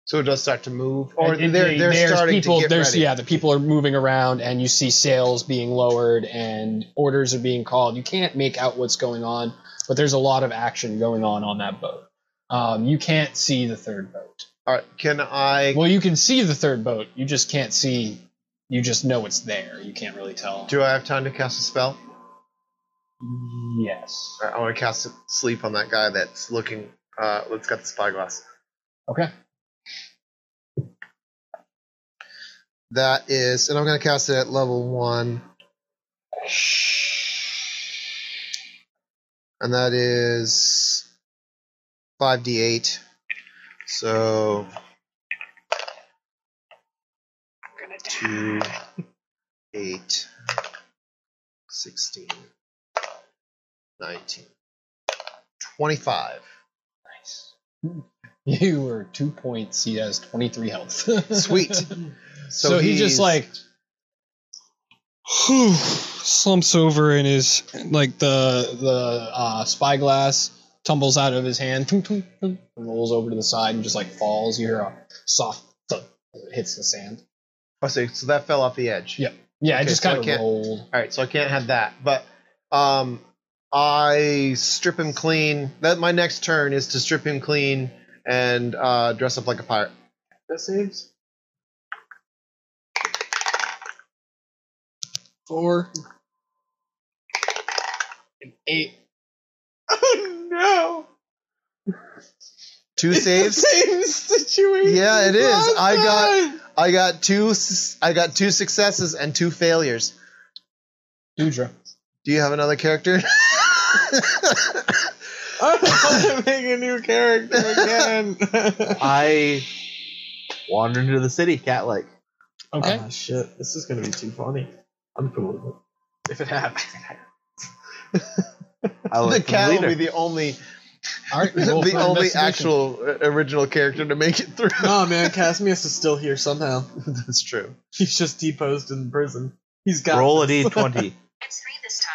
S3: So it does start to move, or
S4: It- it-
S3: they're
S4: they-
S3: they're
S4: there's
S3: starting
S4: people,
S3: to get
S4: there's,
S3: ready.
S4: Yeah, the people are moving around, and you see sails being lowered and orders are being called. You can't make out what's going on, but there's a lot of action going on on that boat. Um, you can't see the third boat.
S3: All right, can I?
S4: Well, you can see the third boat. You just can't see. You just know it's there. You can't really tell.
S3: Do I have time to cast a spell?
S4: Yes.
S3: All right, I want to cast sleep on that guy that's looking. Uh, that's got the spyglass.
S4: Okay.
S3: That is, and I'm going to cast it at level one. And that is 5d8. So. Two, eight, 16, 19, 25.
S4: You were two points. He has 23 health.
S3: Sweet.
S4: So, he
S3: he's-
S4: just like slumps over in his like the the uh, spyglass tumbles out of his hand, tung, tung, tung, and rolls over to the side and just like falls. You hear a soft thud as it hits the sand.
S3: Oh, so, so that fell off the edge.
S4: Yeah. Yeah, it
S3: Okay,
S4: just
S3: so I
S4: kind of
S3: can't-
S4: rolled.
S3: All right, so I can't have that. But um, I strip him clean. That my next turn is to strip him clean and uh, dress up like a pirate.
S8: That saves.
S4: Four. An eight.
S3: Two saves. Yeah, it is.
S2: Oh,
S3: I got I got two s- I got two successes and two failures.
S4: Dudra.
S3: Do you have another character?
S1: I wander into the city, cat like.
S4: Okay.
S10: Ah, shit. This is gonna be too funny. I'm cool with it.
S8: If it happens.
S1: I
S3: the
S1: look for
S3: cat will
S1: leader.
S3: be the only
S4: All right. roll
S3: the
S4: for
S3: only
S4: investigation.
S3: actual uh, original character to make it through.
S10: Nah, man, Casmius is still here somehow.
S3: That's true.
S10: He's just deposed in prison. He's got
S1: Roll a d20.
S11: It's three this time.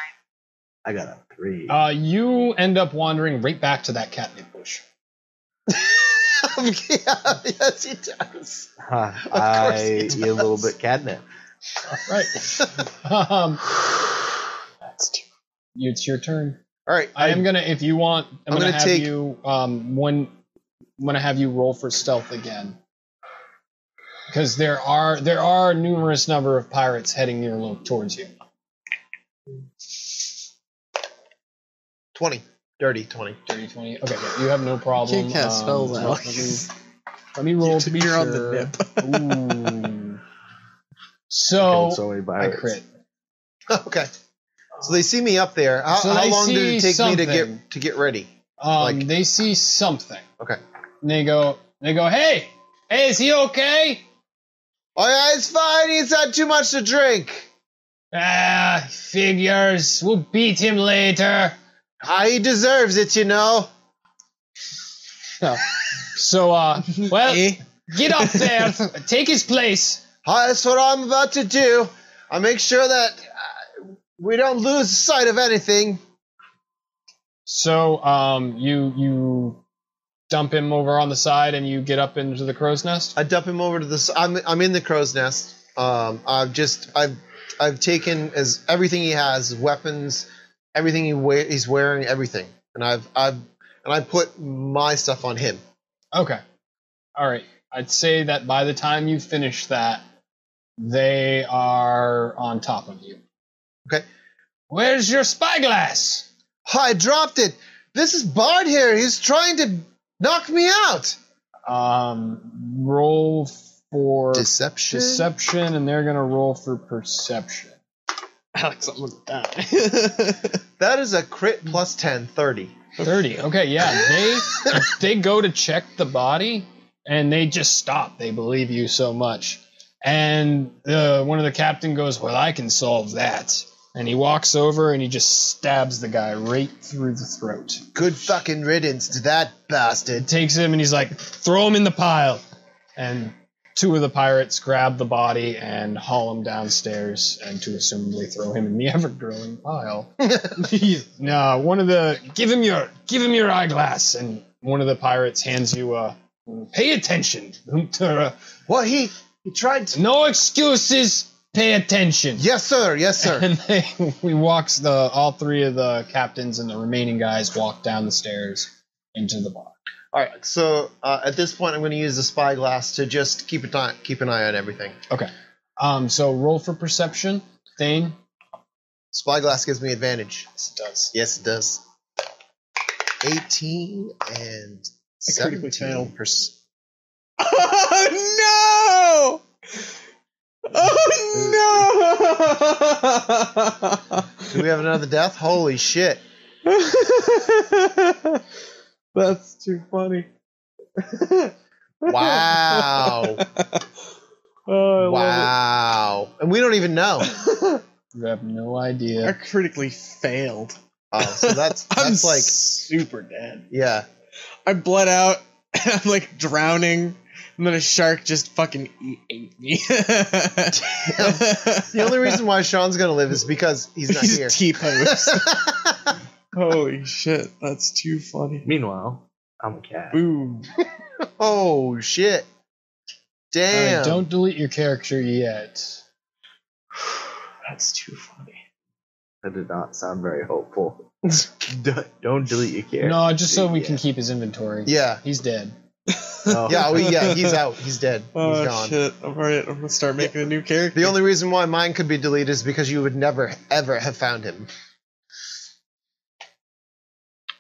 S1: I got a three.
S8: Oh,
S4: Uh, you end up wandering right back to that catnip bush.
S3: yeah, yes, he does.
S1: Huh,
S3: course
S1: I
S3: he
S1: eat a Ah, little bit catnip.
S4: Right. um, that's two. You- It's your turn.
S3: All right,
S4: I am gonna. If you want,
S3: I'm
S4: I'm, gonna,
S3: gonna
S4: have
S3: take-
S4: you. Um, when I'm gonna have you roll for stealth again, because there are there are numerous number of pirates heading your lo- towards you.
S3: twenty. Dirty twenty.
S4: Dirty twenty. Okay, yeah, you have no problem.
S10: Can't cast
S4: um,
S10: spells,
S4: let
S10: Alex.
S4: me- Let me, roll to be
S10: You're
S4: sure.
S10: on the nip.
S4: Ooh.
S1: Killed
S4: So
S1: so many
S4: I
S1: pirates.
S4: crit.
S3: Okay. So they see me up there. How,
S4: So
S3: how
S4: they
S3: long did it
S4: see
S3: take me to
S4: something.
S3: get to get ready?
S4: Um,
S3: Like-
S4: they see something.
S3: Okay.
S4: And they go. They go. Hey, hey, is he okay?
S3: Oh yeah, it's fine. He's had too much to drink.
S4: Ah, figures. We'll beat him later.
S3: Ah, he deserves it, you know.
S4: So, uh, well,
S2: Eh?
S4: get up there, take his place.
S3: Ah, that's what I'm about to do. I make sure that uh, we don't lose sight of anything.
S4: So um, you you dump him over on the side and you get up into the crow's nest.
S3: I dump him over to this. I'm I'm in the crow's nest. Um, I've just I've I've taken as everything he has, his weapons, everything he wear, he's wearing, everything, and I've I've and I put my stuff on him.
S4: Okay. All right. I'd say that by the time you finish that, they are on top of you.
S3: Okay.
S4: Where's your spyglass?
S3: I dropped it. This is Bard here. He's trying to knock me out.
S4: Um, roll for
S3: Deception.
S4: deception, and they're gonna roll for perception.
S10: Alex, I'm looking at that.
S3: That is a crit plus 10, 30.
S4: Thirty. Okay, yeah. They they go to check the body, and they just stop. They believe you so much. And uh, one of the captain goes, "Well, I can solve that." And he walks over and he just stabs the guy right through the throat.
S3: Good fucking riddance to that
S4: It
S3: bastard.
S4: takes him and he's like, "Throw him in the pile." And two of the pirates grab the body and haul him downstairs and to assumably throw him in the ever-growing pile. no, one of the give him your give him your eyeglass, and one of the pirates hands you a. Pay attention, Huntura.
S3: well, he he tried to.
S4: No excuses. Pay attention.
S3: Yes, sir. Yes, sir.
S4: And they we walks the all three of the captains and the remaining guys walk down the stairs into the bar.
S3: All right. So uh, at this point, I'm going to use the spyglass to just keep an eye, keep an eye on everything.
S4: Um, so roll for perception, Thane.
S3: Spyglass gives me advantage.
S4: Yes, it does.
S3: Yes, it does. 18 and
S10: I critically failed.
S3: 17 percent.
S10: Oh no! Oh
S3: Do we have another death? Holy shit.
S10: no! That's too funny.
S3: Wow.
S10: Oh, I love
S3: wow. And we don't even know.
S10: it.
S4: You have no
S10: I
S4: idea.
S10: critically failed.
S3: Oh, so that's
S10: I'm
S3: that's like
S10: super dead.
S3: yeah.
S10: I bled out. And I'm like drowning, and then a shark just fucking e- ate me.
S3: The only reason why Sean's gonna live is because he's not here.
S10: T pose. Holy shit, that's too funny.
S1: Meanwhile, I'm a cat.
S10: Boom.
S3: oh shit. Damn.
S4: Alright, don't delete your character yet.
S10: That's too funny.
S1: That did not sound very hopeful. don't, don't delete your character.
S4: No, just so we
S1: Yeah.
S4: can keep his inventory.
S3: yeah.
S4: He's dead.
S1: No.
S3: Yeah, we, yeah, he's out. He's dead.
S10: Oh
S3: he's gone.
S10: shit! I'm already. I'm gonna start making a new character.
S3: The only reason why mine could be deleted is because you would never ever have found him.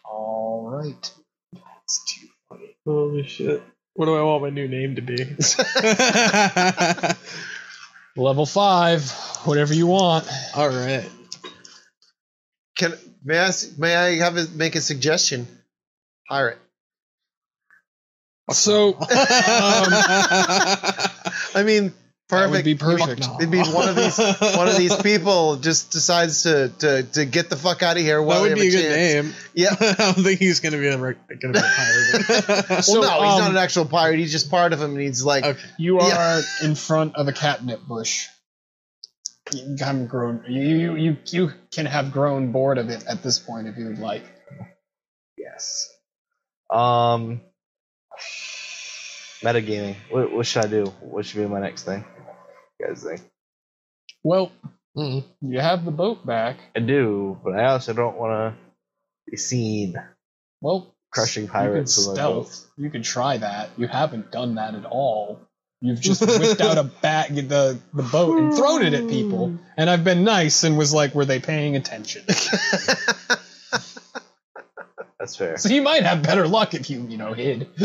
S4: All right.
S10: That's too funny. Holy shit! What do I want my new name to be?
S4: Level five, whatever you want.
S10: All right.
S3: Can may I s- may I have a, make a suggestion? Pirate.
S4: So
S3: Um, I mean,
S4: that
S3: perfect.
S4: would be perfect.
S3: It'd be one of these one of these people just decides to to, to get the fuck out of here
S10: That
S3: while
S10: would
S3: they
S10: be a
S3: have a
S10: good
S3: chance.
S10: name.
S3: Yeah.
S10: I don't think he's gonna be a rec- gonna be a pirate.
S4: So,
S3: well, no, he's not
S4: um,
S3: an actual pirate. He's just part of him, and he's like,
S10: okay.
S4: You are
S3: Yeah.
S4: in front of a catnip bush. You haven't grown. You, you you you can have grown bored of it at this point if you would like.
S1: Yes. Um. Metagaming. What, what should I do? What should be my next thing? You guys think?
S4: Well,
S1: Mm-hmm.
S4: you have the boat back.
S1: I do, but I also don't want to be seen
S4: Well,
S1: crushing
S4: you can
S1: pirates with my boat.
S4: stealth. You could try that. You haven't done that at all. You've just whipped out a bat, the the boat, and thrown it at people. And I've been nice and was like, were they paying attention?
S1: That's fair.
S4: So you might have better luck if you, you know, hid.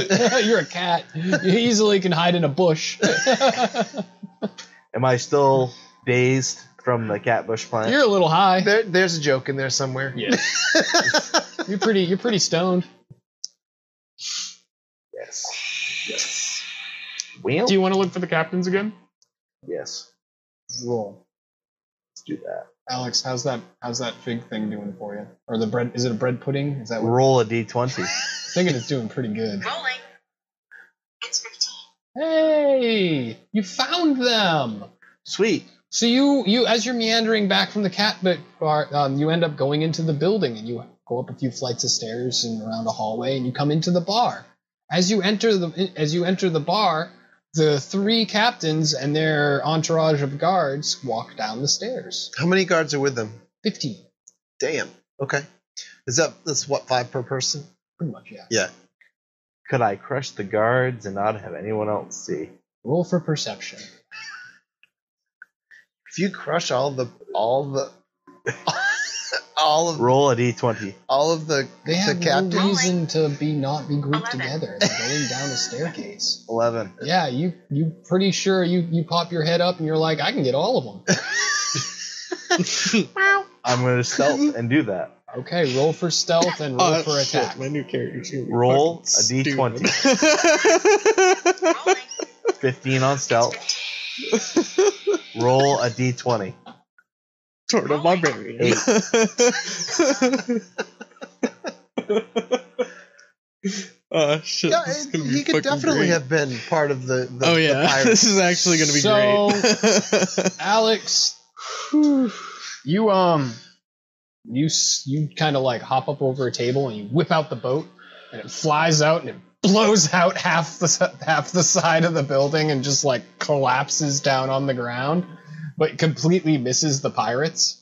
S4: You're a cat. You easily can hide in a bush.
S1: Am I still dazed from the catbush plant?
S4: you're a little high.
S3: there, "There's a joke in there somewhere."
S4: Yeah. you're pretty. You're pretty stoned.
S1: yes. Yes. Well,
S10: Do you want to look for the captains again?
S1: yes.
S4: Roll,
S1: Let's do that.
S4: Alex. How's that? How's that fig thing doing for you? Or the bread? Is it a bread pudding? Is that what?
S1: Roll a d20.
S4: I'm thinking it's doing pretty good.
S11: Rolling. It's 15.
S4: Hey, you found them.
S1: Sweet.
S4: So you, you, as you're meandering back from the cat bit bar, um, you end up going into the building and you go up a few flights of stairs and around a hallway, and you come into the bar. As you enter the as you enter the bar, the three captains and their entourage of guards walk down the stairs.
S3: How many guards are with them?
S4: Fifteen,
S3: Damn. Okay. Is that that's what five per person?
S4: pretty much, yeah.
S1: Could I crush the guards and not have anyone else see?
S4: Roll for perception.
S3: If you crush all the all the all of
S1: Roll a d20.
S3: all of the
S4: They have
S3: the
S4: no
S3: captain
S4: reason to be not be grouped
S11: Eleven.
S4: together. They're going down a staircase.
S1: Eleven.
S4: Yeah, you you pretty sure you you pop your head up and you're like, I can get all of them.
S1: I'm going to stealth and do that.
S4: Okay, roll for stealth and roll
S2: Oh,
S4: for attack.
S10: Uh, my new character's gonna be
S1: Roll a
S10: fucking
S1: d20.
S10: stupid.
S11: Rolling.
S1: 15 on stealth. Roll a d20.
S10: Sort of barbarian.
S1: Eight.
S10: Oh shit!
S3: Yeah,
S10: this is
S3: it-
S10: gonna be
S3: he could
S10: fucking
S3: definitely
S10: great.
S3: have been part of the, the
S2: oh
S3: the
S2: yeah,
S3: pirates.
S2: this is actually gonna be
S4: So-
S2: great.
S4: Alex, whew, you um, you s- you kind of like hop up over a table and you whip out the boat, and it flies out and it blows out half the s- half the side of the building and just like collapses down on the ground, but completely misses the pirates.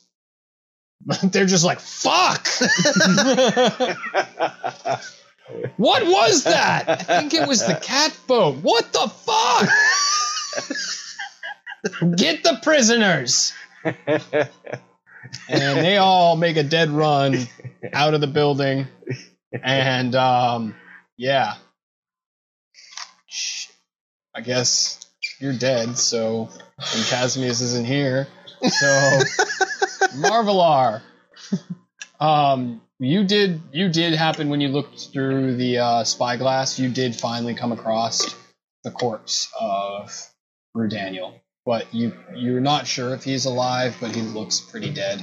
S4: They're just like fuck. what was that? I think it was the cat boat. What the fuck? Get the prisoners. and they all make a dead run out of the building. And um, yeah, Sh- I guess you're dead. So and Casmius isn't here. So Marvelar, um, you did you did happen when you looked through the uh, spyglass. You did finally come across the corpse of Rue Daniel. But you you're not sure if he's alive, but he looks pretty dead.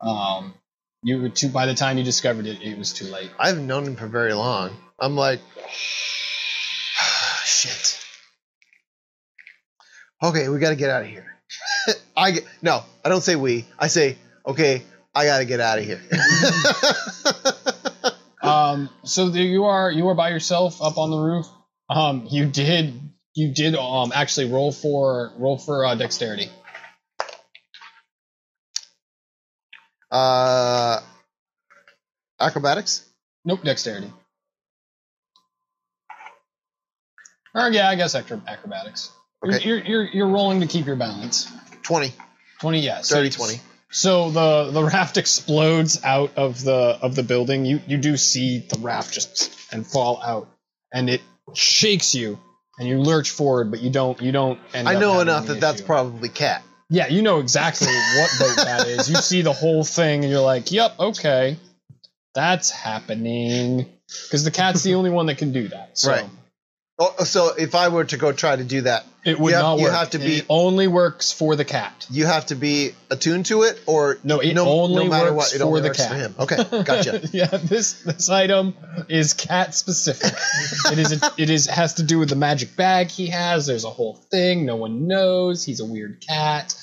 S4: Um, you were too. By the time you discovered it, it was too late.
S3: I haven't known him for very long. I'm like,
S4: Shit.
S3: okay, we got to get out of here. I get, no, I don't say we. I say, okay, I got to get out of here.
S4: Um, so there you are. You are by yourself up on the roof. Um, you did you did um actually roll for roll for uh, dexterity.
S3: uh, acrobatics.
S4: Nope, dexterity. Or yeah, I guess acro- acrobatics.
S3: Okay.
S4: You're, you're you're you're rolling to keep your balance.
S3: Twenty.
S4: Twenty, yeah. So
S3: 30, 20.
S4: So the the raft explodes out of the of the building. You you do see the raft just and fall out, and it shakes you, and you lurch forward, but you don't you don't. End
S3: I
S4: up
S3: know
S4: having
S3: enough
S4: the
S3: that that's
S4: issue.
S3: probably cat.
S4: yeah. You know exactly what boat that is. You see the whole thing, and you're like, "Yep, okay, that's happening." Because the cat's the only one that can do that. So
S3: Right. Oh, so if I were to go try to do that,
S4: It would
S3: You have-
S4: not
S3: you
S4: work.
S3: have to be-
S4: It only works for the cat.
S3: you have to be attuned to it, or
S4: No, it only works for the cat.
S3: him. Okay, gotcha.
S4: yeah, this this item is cat specific. it is a, it is has to do with the magic bag he has. There's a whole thing. No one knows. He's a weird cat.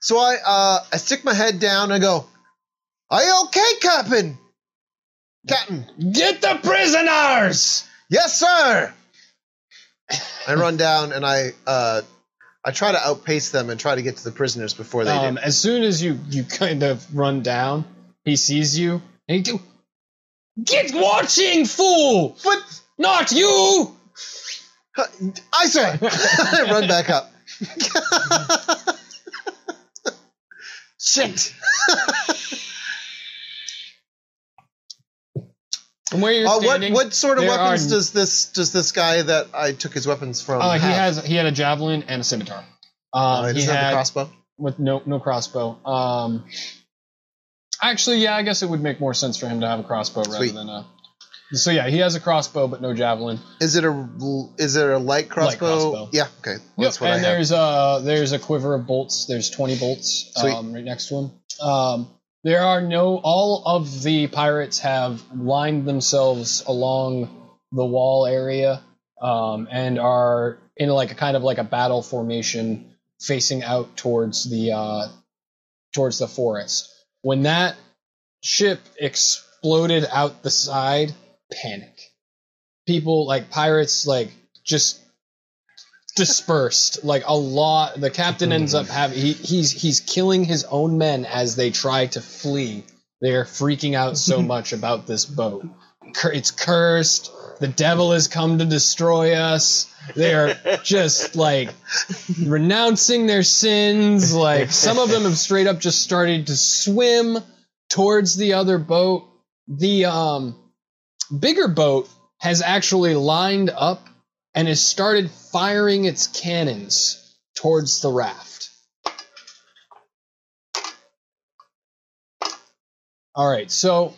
S3: So I uh, I stick my head down and I go, "Are you okay, Captain? Captain,
S4: Get the prisoners.
S3: yes, sir." I run down and I uh, I try to outpace them and try to get to the prisoners before they
S4: Um, as soon as you you kind of run down, he sees you and he do. Get watching, fool! But not you.
S3: do. I say, I run back up.
S4: Shit. And where you're
S3: Uh, what
S4: standing,
S3: what sort of
S4: there
S3: weapons
S4: are-
S3: does this does this guy that I took his weapons from?
S4: Uh, he
S3: have?
S4: has he had a javelin and a scimitar.
S3: Uh,
S4: Um,
S3: Oh, he
S4: he
S3: doesn't have
S4: had
S3: the crossbow.
S4: with no no crossbow. Um, actually, yeah, I guess it would make more sense for him to have a crossbow
S3: Sweet.
S4: rather than a. So yeah, he has a crossbow but no javelin.
S3: Is it a is it a light crossbow?
S4: crossbow.
S3: Yeah. Okay.
S4: Yep,
S3: That's what I
S4: and
S3: have.
S4: there's uh there's a quiver of bolts. There's 20 bolts
S3: Sweet.
S4: um, right next to him. Um, there are no all of the pirates have lined themselves along the wall area um, and are in like a kind of like a battle formation facing out towards the uh, towards the forest. When that ship ex- exploded out the side. Panic. People like pirates like just dispersed like a lot. The captain ends up having he, he's he's killing his own men as they try to flee. They're freaking out so much about this boat. Cur- It's cursed. The devil has come to destroy us. They are just like renouncing their sins. Like some of them have straight up just started to swim towards the other boat. The um, bigger boat has actually lined up and has started firing its cannons towards the raft. All right, so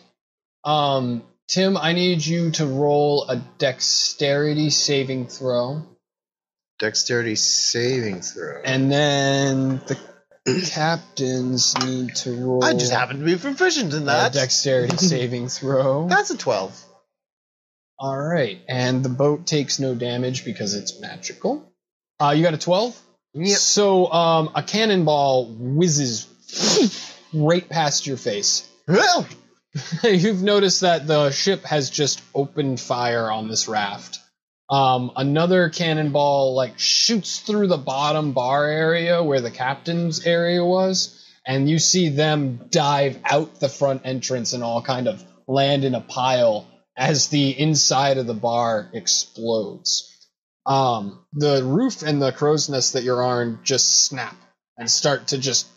S4: um, Tim, I need you to roll a dexterity saving throw.
S3: Dexterity saving throw.
S4: And then the captains need to roll.
S3: I just happen to be proficient in
S4: a
S3: that.
S4: dexterity saving throw.
S3: That's a 12.
S4: All right, and the boat takes no damage because it's magical. Uh, you got a twelve.
S3: Yep.
S4: So um, a cannonball whizzes right past your face.
S3: Well,
S4: You've noticed that the ship has just opened fire on this raft. Um, another cannonball like shoots through the bottom bar area where the captain's area was, and you see them dive out the front entrance and all kind of land in a pile as the inside of the bar explodes. Um, the roof and the crow's nest that you're on just snap and start to just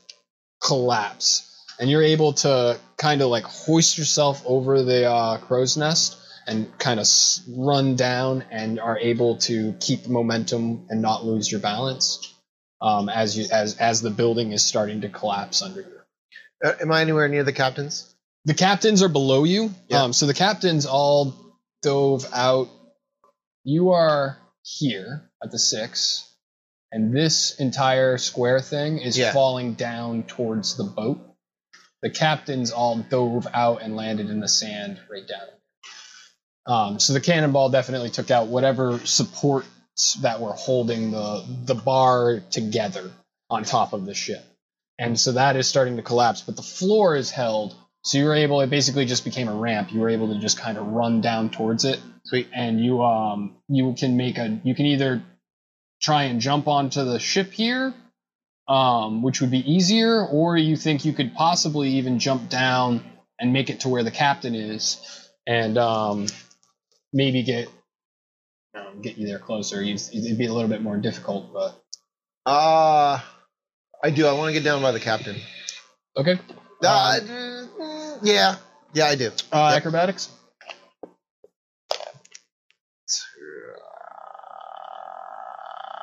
S4: collapse and you're able to kind of like hoist yourself over the uh, crow's nest and kind of s- run down and are able to keep momentum and not lose your balance um, as you as as the building is starting to collapse under you.
S3: Uh, am I anywhere near the captains?
S4: The captains are below you,
S3: Yeah.
S4: um, so the captains all dove out. You are here at the six, and this entire square thing is
S3: Yeah.
S4: falling down towards the boat. The captains all dove out and landed in the sand right down. Um, so the cannonball definitely took out whatever supports that were holding the the bar together on top of the ship, and so that is starting to collapse. But the floor is held, so you were able. It basically just became a ramp. You were able to just kind of run down towards it.
S3: Sweet.
S4: And you um you can make a you can either try and jump onto the ship here, um, which would be easier, or you think you could possibly even jump down and make it to where the captain is, and um maybe get um, get you there closer. You, it'd be a little bit more difficult, but
S3: Uh, I do. I want to get down by the captain.
S4: okay.
S3: Uh,
S4: Um,
S3: mm, yeah. Yeah, I do.
S4: Uh,
S3: Yep.
S4: Acrobatics.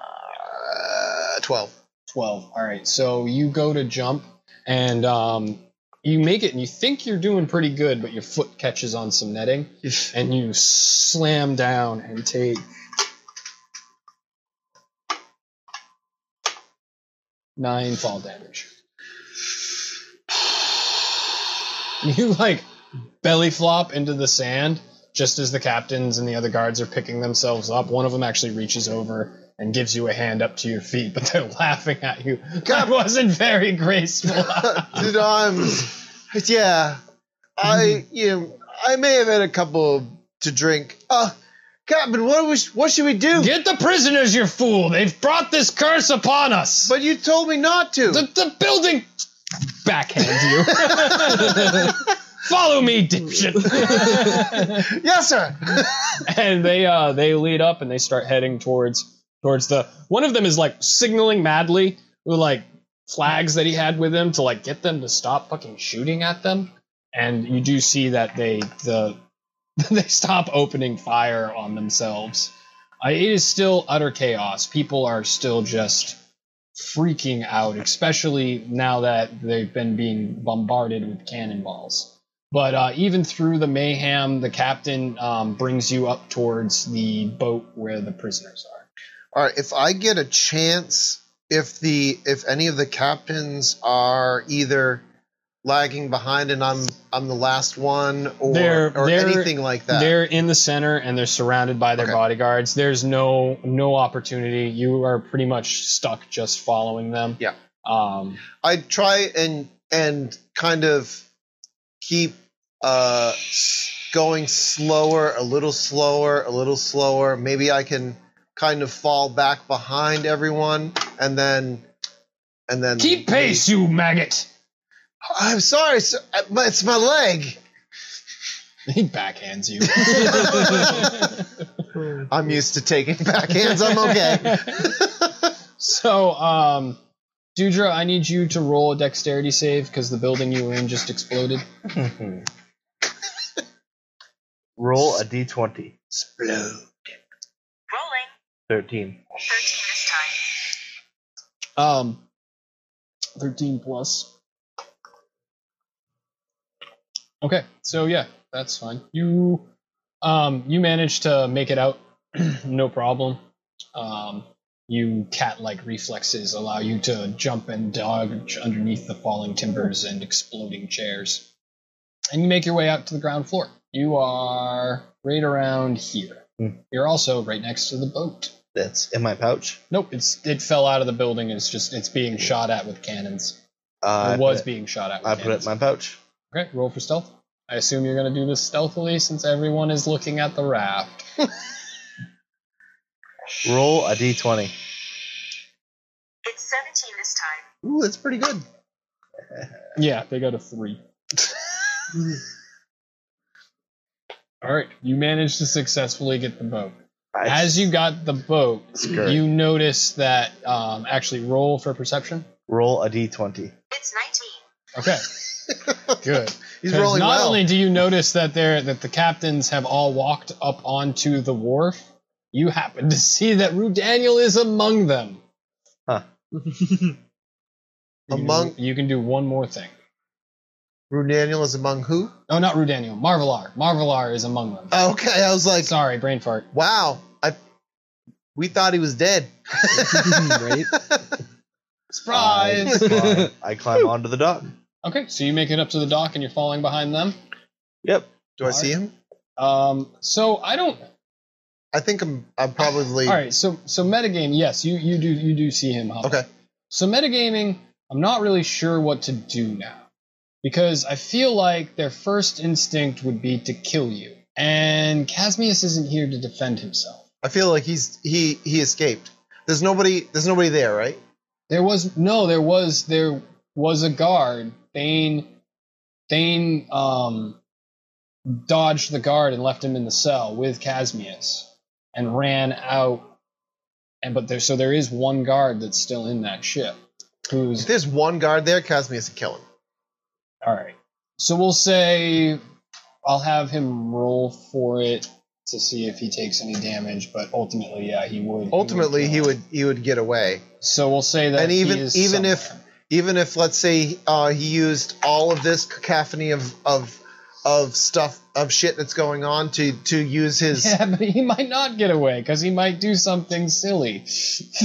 S3: Uh, 12.
S4: 12. All right. So you go to jump and um, you make it, and you think you're doing pretty good, but your foot catches on some netting and you slam down and take. Nine fall damage. You like belly flop into the sand just as the captains and the other guards are picking themselves up. One of them actually reaches over and gives you a hand up to your feet, but they're laughing at you. That wasn't very graceful.
S3: Dude, I'm. Yeah. I, you know, I may have had a couple to drink. Uh, Captain, what, we, what should we do?
S4: Get the prisoners, you fool! They've brought this curse upon us!
S3: But you told me not to.
S4: the, the building backhands you. Follow me, dipshit!
S3: yes, sir.
S4: and they uh they lead up and they start heading towards towards the one of them is like signaling madly with like flags that he had with him to like get them to stop fucking shooting at them and you do see that they the they stop opening fire on themselves uh, it is still utter chaos people are still just freaking out especially now that they've been being bombarded with cannonballs but uh, even through the mayhem, the captain um, brings you up towards the boat where the prisoners are.
S3: All right, if I get a chance, if the if any of the captains are either lagging behind and I'm I'm the last one or
S4: They're-
S3: or
S4: they're-
S3: anything like that.
S4: They're in the center and they're surrounded by their
S3: Okay.
S4: bodyguards. There's no no opportunity. You are pretty much stuck just following them.
S3: Yeah.
S4: Um,
S3: I try and and kind of keep uh, s- going slower, a little slower, a little slower. Maybe I can kind of fall back behind everyone, and then and then
S4: Keep pace, you maggot.
S3: I'm sorry, sir. Uh, my- It's my leg.
S4: He backhands you.
S3: I'm used to taking backhands. I'm okay.
S4: so, um, Dudra, I need you to roll a dexterity save because the building you were in just exploded.
S1: Roll a d20.
S11: Rolling.
S1: 13.
S11: 13 this time.
S4: Um, 13 plus. Okay, so yeah, that's fine. You, um, you managed to make it out, no problem. Um, you cat-like reflexes allow you to jump and dodge underneath the falling timbers and exploding chairs, and you make your way out to the ground floor. You are right around here.
S1: Hmm.
S4: You're also right next to the boat.
S1: That's in my pouch.
S4: Nope, it's it fell out of the building. It's just it's being shot at with cannons.
S1: Uh, I
S4: it was
S1: put
S4: being shot at.
S1: it-
S4: With
S1: I put it in
S4: cannons.
S1: my pouch.
S4: Okay, roll for stealth. I assume you're gonna do this stealthily since everyone is looking at the raft.
S1: Roll a d20.
S11: It's 17 this time.
S3: Ooh, that's pretty good.
S4: Yeah, they got a three. All right, you managed to successfully get the boat.
S1: I
S4: As you got the boat,
S1: skirt.
S4: you notice that um, actually roll for perception.
S1: Roll a d20.
S11: It's 19.
S4: Okay, good.
S3: He's
S4: 'Cause
S3: rolling
S4: not
S3: well.
S4: only do you notice that there that the captains have all walked up onto the wharf, you happen to see that Rue Daniel is among them.
S1: Huh.
S4: You can
S3: Among-
S4: do- you can do one more thing.
S3: Rue Daniel is among who?
S4: Oh, not Rue Daniel. Marvelar. Marvelar is among them.
S3: Okay, I was like,
S4: Sorry, brain fart.
S3: wow. I we thought he was dead.
S4: right? Surprise.
S1: Uh, I climb, I climb onto the dock.
S4: okay, so you make it up to the dock and you're falling behind them.
S1: Yep.
S3: Do I see him?
S4: Um, so I don't
S3: I think I'm. I'm probably.
S4: All right, so so metagaming, yes, you you do you do see him. Hop.
S3: Okay.
S4: So metagaming, I'm not really sure what to do now because I feel like their first instinct would be to kill you, and Casmius isn't here to defend himself.
S3: I feel like he's he he escaped. There's nobody. There's nobody there, right?
S4: There was no, there was there was a guard. Thane Thane um dodged the guard and left him in the cell with Casmius and ran out. And but there so there is one guard that's still in that ship
S3: If
S4: who's
S3: there's one guard there, Casmius would kill him.
S4: all right. So we'll say I'll have him roll for it to see if he takes any damage, but ultimately, yeah, he would.
S3: Ultimately, he
S4: kill.
S3: would he would get away.
S4: So we'll say that.
S3: And
S4: he
S3: even-
S4: is
S3: even if-
S4: somewhere.
S3: Even if, let's say, uh, he used all of this cacophony of of of stuff of shit that's going on to to use his.
S4: Yeah, but he might not get away because he might do something silly.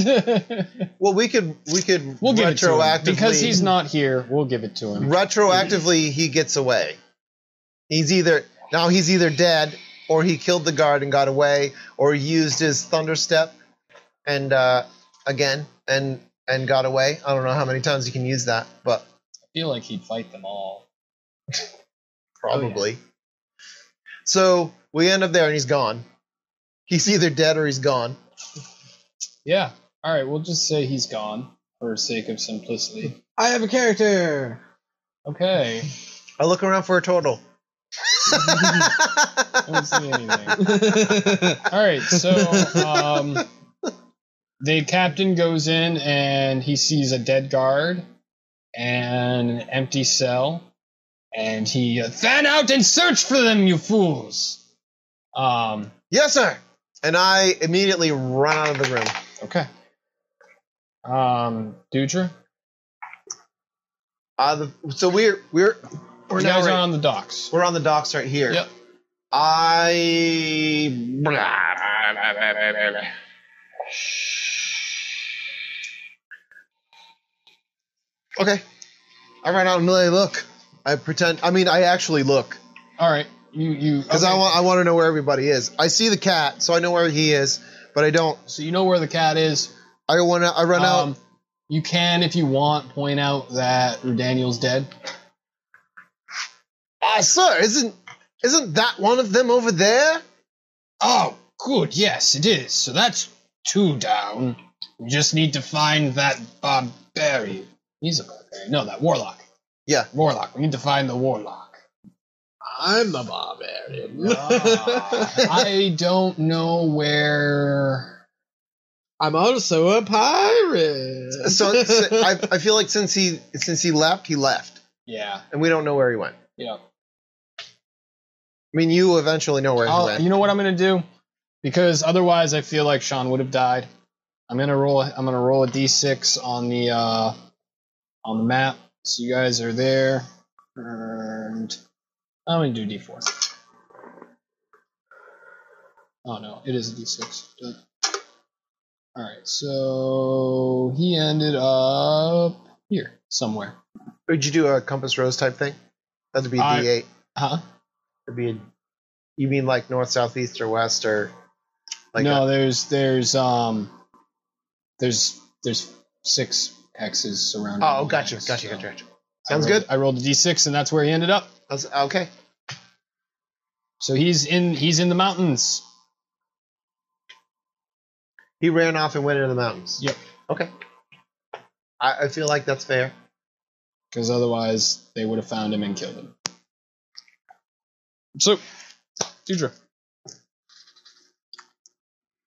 S3: Well, we could we could
S4: we'll give it to him
S3: retroactively
S4: because he's not here. We'll give it to him.
S3: retroactively he gets away. He's either now he's either dead or he killed the guard and got away or he used his thunder step and uh, again and and got away. I don't know how many times you can use that, but
S4: I feel like he'd fight them all.
S3: Oh, probably. So we end up there and he's gone. He's either dead or he's gone.
S4: Yeah. All right. We'll just say he's gone for sake of simplicity.
S10: I have a character.
S4: Okay.
S3: I look around for a turtle.
S4: I don't see anything. All right, so um, the captain goes in and he sees a dead guard and an empty cell, and he uh, fan out and search for them, you fools. Um.
S3: yes, sir. And I immediately run out of the room.
S4: Okay. Um, Dudra,
S3: Uh, the, so we're we're we're
S4: you
S3: now
S4: guys
S3: right-
S4: are on the docks.
S3: We're on the docks right here.
S4: Yep.
S3: I. Okay. I ran out and really look. I pretend. I mean, I actually look
S4: All right, you you
S3: because I
S4: okay.
S3: want. I want to know where everybody is. I see the cat, so I know where he is, but I don't.
S4: So you know where the cat is.
S3: I want to. I run
S4: Um,
S3: out.
S4: you can, if you want, point out that Daniel's dead.
S3: I Ah, sir, isn't isn't that one of them over there?
S4: Oh, good. Yes, it is. So that's two down. We just need to find that barbarian. He's a barbarian. No, that warlock.
S3: Yeah.
S4: warlock. We need to find the warlock.
S10: I'm the barbarian.
S4: I don't know where.
S10: I'm also a pirate.
S3: So, so I, I feel like since he since he left, he left,
S4: Yeah.
S3: and we don't know where he went.
S4: Yeah.
S3: I mean, you eventually know where he
S4: I'll,
S3: went.
S4: you know what I'm gonna do? Because otherwise, I feel like Sean would have died. I'm gonna roll. I'm gonna roll a d6 on the uh, on the map. So you guys are there, and I'm gonna do d4. Oh no, it is a d6. Duh. All right, so he ended up here somewhere.
S3: Would you do a compass rose type thing? That'd be
S4: I-
S3: D eight.
S4: Huh?
S3: That'd be. A, you mean like north, south, east, or west, or like
S4: no, there's there's um there's the's six X's surrounding.
S3: Oh,
S4: the
S3: gotcha,
S4: X,
S3: gotcha,
S4: so
S3: gotcha, gotcha.
S4: I
S3: Sounds
S4: rolled-
S3: good.
S4: I rolled a D6 and that's where he ended up.
S3: That's, okay.
S4: So he's in he's in the mountains.
S3: He ran off and went into the mountains.
S4: Yep.
S3: Okay. I, I feel like that's fair.
S4: Because otherwise they would have found him and killed him. So Dudra.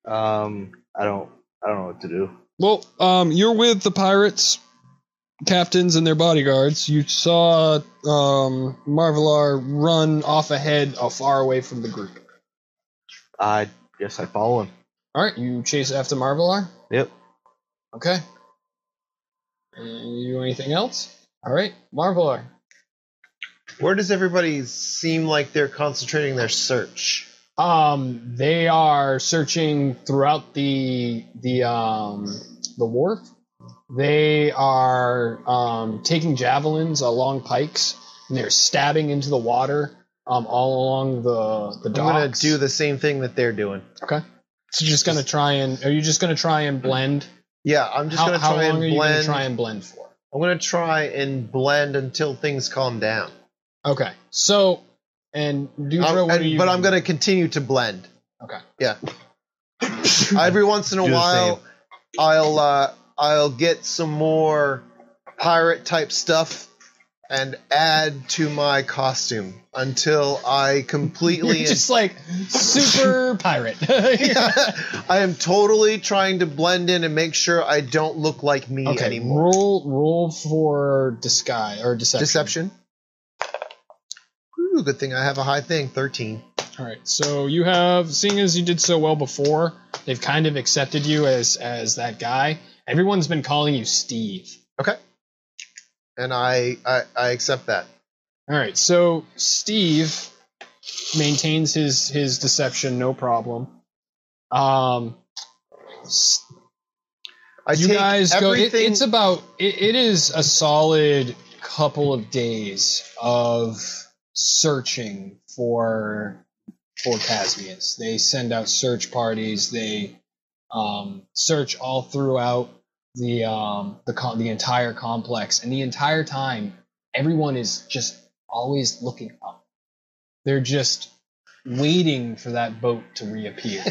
S1: Um, I don't, I don't know what to do.
S4: Well, um, you're with the pirates, captains, and their bodyguards. You saw um, Marvelar run off ahead, uh, far away from the group.
S1: I guess I follow him.
S4: All right, you chase after Marvelar.
S1: Yep.
S4: Okay. And you do anything else? All right, Marvelar.
S3: Where does everybody seem like they're concentrating their search?
S4: Um, they are searching throughout the the um the wharf. They are um, taking javelins along pikes, and they're stabbing into the water um, all along the the
S3: I'm gonna
S4: docks.
S3: do the same thing that they're doing.
S4: So you're just gonna try and are you just gonna try and blend?
S3: Yeah, I'm just
S4: how
S3: gonna
S4: how
S3: try
S4: long
S3: and
S4: are you
S3: blend.
S4: gonna try and blend for?
S3: I'm gonna try and blend until things calm down.
S4: Okay, so and Dudra,
S3: I'm-
S4: what
S3: and-
S4: are you?
S3: but I'm gonna continue to blend.
S4: Okay.
S3: Yeah. Every once in a
S1: Do the
S3: while, I'll uh, I'll get some more pirate type stuff and add to my costume until I
S4: You're
S3: completely.
S4: just like super pirate.
S3: I am totally trying to blend in and make sure I don't look like me
S4: Okay,
S3: anymore.
S4: roll roll for disguise or deception.
S3: Deception. Ooh, good thing I have a high thing. Thirteen.
S4: All right, so you have, seeing as you did so well before, they've kind of accepted you as as that guy. Everyone's been calling you Steve.
S3: and I, I I accept that.
S4: All right, so Steve maintains his his deception, no problem. Um, s-
S3: I
S4: you
S3: take
S4: guys go. It,
S3: everything-
S4: it's about. It, it is a solid couple of days of searching for for Casmius. They send out search parties. They um, search all throughout the um, the co the entire complex, and the entire time, everyone is just always looking up. They're just waiting for that boat to reappear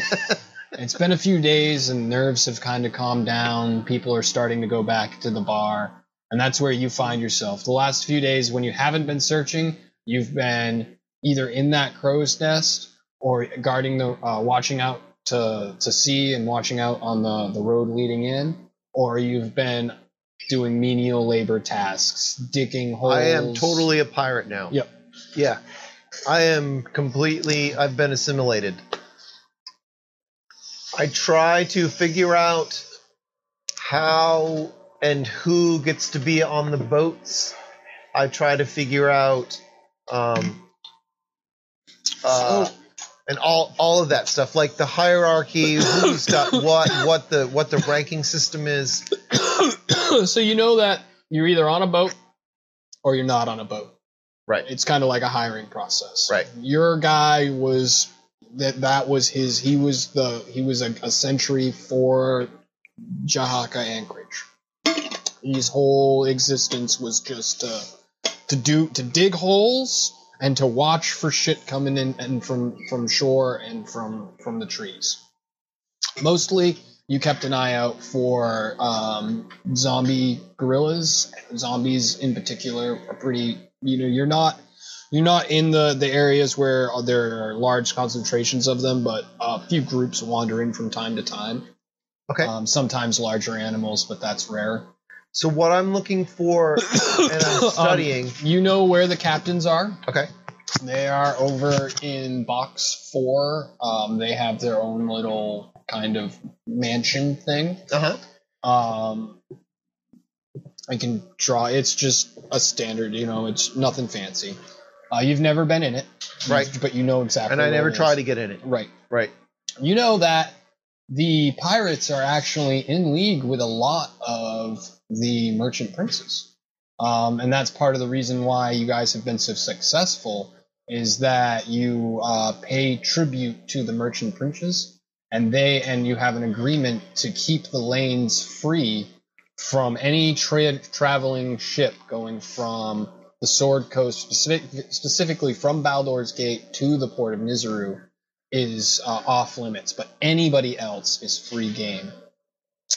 S4: it's been a few days and nerves have kind of calmed down. People are starting to go back to the bar, and that's where you find yourself. The last few days, when you haven't been searching, you've been either in that crow's nest or guarding the, uh, watching out to to see and watching out on the the road leading in, or you've been doing menial labor tasks, digging holes.
S3: I am totally a pirate now.
S4: Yep.
S3: Yeah. I am completely I've been assimilated. I try to figure out how and who gets to be on the boats. I try to figure out um uh, and all all of that stuff like the hierarchy, who's got what, what the what the ranking system is.
S4: so you know that you're either on a boat or you're not on a boat.
S3: Right.
S4: It's kind of like a hiring process.
S3: Right.
S4: Your guy was that that was his he was the he was a, a sentry for Jahaka Anchorage. uh, His whole existence was just to to do to dig holes and to watch for shit coming in and from from shore and from from the trees. Mostly, you kept an eye out for um, zombie gorillas. Zombies, in particular, are pretty. You know, you're not you're not in the the areas where there are large concentrations of them, but a few groups wander in from time to time.
S3: Okay.
S4: Um, sometimes larger animals, but that's rare.
S3: So what I'm looking for and I'm studying.
S4: You know where the captains are.
S3: Okay.
S4: They are over in box four. Um, they have their own little kind of mansion thing.
S3: Uh-huh.
S4: Um, I can draw. It's just a standard, you know. It's nothing fancy. Uh, you've never been in it,
S3: Right.
S4: But you know exactly.
S3: and I
S4: where
S3: never
S4: it is.
S3: try to get in it.
S4: Right.
S3: Right.
S4: You know that the pirates are actually in league with a lot of the merchant princes. Um, and that's part of the reason why you guys have been so successful is that you uh, pay tribute to the merchant princes and they and you have an agreement to keep the lanes free from any tra- traveling ship going from the Sword Coast, specific- specifically from Baldur's Gate to the port of Nizaru, is uh, off limits, but anybody else is free game.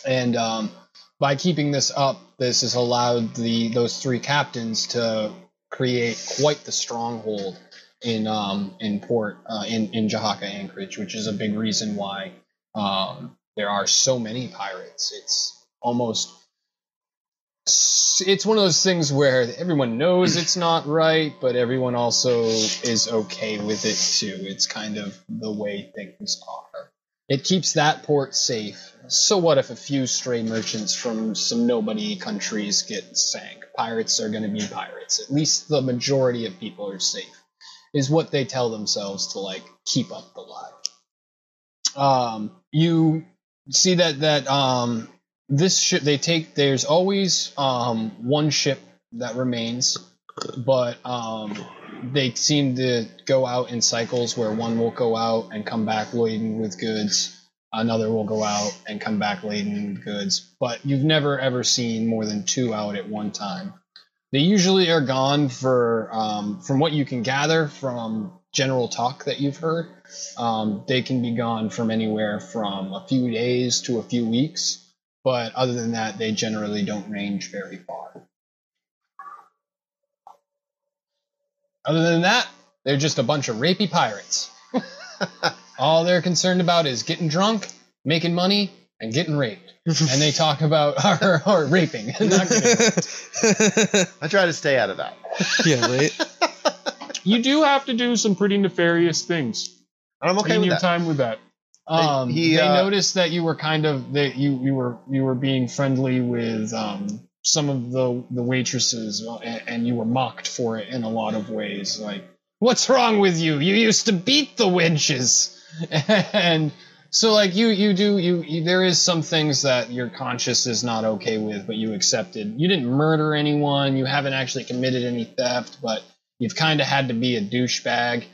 S4: And um, by keeping this up, this has allowed the those three captains to create quite the stronghold in um, in port uh, in in Jahaka Anchorage, which is a big reason why um, there are so many pirates. It's almost it's one of those things where everyone knows it's not right, but everyone also is okay with it too. It's kind of the way things are. It keeps that port safe. So what if a few stray merchants from some nobody countries get sank? Pirates are going to be pirates. At least the majority of people are safe, is what they tell themselves to like keep up the lie. Um, you see that that um this ship they take there's always um one ship that remains but um they seem to go out in cycles where one will go out and come back laden with goods another will go out and come back laden with goods but you've never ever seen more than two out at one time they usually are gone for um, from what you can gather from general talk that you've heard um, they can be gone from anywhere from a few days to a few weeks but other than that, they generally don't range very far. Other than that, they're just a bunch of rapey pirates. All they're concerned about is getting drunk, making money, and getting raped. and they talk about or, or raping. Not getting-
S3: I try to stay out of that.
S2: yeah, right.
S12: You do have to do some pretty nefarious things
S3: And I'm okay
S12: in
S3: with
S12: your
S3: that.
S12: time with that.
S4: um,
S3: He- he,
S4: they
S3: uh,
S4: noticed that you were kind of that you you were you were being friendly with um, some of the the waitresses, uh, and, and you were mocked for it in a lot of ways. Like, what's wrong with you? You used to beat the wenches, and so like you you do you, you there is some things that your conscience is not okay with, but you accepted. You didn't murder anyone. You haven't actually committed any theft, but you've kind of had to be a douchebag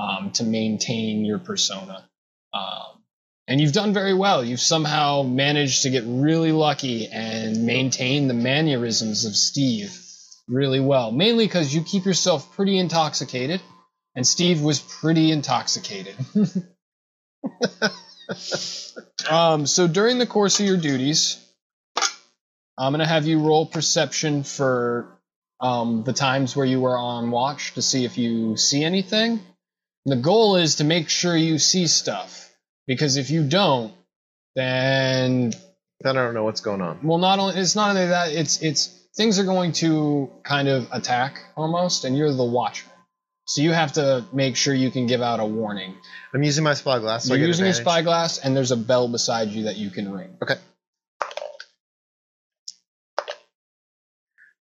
S4: um, to maintain your persona. Um, and you've done very well. You've somehow managed to get really lucky and maintain the mannerisms of Steve really well, mainly because you keep yourself pretty intoxicated, and Steve was pretty intoxicated. um, so during the course of your duties, I'm going to have you roll perception for um, the times where you were on watch to see if you see anything. The goal is to make sure you see stuff because if you don't, then
S3: Then I don't know what's going on.
S4: well, not only it's not only that it's it's things are going to kind of attack almost, and you're the watchman, so you have to make sure you can give out a warning.
S3: I'm using my spyglass. So I
S4: you're
S3: get
S4: using
S3: advantage.
S4: a spyglass, and there's a bell beside you that you can ring.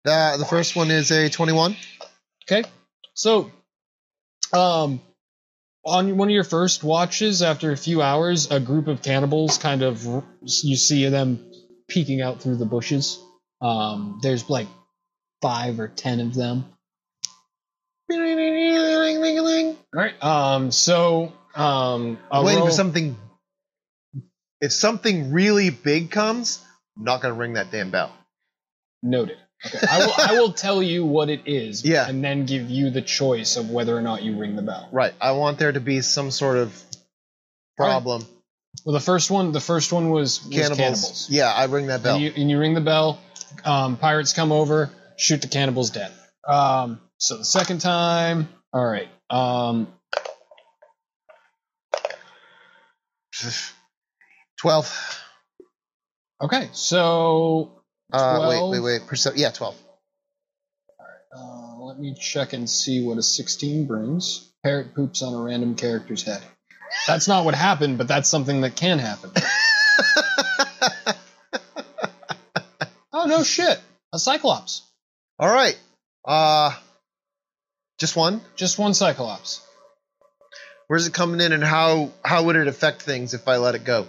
S3: The, the first one is a 21.
S4: Okay. So, um, on one of your first watches, after a few hours, a group of cannibals kind of you see them peeking out through the bushes. Um, there's like five or ten of them. All right. Um. So. Um. a
S3: Waiting
S4: roll-
S3: for something. If something really big comes, I'm not going to ring that damn bell.
S4: Noted. Okay, I will. I will tell you what it is.
S3: Yeah.
S4: And then give you the choice of whether or not you ring the bell.
S3: Right. I want there to be some sort of problem.
S4: Well, the first one. The first one was, was
S3: Cannibals.
S4: cannibals.
S3: Yeah, I ring that bell.
S4: And you, and you ring the bell. Um, pirates come over, shoot the cannibals dead. Um, so the second time. All right. Um,
S3: Twelve.
S4: okay. So
S3: Uh, wait,
S4: 12.
S3: wait, wait. Perce- yeah, twelve.
S4: Uh, let me check and see what a 16 brings. Parrot poops on a random character's head. That's not what happened, but that's something that can happen. oh, no shit. A Cyclops.
S3: All right. Uh, just one.
S4: Just one Cyclops.
S3: Where's it coming in, and how how would it affect things if I let it go?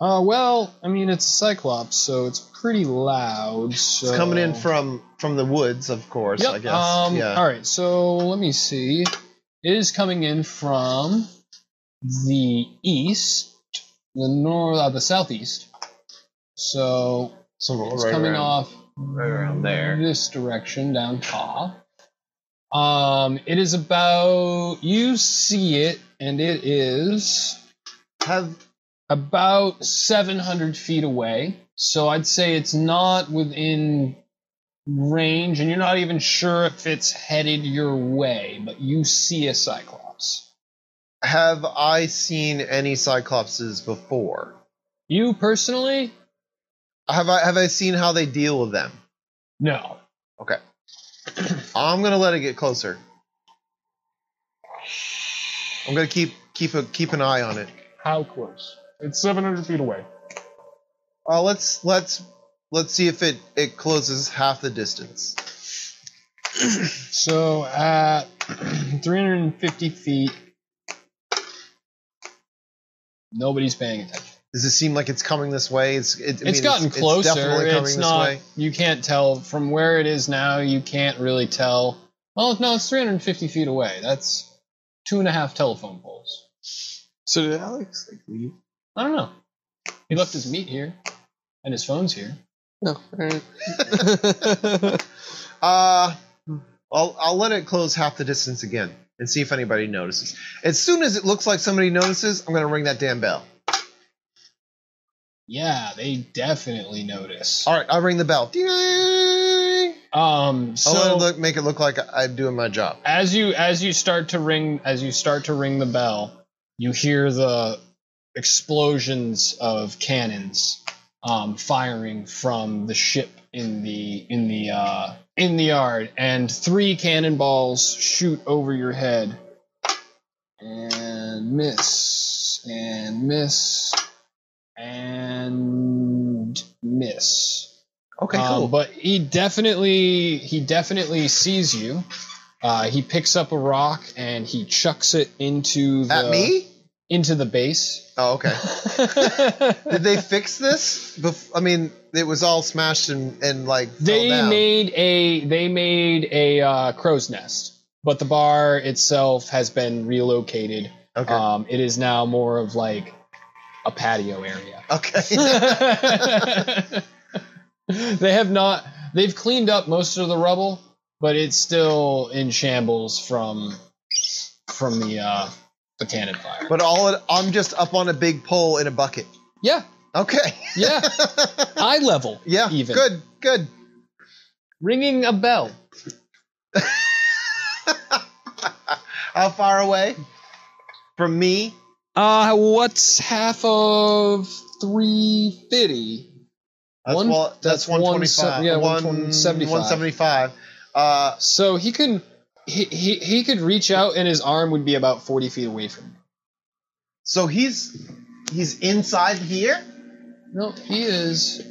S4: Uh, well, I mean, it's a Cyclops, so it's pretty loud. So.
S3: It's coming in from from the woods, of course.
S4: Yep,
S3: I guess.
S4: Um,
S3: yeah.
S4: All right, so let me see. It is coming in from the east, the north, uh, the southeast. So
S3: So
S4: it's
S3: right
S4: coming
S3: around-
S4: off
S3: right around there.
S4: this direction down top. Um, it is about you see it, and it is
S3: Have
S4: about 700 feet away. So I'd say it's not within range, and you're not even sure if it's headed your way, but you see a Cyclops.
S3: have I seen any cyclopses before?
S4: You personally?
S3: Have I have I seen how they deal with them?
S4: No.
S3: I'm gonna let it get closer. I'm gonna keep keep a keep an eye on it.
S13: How close? It's 700 feet away.
S3: Uh, let's let's let's see if it it closes half the distance.
S4: So at 350 feet, nobody's paying attention.
S3: Does it seem like it's coming this way? It's it, I mean,
S4: it's gotten
S3: it's
S4: closer. It's,
S3: definitely coming this
S4: not.
S3: way.
S4: You can't tell from where it is now. You can't really tell. Well, no, it's 350 feet away. That's two and a half telephone poles.
S2: So did Alex like, leave?
S4: I don't know. He left his meat here, and his phone's here.
S2: No. er,
S3: uh, I'll I'll let it close half the distance again and see if anybody notices. As soon as it looks like somebody notices, I'm gonna ring that damn bell.
S4: Yeah, they definitely notice.
S3: All right, I'll ring the bell. Ding!
S4: Um, so
S3: I'll let it Oh, look, make it look like I'm doing my job.
S4: as you as you start to ring as you start to ring the bell, you hear the explosions of cannons um, firing from the ship in the in the uh, in the yard, and three cannonballs shoot over your head and miss and miss and miss.
S3: Okay,
S4: Um,
S3: cool.
S4: but he definitely he definitely sees you. Uh, he picks up a rock and he chucks it into the
S3: At me?
S4: into the base.
S3: Oh, okay. Did they fix this? Bef- I mean, it was all smashed and, and like fell
S4: they
S3: down.
S4: made a they made a uh, crow's nest, but the bar itself has been relocated.
S3: okay.
S4: Um, it is now more of like a patio area.
S3: okay.
S4: they have not they've cleaned up most of the rubble but it's still in shambles from from the uh the cannon fire
S3: but all it, I'm just up on a big pole in a bucket.
S4: yeah
S3: Okay.
S4: yeah eye level
S3: yeah.
S4: even
S3: Good. Good.
S4: ringing a bell
S3: How far away from me?
S4: uh what's half of 350
S3: That's,
S4: One-
S3: well, that's,
S4: that's one-
S3: 125.
S4: yeah,
S3: one-
S4: 175.
S3: 175. Uh,
S4: so he can he, he he could reach out and his arm would be about 40 feet away from him
S3: so he's he's inside here.
S4: no he is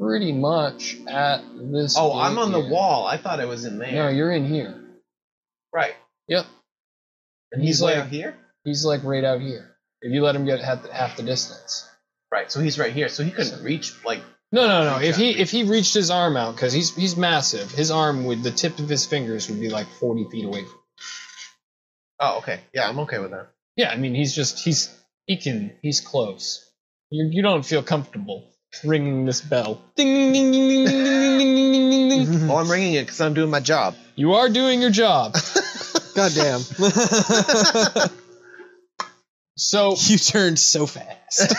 S4: pretty much at this
S3: Oh, I'm
S4: point
S3: on the
S4: here.
S3: wall. I thought it was in there.
S4: No, you're in here.
S3: Right.
S4: Yep.
S3: And
S4: He's
S3: he's, way
S4: like-
S3: out here.
S4: He's like right out here. If you let him get half the, half the distance.
S3: Right. So he's right here. So he couldn't reach like
S4: No, no, no. If he if he reached his arm out, because he's he's massive, his arm would the tip of his fingers would be like forty feet away. From
S3: Oh, okay. Yeah, I'm okay with that.
S4: yeah, I mean he's just he's he can he's close. You you don't feel comfortable ringing this bell. Ding ding ding ding ding ding ding ding ding ding ding.
S3: Well, Oh, I'm ringing it because I'm doing my job.
S4: You are doing your job.
S3: Goddamn.
S4: So
S2: You turned so fast.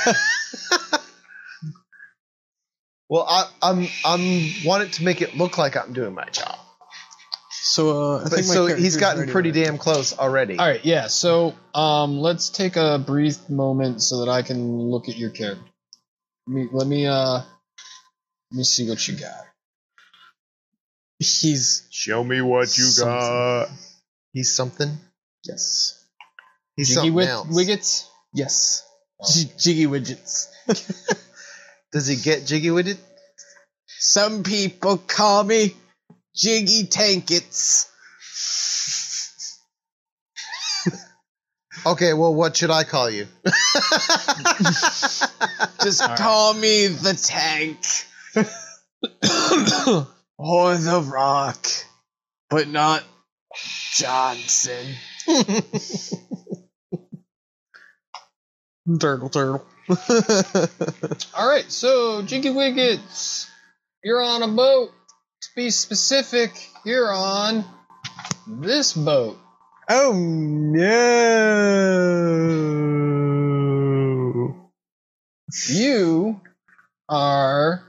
S3: Well, I, I'm I'm wanted to make it look like I'm doing my job,
S2: so uh, I
S3: but
S2: think my
S3: so
S2: character's
S3: he's gotten
S2: ready
S3: pretty
S2: already.
S3: damn close already.
S4: All right, yeah. So, um, let's take a brief moment so that I can look at your character. Let me, let me, uh, let me see what you got.
S2: He's
S14: Show me what you got.
S3: He's something.
S2: yes,
S3: He's
S4: Jiggy
S3: something
S4: Wig-
S3: else.
S4: Wiggets.
S2: yes. J- jiggy widgets.
S3: Does he get jiggy with it?
S2: Some people call me Jiggy Tankets.
S3: Okay, well, what should I call you?
S2: Just call me the tank. or the rock. But not Johnson. turtle turtle.
S4: All right, so Jiggy Wiggets, you're on a boat. To be specific, you're on this boat.
S2: Oh no.
S4: You are,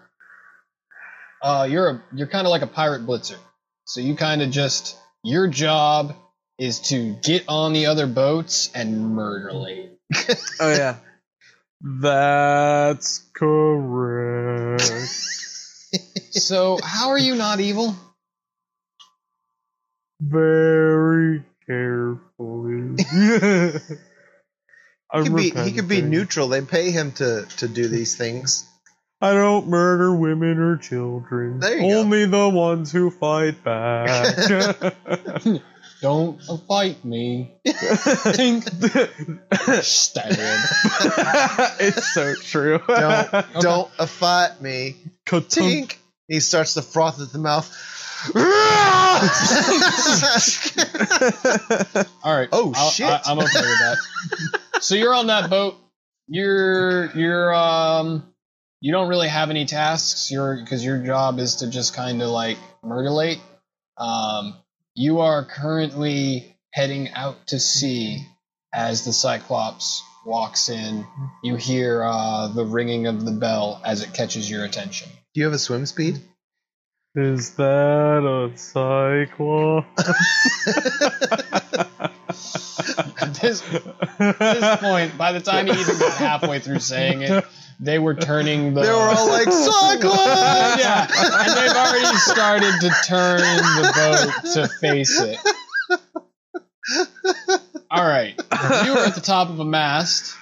S4: uh, you're a, you're kind of like a pirate blitzer. So you kind of just your job is to get on the other boats and murder ladies.
S2: Oh yeah.
S10: That's correct.
S4: so how are you not evil?
S10: Very carefully.
S3: He
S10: I'm
S3: could be he could be
S10: repenting.
S3: neutral. They pay him to to do these things.
S10: I don't murder women or children.
S3: There you go.
S10: Only the ones who fight back.
S4: Don't fight me. Stab.
S10: it's so true.
S3: Don't don't affat me.
S10: Ka-tunk.
S3: Tink. He starts to froth at the mouth.
S4: All right.
S3: Oh,
S4: I'll-
S3: shit.
S4: I, am okay with that. so you're on that boat. You're you're um you don't really have any tasks. Your because your job is to just kind of like murderate. Um, you are currently heading out to sea as the Cyclops walks in. You hear uh, the ringing of the bell as it catches your attention.
S3: do you have a swim speed?
S10: Is that a cyclone?
S4: At this, at this point, by the time you even got halfway through saying it, they were turning the
S3: They were all like
S2: Uh,
S3: cyclone.
S4: yeah, and they've already started to turn the boat to face it. All right, you were at the top of a mast,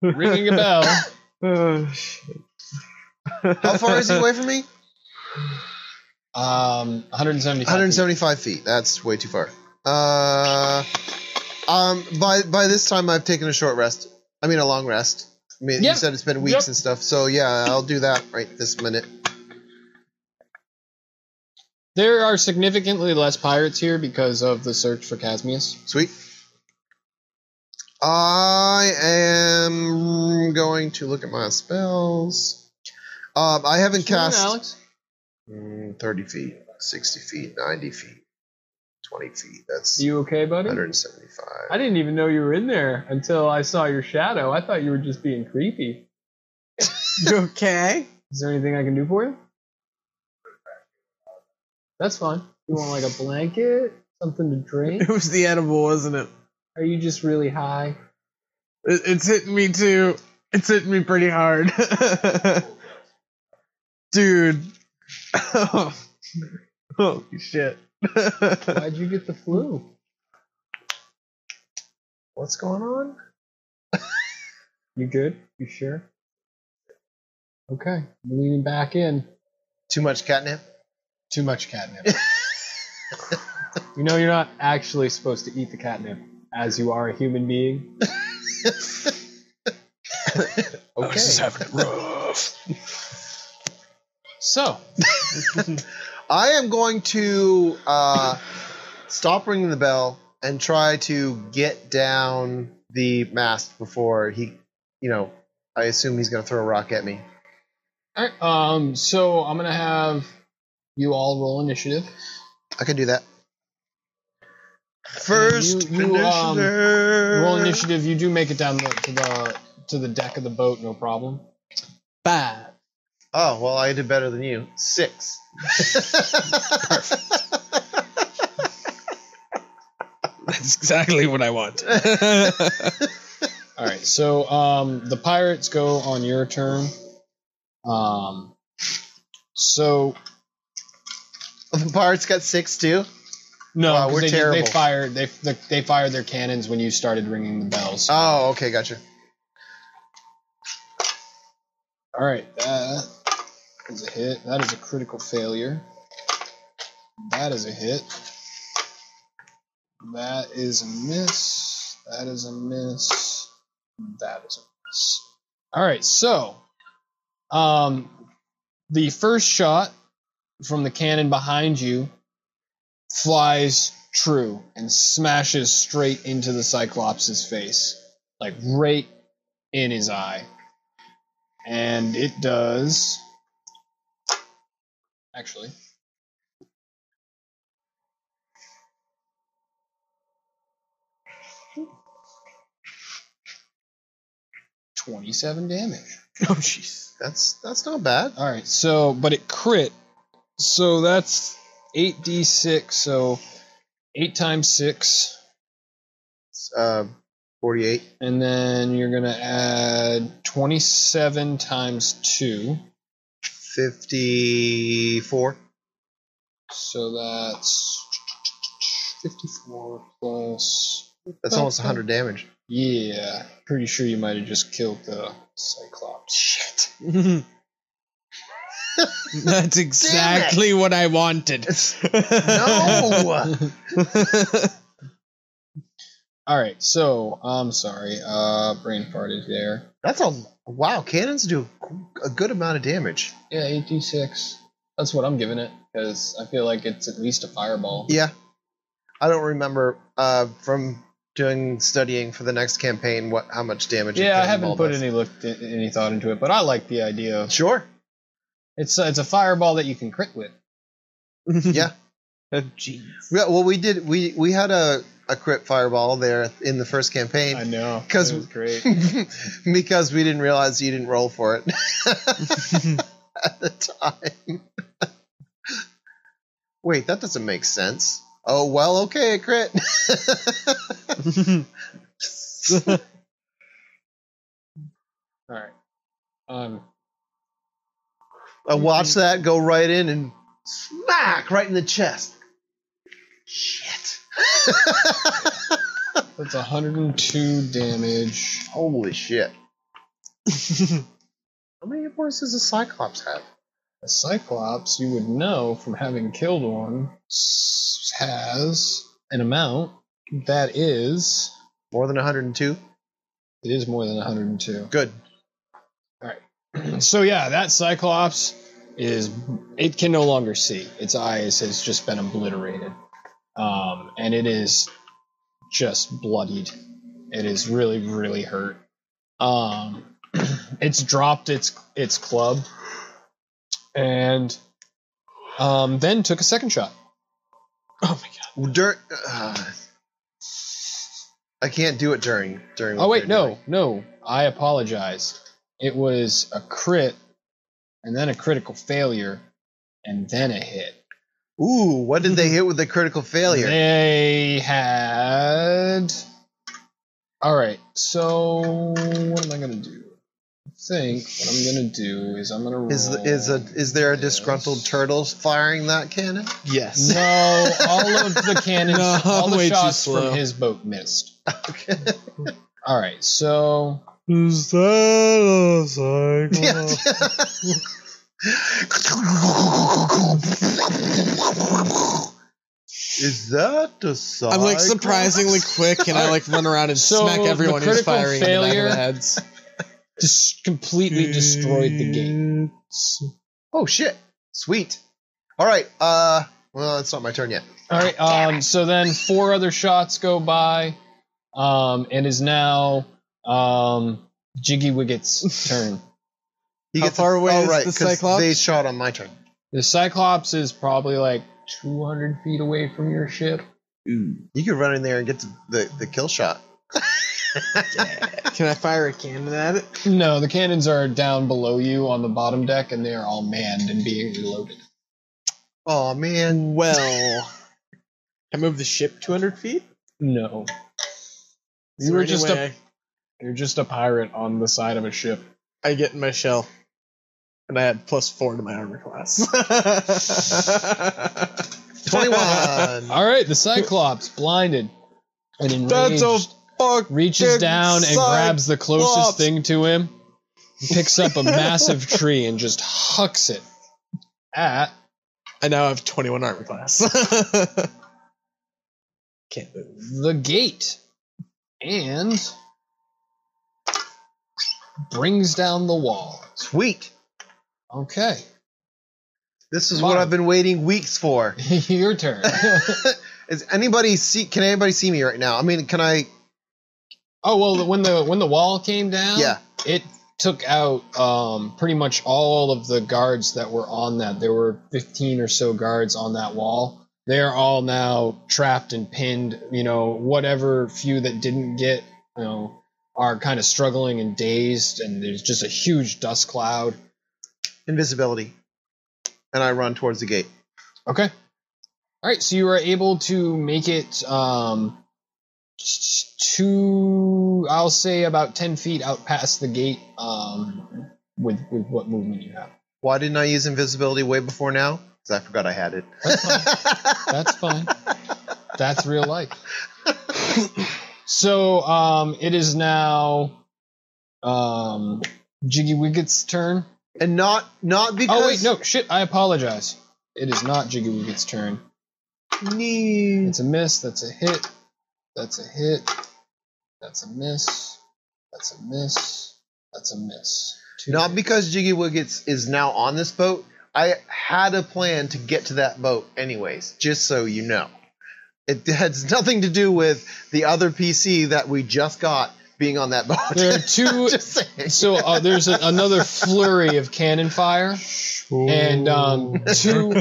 S4: ringing a bell.
S3: How far is he away from me?
S4: Um, 175.
S3: 175 feet. That's way too far. Uh, um, by by this time I've taken a short rest. I mean a long rest. I mean,
S4: Yeah.
S3: you said it's been weeks
S10: Yep.
S3: and stuff. So yeah, I'll do that right this minute.
S4: There are significantly less pirates here because of the search for Casmius.
S3: Sweet. I am going to look at my spells. Um, I haven't cast
S4: Alex.
S3: Mm, 30 feet, 60 feet, 90 feet, 20 feet. That's
S15: You okay, buddy?
S3: 175.
S15: I didn't even know you were in there until I saw your shadow. I thought you were just being creepy.
S2: You okay?
S15: Is there anything I can do for you? That's fine. You want like a blanket, something to drink?
S2: It was the edible, wasn't it?
S15: Are you just really high?
S2: it it's hitting me too. It's hitting me pretty hard. Dude. Holy shit.
S15: Why'd you get the flu? What's going on? you good? You sure? Okay, leaning back in.
S3: Too much catnip?
S4: Too much catnip.
S15: You know you're not actually supposed to eat the catnip, as you are a human being.
S3: Okay.
S4: So
S3: I am going to uh, stop ringing the bell and try to get down the mast before he, you know, I assume he's going to throw a rock at me.
S4: All right. Um. So I'm gonna have you all roll initiative.
S3: I can do that.
S4: First you, you, um, roll initiative. You do make it down the, to the to the deck of the boat, no problem. Five.
S3: Oh well, I did better than you. Six.
S2: That's exactly what I want.
S4: All right. So um, the pirates go on your turn. Um. So
S3: The pirates got six too.
S4: no,
S3: Wow,
S4: uh, 'cause
S3: Oh, we're
S4: they,
S3: terrible.
S4: They fired. They they fired their cannons when you started ringing the bells.
S3: Oh, okay, gotcha.
S4: All right, that is a hit. That is a critical failure. That is a hit. That is a miss. That is a miss. That is a miss. All right, so um, the first shot from the cannon behind you flies true and smashes straight into the Cyclops' face, like right in his eye and it does actually twenty-seven damage.
S2: Oh, jeez.
S3: That's that's not bad.
S4: All right, so but it crit, so that's eight d six. So eight times six,
S3: It's, Uh, Forty-eight.
S4: and then you're gonna add twenty-seven times two.
S3: 54.
S4: So that's 54 plus.
S3: That's almost
S4: oh.
S3: 100 damage.
S4: Yeah, pretty sure you might have just killed the Cyclops. Shit.
S2: That's exactly what I wanted.
S3: No!
S4: All right, so I'm sorry, uh, brain farted there.
S3: That's a. Wow, cannons do a good amount of damage.
S4: Yeah, 86. That's what I'm giving it because I feel like it's at least a fireball.
S3: Yeah. I don't remember uh, from doing studying for the next campaign what how much damage. a
S4: Yeah, I
S3: cannonball
S4: haven't put
S3: does.
S4: any look any thought into it, but I like the idea. of-
S3: Sure.
S4: It's it's a fireball that you can crit with.
S3: Yeah.
S2: Oh, jeez.
S3: Yeah, well, we did. We we had a, a crit fireball there in the first campaign.
S4: I know.
S3: 'Cause-
S4: it was great.
S3: because we didn't realize you didn't roll for it at the time. Wait, that doesn't make sense. Oh well, okay, crit.
S4: All right. Um,
S3: I watched that go right in and smack right in the chest. Shit!
S4: That's 102 damage.
S3: Holy shit! How many hit points does a cyclops have?
S4: A Cyclops, you would know from having killed one, s- has an amount that is.
S3: More than 102.
S4: It is more than 102.
S3: Good.
S4: So, yeah, that Cyclops is. It can no longer see. Its eyes has just been obliterated. Um, and it is just bloodied. It is really, really hurt. Um, it's dropped its its club and um, then took a second shot.
S2: Oh, my
S3: Dirt. Uh, I can't do it during during.
S4: Oh
S3: what
S4: wait,
S3: they're
S4: no,
S3: doing.
S4: no, I apologize. It was a crit, and then a critical failure, and then a hit.
S3: Ooh, what did they hit with the critical failure?
S4: They had. All right, so what am I gonna do? I think what I'm gonna do is I'm gonna roll.
S3: Is is a is there a disgruntled
S4: Yes.
S3: turtle firing that cannon?
S2: Yes.
S4: No, all of the cannons,
S2: No,
S4: all the
S2: way too
S4: shots
S2: slow.
S4: from his boat missed.
S3: Okay.
S4: All right, so
S2: Is that a cycle?
S3: is that a cycle?
S2: I'm like surprisingly quick, and I like run around and
S4: So,
S2: smack
S4: the
S2: everyone who's
S4: critical
S2: firing in the back of
S4: failure-
S2: the heads.
S4: just completely destroyed the game.
S3: Oh shit! Sweet. All right. Uh, well, it's not my turn yet.
S4: All right. Um, so then four other shots go by, um, and is now um, Jiggy Wiggit's turn.
S7: He
S2: How
S7: gets
S2: far away
S7: oh,
S2: is
S7: right,
S2: the
S7: 'cause
S2: Cyclops?
S7: They shot on my turn.
S4: The Cyclops is probably like 200 feet away from your ship.
S3: You can run in there and get the, the kill shot.
S10: Can I fire a cannon at it?
S4: No, the cannons are down below you on the bottom deck, and they are all manned and being reloaded.
S3: Oh man.
S10: Well, I move the ship 200 feet.
S4: No,
S10: Is
S4: You
S10: there
S4: were
S10: any
S4: just
S10: way
S4: you're just a pirate on the side of a ship.
S10: I I get in my shell, and I had plus four to my armor class.
S3: Twenty one.
S4: All right, the Cyclops blinded and enraged,
S2: fuck.
S4: reaches down and
S2: Cyclops.
S4: grabs the closest thing to him, picks up a massive tree and just hucks it at
S10: I now have 21 armor class. Can't move.
S4: the gate and brings down the wall.
S3: Sweet.
S4: Okay,
S3: This is
S4: Come
S3: what
S4: on.
S3: I've been waiting weeks for.
S4: your turn.
S3: Is anybody see? Can anybody see me right now? I mean, can I?
S4: Oh well, when the when the wall came down,
S3: Yeah.
S4: it took out um, pretty much all of the guards that were on that. There were fifteen or so guards on that wall. They are all now trapped and pinned. You know, whatever few that didn't get, you know, are kind of struggling and dazed, and there's just a huge dust cloud.
S3: Invisibility. And I run towards the gate.
S4: Okay. All right, so you were able to make it um, t- two, I'll say about 10 feet out past the gate um, with, with what movement you have.
S3: Why didn't I use invisibility way before now? Because I forgot I had it.
S4: That's fine. That's real life. so um, it is now um, Jiggy Wiggett's turn.
S3: and not not because.
S4: Oh, wait, no, shit, I apologize. It is not Jiggy Wiggett's turn.
S3: Nee.
S4: It's a miss. That's a hit. That's a hit. That's a miss. That's a miss. That's a miss. Two
S3: Not because Jiggy Wiggets is now on this boat. I had a plan to get to that boat anyways, just so you know. It has nothing to do with the other PC that we just got being on that boat.
S4: There are two.
S3: just saying.
S4: so uh, there's a, another flurry of cannon fire, and um, two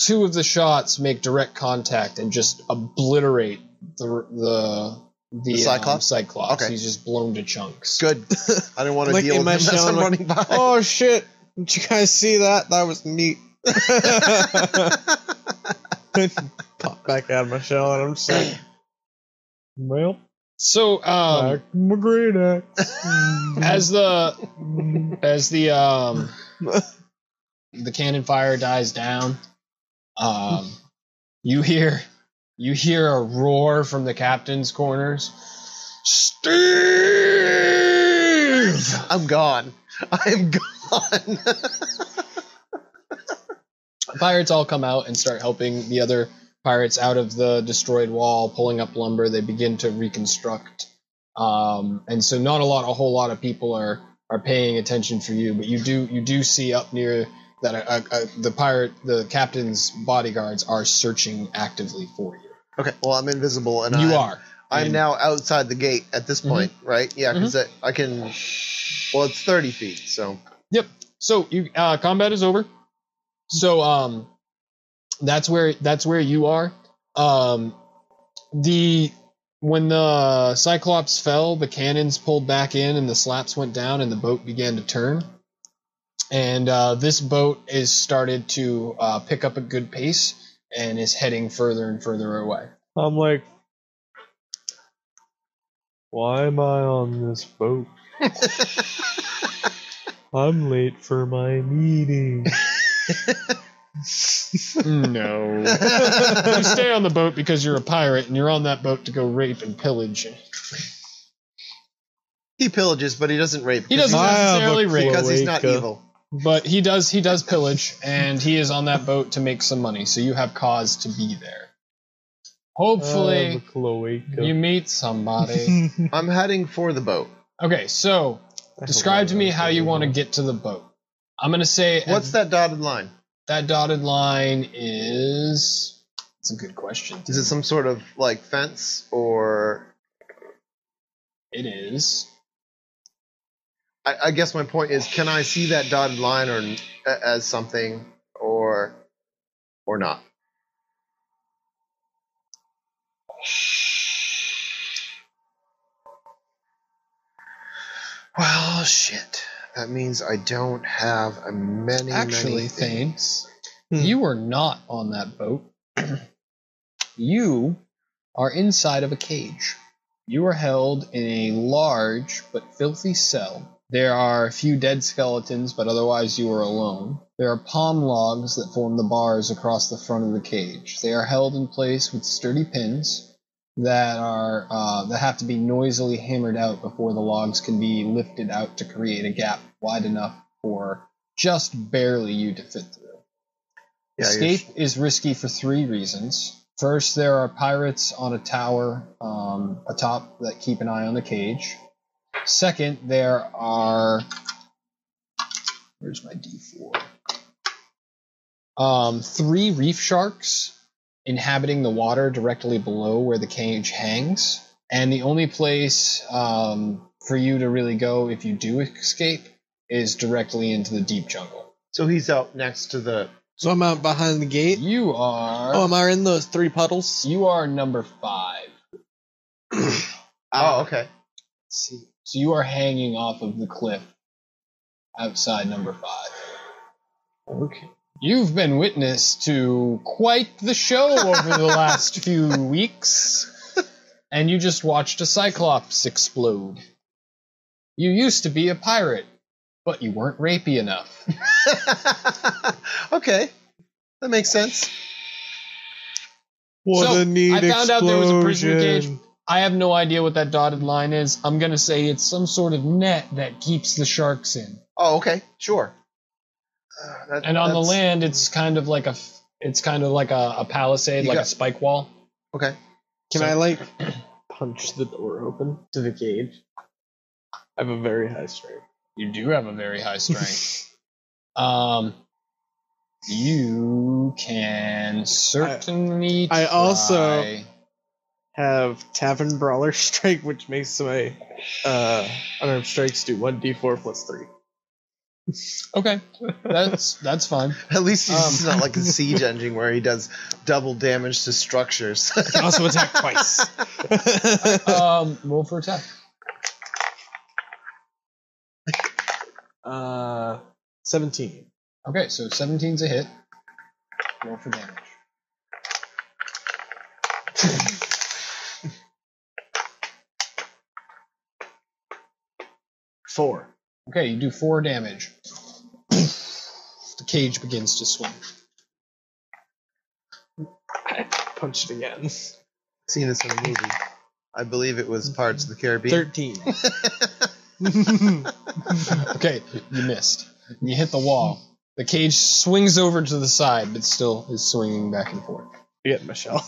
S4: two of the shots make direct contact and just obliterate the the the,
S3: The Cyclops?
S4: um, Cyclops.
S3: Okay.
S4: He's just blown to chunks.
S3: Good. I didn't want to
S2: Like
S3: deal
S2: in
S3: with
S2: my
S3: him as
S2: shell,
S3: I'm
S2: like-
S3: running by.
S2: Oh shit! Did you guys see that? That was neat. Pop back out of my shell, and I'm just like, well,
S4: So um,
S2: my great axe.
S4: as the as the um the cannon fire dies down um you hear you hear a roar from the captain's corners steve
S3: I'm gone. I'm gone.
S4: pirates all come out and start helping the other pirates out of the destroyed wall, pulling up lumber. They begin to reconstruct, um, and so not a lot, a whole lot of people are are paying attention for you. But you do you do see up near that uh, uh, the pirate, the captain's bodyguards are searching actively for you.
S3: okay, well, I'm invisible and
S4: you
S3: I'm,
S4: are.
S3: I'm
S4: And-
S3: now outside the gate at this point, right? Yeah, because I can. Well, it's 30 feet, so.
S4: So you uh, combat is over. So um, that's where that's where you are. Um, the when the Cyclops fell, the cannons pulled back in, and the slaps went down, and the boat began to turn. And uh, this boat is started to uh, pick up a good pace and is heading further and further away.
S12: I'm like, why am I on this boat? I'm late for my meeting.
S4: no, you stay on the boat because you're a pirate, and you're on that boat to go rape and pillage.
S3: He pillages, but he doesn't rape.
S4: He doesn't
S12: I have a
S4: necessarily rape.
S3: because he's not
S12: Cloaca.
S3: evil.
S4: But he does he does pillage, and he is on that boat to make some money. So you have cause to be there.
S12: I
S2: Oh,
S4: Hopefully,
S12: have a cloaca.
S4: you meet somebody.
S3: I'm heading for the boat.
S4: okay, so describe to me how you want to get to the boat. I'm gonna say
S3: What's that dotted line?
S4: that dotted line is. It's a good question.
S3: Is it some sort of like fence or?
S4: It is.
S3: I, I guess my point is, can I see that dotted line or n- a- as something or or not? Well, shit. That means I don't have a many.
S4: Actually,
S3: many things.
S4: Thanes, you were not on that boat. you are inside of a cage. You are held in a large but filthy cell. There are a few dead skeletons, but otherwise you are alone. There are palm logs that form the bars across the front of the cage. They are held in place with sturdy pins that are uh, that have to be noisily hammered out before the logs can be lifted out to create a gap wide enough for just barely you to fit through.
S3: Yeah, you're-
S4: Escape is risky for three reasons. First, there are pirates on a tower um, atop that keep an eye on the cage. Second, there are. Where's my D4? Um, three reef sharks inhabiting the water directly below where the cage hangs. And the only place um, for you to really go if you do escape is directly into the deep jungle.
S3: So he's out next to the.
S2: So I'm out behind the gate.
S4: You are.
S2: Oh, am I in those three puddles?
S4: You are number five.
S3: Oh, okay.
S4: see. So you are hanging off of the cliff outside number five.
S3: Okay.
S4: You've been witness to quite the show over the last few weeks. And you just watched a cyclops explode. You used to be a pirate, but you weren't rapey enough.
S3: okay, that makes sense.
S4: What So, a
S2: neat
S4: I found out there was a prisoner cage. I have no idea what that dotted line is. I'm going to say it's some sort of net that keeps the sharks in.
S3: Oh, okay, sure. Uh, that-
S4: And on the
S3: that's-
S4: land, it's kind of like a f- it's kind of like a, a palisade,
S3: You
S4: like a
S3: got-
S4: spike wall.
S3: Okay.
S10: Can I like punch the door open to the cage? I have a very high strength.
S4: You do have a very high strength. um, you can certainly.
S10: I also-
S4: try-
S10: Have tavern brawler strike, which makes my uh, unarmed strikes do one d4 plus three.
S4: okay. That's that's fine.
S3: At least he's
S4: Um.
S3: it's not like a siege engine where he does double damage to structures.
S10: Can also attack twice.
S4: Um, roll for attack.
S10: uh, seventeen.
S4: Okay, so 17's a hit. Roll for damage.
S10: Four.
S4: Okay, you do four damage. the cage begins to swing.
S10: Punch it again.
S3: Seen this in a movie. I believe it
S4: Mm-hmm.
S3: was Pirates of the Caribbean.
S10: Thirteen.
S4: okay, you missed. You hit the wall. The cage swings over to the side, but still is swinging back and forth.
S10: Get Michelle.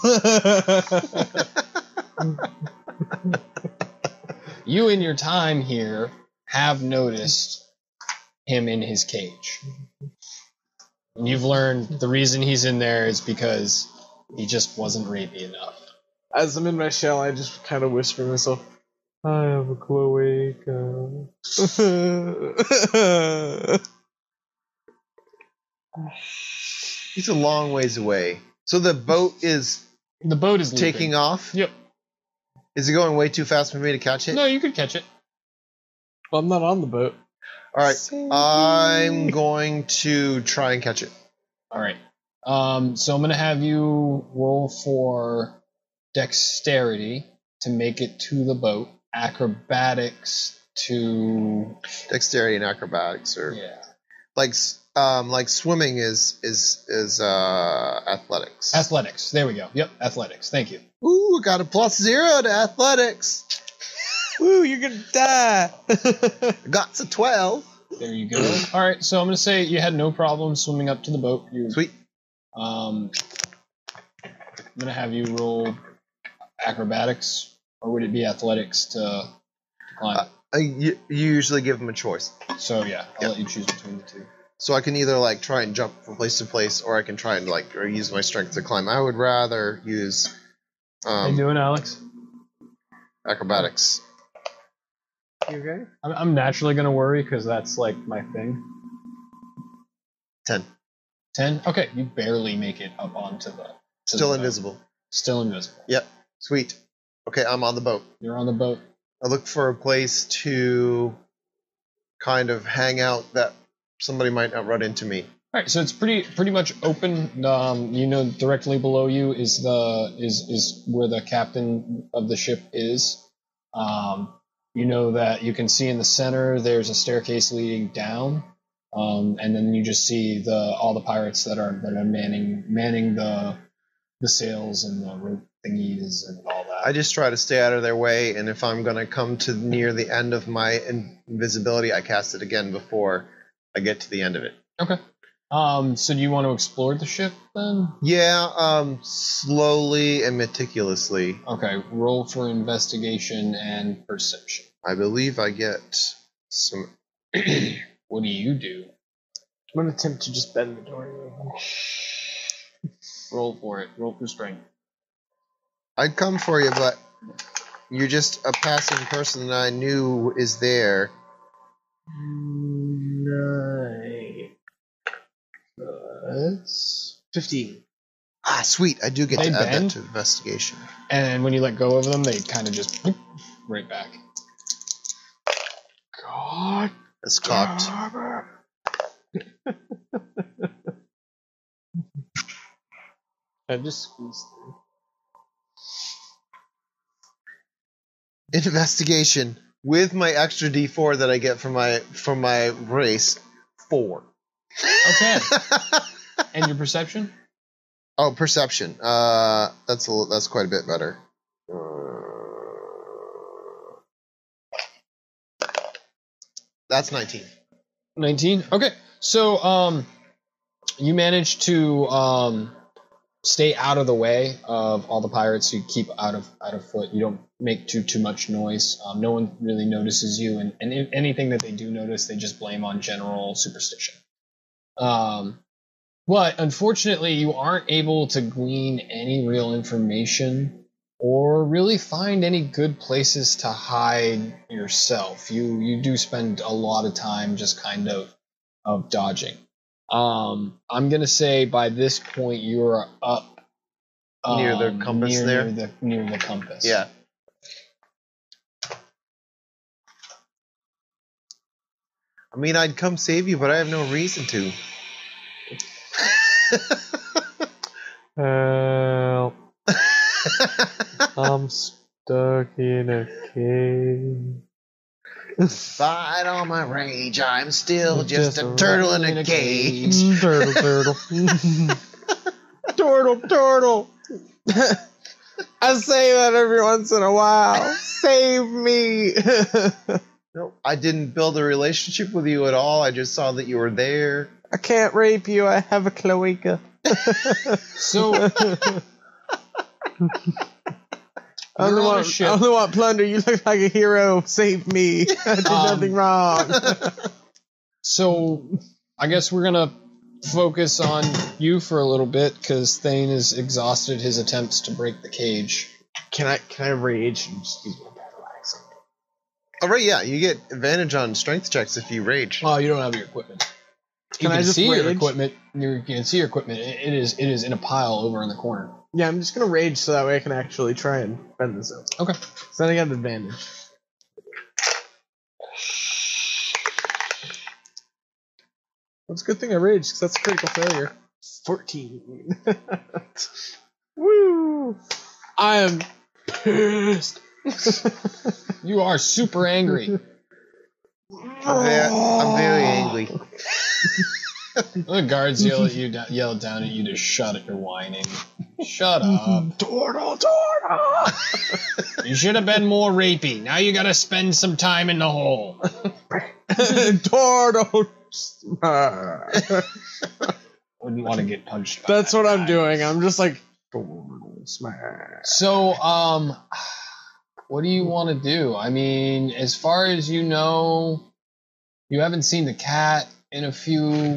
S4: You, in your time here, have noticed him in his cage. And you've learned the reason he's in there is because he just wasn't rapey enough.
S10: As I'm in my shell, I just kind of whisper to myself, "I have a cloaca."
S3: He's a long ways away. So the boat is
S4: The boat is leaving.
S3: taking off.
S4: Yep.
S3: Is it going way too fast for me to catch it?
S4: No, you could catch it.
S10: well, I'm not on the boat.
S3: All right. I'm going to try and catch it.
S4: All right. Um, so I'm gonna have you roll for dexterity to make it to the boat. Acrobatics to
S3: Dexterity and acrobatics, or
S4: yeah.
S3: like s- um, like swimming is is is uh, athletics.
S4: athletics. There we go. Yep, athletics. Thank you.
S3: Ooh, got a plus zero to athletics.
S2: Woo, you're gonna die.
S3: Got a twelve.
S4: There you go. All right. So I'm gonna say you had no problem swimming up to the boat. You,
S3: Sweet.
S4: Um, I'm gonna have you roll acrobatics, or would it be athletics to, to climb?
S3: Uh, you, you usually give them a choice,
S4: so yeah, I'll
S3: yeah.
S4: let you choose between the two.
S3: so I can either like try and jump from place to place, or I can try and like or use my strength to climb. I would rather use
S4: How you
S3: um,
S4: doing, Alex?
S3: acrobatics.
S7: You okay?
S4: I'm, I'm naturally gonna worry because that's like my thing.
S3: Ten.
S4: Ten. Okay, you barely make it up onto the. to
S3: Still
S4: the-
S3: invisible.
S4: Still invisible.
S3: Sweet. Okay, I'm on the boat.
S4: You're on the boat.
S3: I look for a place to kind of hang out that somebody might not run into me.
S4: All right, so it's pretty pretty much open. Um, you know, directly below you is the is is where the captain of the ship is. Um, you know that you can see in the center there's a staircase leading down, um, and then you just see the all the pirates that are that are manning manning the the sails and the rope thingies and all that.
S3: I just try to stay out of their way, and if I'm going to come to near the end of my in- invisibility, I cast it again before I get to the end of it.
S4: Um, so do you want to explore the ship then?
S3: Yeah, um, slowly and meticulously.
S4: Okay, roll for investigation and perception.
S3: I believe I get some.
S4: what do you do?
S10: I'm gonna attempt to just bend the door.
S4: Roll for it. Roll for strength.
S3: I'd come for you, but you're just a passing person that I knew is there.
S10: Nine. That's
S7: Fifteen.
S3: Ah, sweet! I do get
S4: Hey,
S3: to add
S4: Ben?
S3: that to investigation.
S4: And when you let go of them, they kind of just boop, right back.
S10: God.
S3: It's cocked.
S10: I just squeezed through.
S3: investigation with my extra d4 that I get from my from my race four.
S4: Okay. and your perception?
S3: oh, perception. Uh, that's a li- that's quite a bit better. Uh, That's nineteen.
S4: 19. Okay. So, um, you manage to um, stay out of the way of all the pirates. You keep out of out of foot. You don't make too too much noise. Um, no one really notices you, and, and if anything that they do notice, they just blame on general superstition. Um, but unfortunately, you aren't able to glean any real information or really find any good places to hide yourself. You you do spend a lot of time just kind of of dodging. Um, I'm gonna say by this point you are up
S3: Near the
S4: um,
S3: compass
S4: near,
S3: there?
S4: near the near the compass.
S3: Yeah. I mean, I'd come save you, but I have no reason to.
S12: Help. I'm stuck in a cave.
S3: Fight all my rage. I'm still
S12: Just
S3: just,
S12: a
S3: a turtle in a cage.
S12: turtle, turtle.
S10: Turtle, turtle. I say that every once in a while. Save me.
S3: Nope. I didn't build a relationship with you at all. I just saw that you were there.
S10: I can't rape you. I have a cloaca.
S4: So
S10: I
S4: You're
S10: only,
S4: on a
S10: want,
S4: ship.
S10: I
S2: oh,
S10: only want plunder. You look like a hero. Save me. I did
S4: Um,
S10: nothing wrong.
S4: so I guess we're gonna focus on you for a little bit because Thane has exhausted his attempts to break the cage.
S10: Can I can I rage and just use my parallax?
S3: Oh, right, yeah. You get advantage on strength checks if you rage.
S4: Oh, you don't have your equipment. you
S10: Can I
S4: can
S10: just
S4: see your
S10: rage?
S4: equipment. You can see your equipment. It- it is it is in a pile over in the corner.
S10: Yeah, I'm just gonna rage so that way I can actually try and bend this up.
S4: Okay.
S10: So then I got an advantage. Well, it's a good thing I raged because that's a critical failure. Fourteen. Woo! I am pissed.
S4: You are super angry.
S3: I'm, ve- I'm very angry.
S4: the guards yell at you, da- yell down at you to shut it. You're whining. Shut up.
S10: Tortle, tortle!
S4: You should have been more rapey. Now you gotta spend some time in the hole.
S10: Tortle! smash.
S4: Wouldn't want to get punched. by
S10: That's
S4: that
S10: what I'm
S4: guy.
S10: doing. I'm just like Tortle smash.
S4: So, um, what do you want to do? I mean, as far as you know, you haven't seen the cat in a few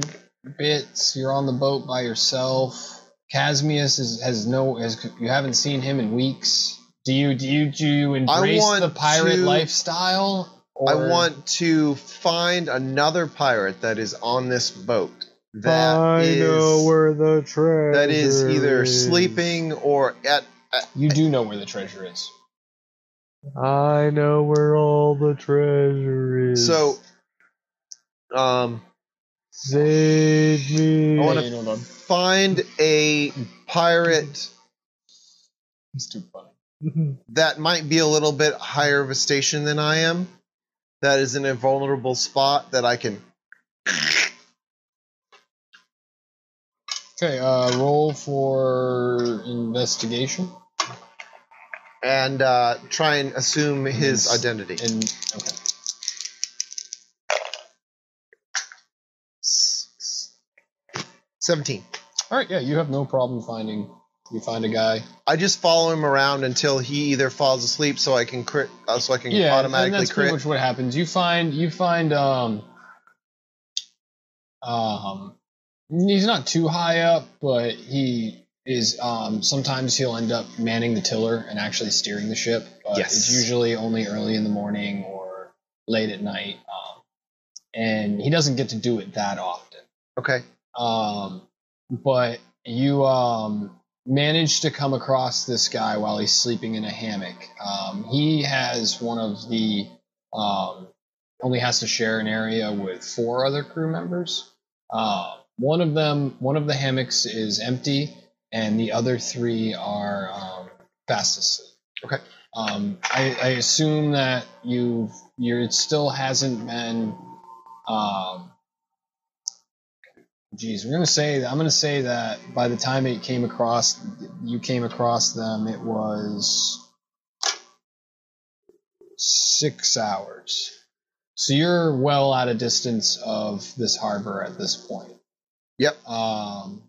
S4: bits. You're on the boat by yourself. Casmius is, has no, has, you haven't seen him in weeks. Do you do you do you embrace
S3: want
S4: the pirate
S3: to-
S4: lifestyle, Or
S3: I want to find another pirate that is on this boat. that
S10: I
S3: is-
S10: know where the treasure
S3: that is either
S10: is.
S3: sleeping or at.
S4: You do know where the treasure is.
S10: I know where all the treasure is.
S3: So, um,
S10: save me.
S3: I want
S4: Hey, hold
S3: to
S4: on.
S3: find a pirate
S4: It's too funny.
S3: that might be a little bit higher of a station than I am. That is an invulnerable spot that I can.
S4: Okay, uh, roll for investigation
S3: And uh, try and assume his
S4: Yes.
S3: identity.
S4: and okay.
S3: Seventeen.
S4: All right, yeah, you have no problem finding. You find a guy.
S3: I just follow him around until he either falls asleep, so I can crit, uh, so I can
S4: Yeah, and
S3: automatically
S4: that's pretty
S3: crit.
S4: much what happens. You find you find um um he's not too high up, but he is um sometimes he'll end up manning the tiller and actually steering the ship. But
S3: Yes.
S4: it's usually only early in the morning or late at night. Um, and he doesn't get to do it that often.
S3: okay.
S4: Um, but you um, managed to come across this guy while he's sleeping in a hammock. Um, he has one of the um, only has to share an area with four other crew members. Uh, one of them, one of the hammocks is empty, and the other three are um, fast asleep.
S3: Okay.
S4: Um, I, I assume that you've you're it still hasn't been um, Jeez, we're gonna say I'm gonna say that by the time it came across, you came across them, it was six hours. So you're well out of distance of this harbor at this point.
S3: Yep.
S4: Um,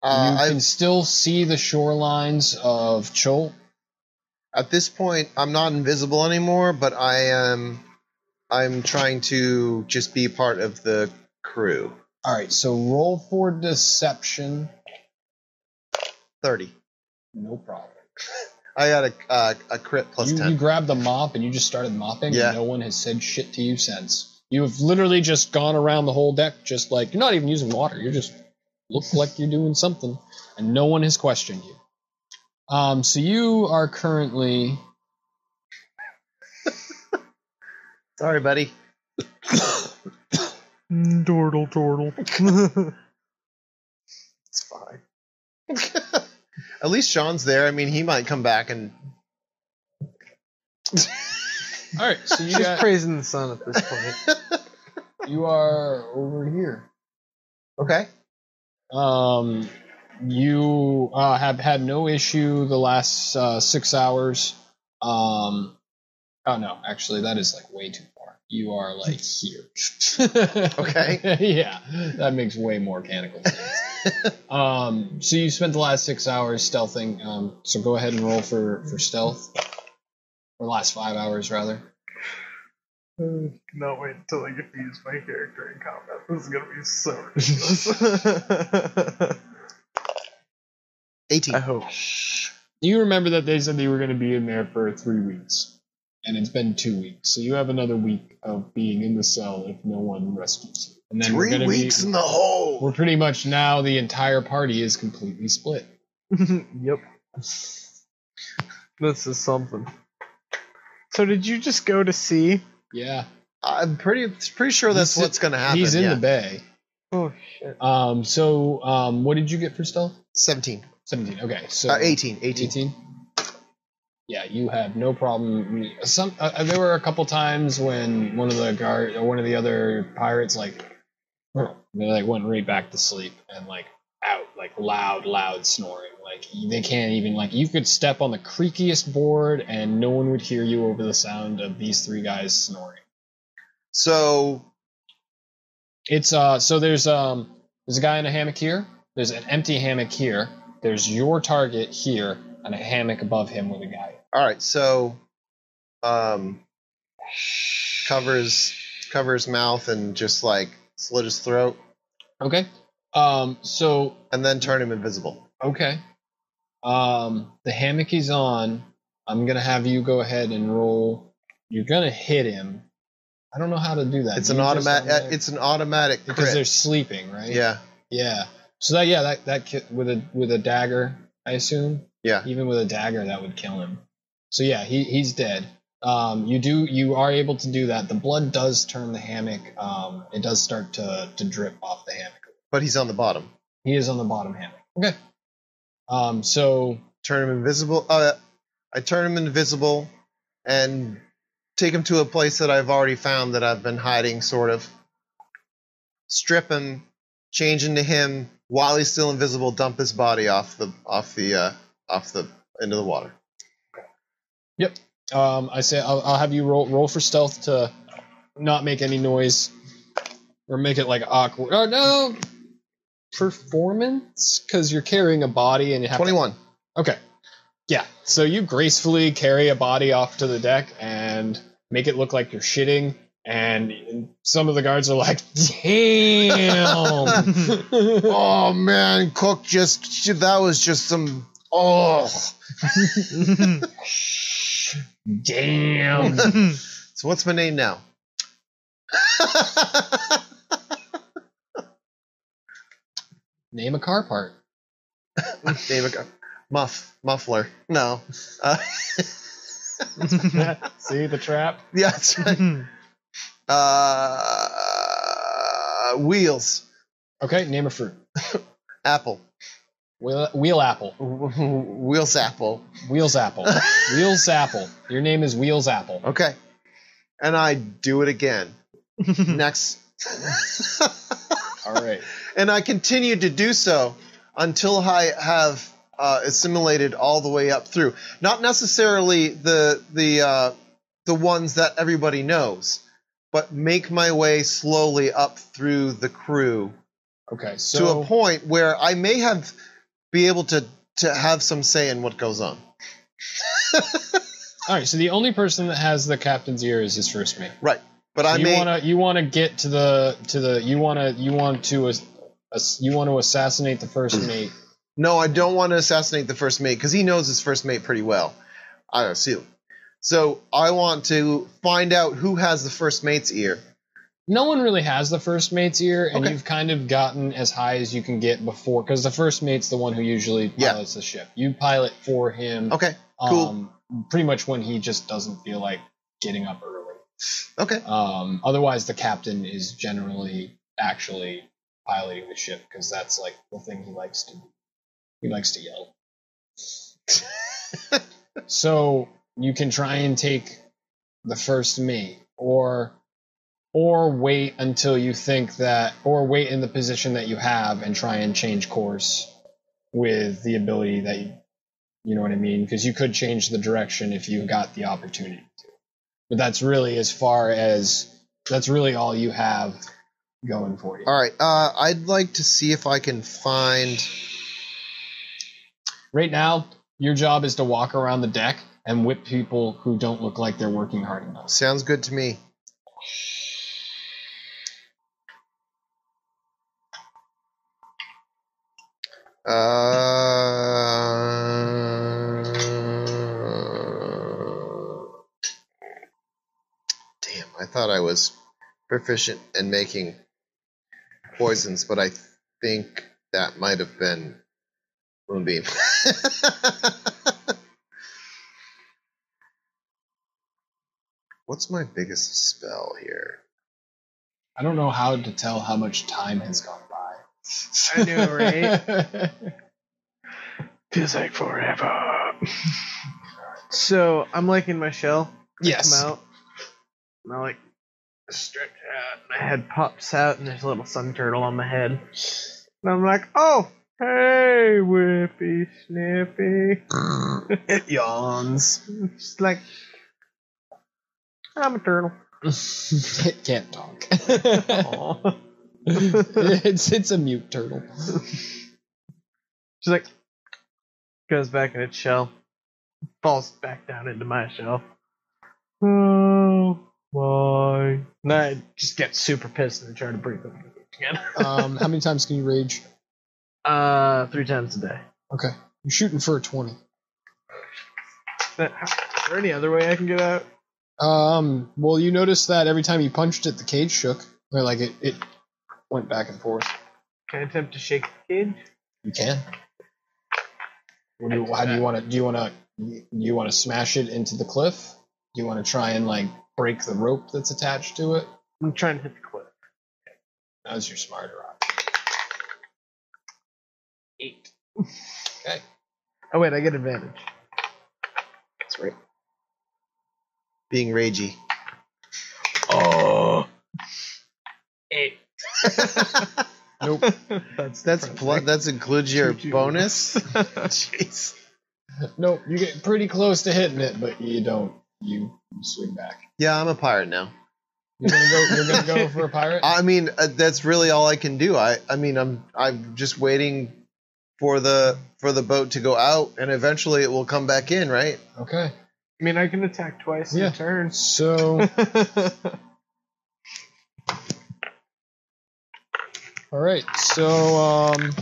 S3: Uh,
S4: you
S3: I
S4: can still see the shorelines of Chol.
S3: at this point i'm not invisible anymore but i am i'm trying to just be part of the crew
S4: All right, so roll for deception.
S3: 30
S4: No problem.
S3: i got a, uh, a crit plus
S4: you,
S3: 10
S4: you grabbed the mop and you just started mopping
S3: Yeah.
S4: and no one has said shit to you since you have literally just gone around the whole deck just like you're not even using water you just look like you're doing something and no one has questioned you um, so you are currently
S3: sorry buddy
S10: Dortle, tortle.
S3: it's fine at least sean's there i mean he might come back and
S4: all right so you
S10: Just
S4: got
S10: praising the sun at this point.
S4: you are over here
S3: okay
S4: Um, you uh, have had no issue the last uh, six hours. Um, oh no, actually, that is like way too far. You are like here.
S3: Okay.
S4: yeah, that makes way more mechanical sense. um, so you spent the last six hours stealthing. Um, so go ahead and roll for for stealth. Or last five hours, rather.
S10: Cannot wait until I get to use my character in combat. This is gonna be so ridiculous.
S3: 18
S10: hope.
S12: You remember that they said they were going to be in there for three weeks.
S4: And it's been two weeks, so you have another week of being in the cell if no one rescues you. And then we're gonna be,
S3: in the hole
S4: we're pretty much now the entire party is completely split.
S10: yep. This is something. So did you just go to sea?
S4: Yeah,
S3: i'm pretty pretty sure that's
S4: He's-
S3: what's gonna happen
S4: he's in
S3: yeah.
S4: the bay.
S10: Oh shit.
S4: Um, so um, what did you get for stealth?
S3: 17
S4: Seventeen. Okay, so
S3: uh, 18 18
S4: 18. Yeah, you have no problem. Some uh, there were a couple times when one of the guard, or one of the other pirates, like they like went right back to sleep and like out, like loud, loud snoring. Like they can't even like you could step on the creakiest board and no one would hear you over the sound of these three guys snoring.
S3: so
S4: It's uh so there's um there's a guy in a hammock here. There's an empty hammock here. There's your target here and a hammock above him with a guy.
S3: All right, so um covers covers mouth and just like slit his throat
S4: Okay. Um so
S3: and then turn him invisible.
S4: okay. Um the hammock he's on, I'm going to have you go ahead and roll You're gonna hit him. I don't know how to do that.
S3: It's
S4: Do
S3: an
S4: you just
S3: automatic.
S4: automatic-
S3: It's an automatic
S4: because
S3: crit.
S4: they're sleeping, right?
S3: yeah,
S4: Yeah. So that yeah, that that ki- with a with a dagger, I assume.
S3: Yeah.
S4: Even with a dagger, that would kill him. So yeah, he he's dead. Um, you do you are able to do that. The blood does turn the hammock. Um, it does start to to drip off the hammock.
S3: but he's on the bottom.
S4: He is on the bottom hammock. Okay. Um, so
S3: Turn him invisible. Uh, I turn him invisible, and take him to a place that I've already found that I've been hiding, sort of. Strip him, change into him while he's still invisible. Dump his body off the off the uh, off the into the water.
S4: um, I say I'll, I'll have you roll roll for stealth to not make any noise or make it like awkward. Oh no, performance because you're carrying a body and you have to-
S3: Twenty one.
S4: Okay. Yeah. So you gracefully carry a body off to the deck and make it look like you're shitting, and some of the guards are like, "Damn."
S3: oh man, Cook just that was just some oh.
S4: Damn.
S3: So what's my name now?
S4: Name a car part.
S3: Name it Muff Muffler. No. Uh,
S4: See the trap?
S3: yeah, that's right. Uh, wheels.
S4: Okay, name a fruit.
S3: Apple.
S4: Wheel, wheel apple.
S3: Wheels apple.
S4: Wheels apple. Wheels apple. Your name is Wheels Apple.
S3: Okay. And I do it again. Next.
S4: All right.
S3: and I continue to do so until I have uh, assimilated all the way up through. Not necessarily the the uh, the ones that everybody knows, but make my way slowly up through the crew
S4: Okay.
S3: to a
S4: So
S3: point where I may have be able to to have some say in what goes on.
S4: all right. So the only person that has the captain's ear is his first mate.
S3: But I
S4: you
S3: may
S4: wanna you wanna get to the to the you wanna you want to as- as- you want to assassinate the first mate.
S3: no, I don't want to assassinate the first mate because he knows his first mate pretty well. I assume. So I want to find out who has the first mate's ear.
S4: No one really has the first mate's ear, and
S3: Okay.
S4: you've kind of gotten as high as you can get before because the first mate's the one who usually
S3: Yeah.
S4: pilots the ship. You pilot for him.
S3: Okay. cool.
S4: Um, pretty much when he just doesn't feel like getting up early.
S3: Okay.
S4: Um, otherwise, the captain is generally actually piloting the ship because that's like the thing he likes to. He likes to yell. so you can try and take the first mate, or or wait until you think that, or wait in the position that you have and try and change course with the ability that you, you know what I mean, because you could change the direction if you got the opportunity to. But that's really as far as that's really all you have going for you.
S3: All right. Uh, I'd like to see if I can find.
S4: Right now, your job is to walk around the deck and whip people who don't look like they're working hard enough.
S3: Sounds good to me. Uh, damn, I thought I was proficient in making poisons, but I think that might have been Moonbeam. What's my biggest spell here?
S4: I don't know how to tell how much time has gone by.
S10: I know,
S4: right?
S10: Feels like forever. So I'm like in my shell.
S4: yes.
S10: Come out. And I like stretch out, and my head pops out, and there's a little sun turtle on my head. And I'm like, oh, hey, Whippy Snippy.
S4: It yawns.
S10: Just like, I'm a turtle.
S4: it can't talk.
S10: Aw.
S4: it's it's a mute turtle.
S10: She's like, goes back in its shell, falls back down into my shell. Oh, why? And I just get super pissed and try to breathe it again.
S4: Um, how many times can you rage?
S10: Uh, three times a day.
S4: Okay, you're shooting for a twenty.
S10: Is there any other way I can get out?
S4: Um, well, you noticed that every time you punched it, the cage shook. Or like it, it went back and forth.
S2: Can I attempt to shake the cage?
S4: You can. What do you, how do you want to? Do you want to? Do you want to smash it into the cliff? Do you want to try and like break the rope that's attached to it?
S2: I'm trying to hit the cliff.
S4: That was your smarter option.
S2: Eight.
S4: Okay.
S2: Oh wait, I get advantage.
S4: That's right.
S3: Being ragey.
S4: Oh.
S2: Eight.
S4: Nope.
S2: That's
S3: That's pl- that's includes your bonus. Jeez.
S4: nope. You get pretty close to hitting it, but you don't. You you swing back.
S3: Yeah, I'm a pirate now.
S4: You're gonna go. You're gonna go for a pirate.
S3: I mean, uh, that's really all I can do. I I mean, I'm I'm just waiting for the for the boat to go out, and eventually it will come back in, right?
S4: Okay.
S2: I mean, I can attack twice
S4: Yeah.
S2: in a turn.
S4: So, all right. So, um,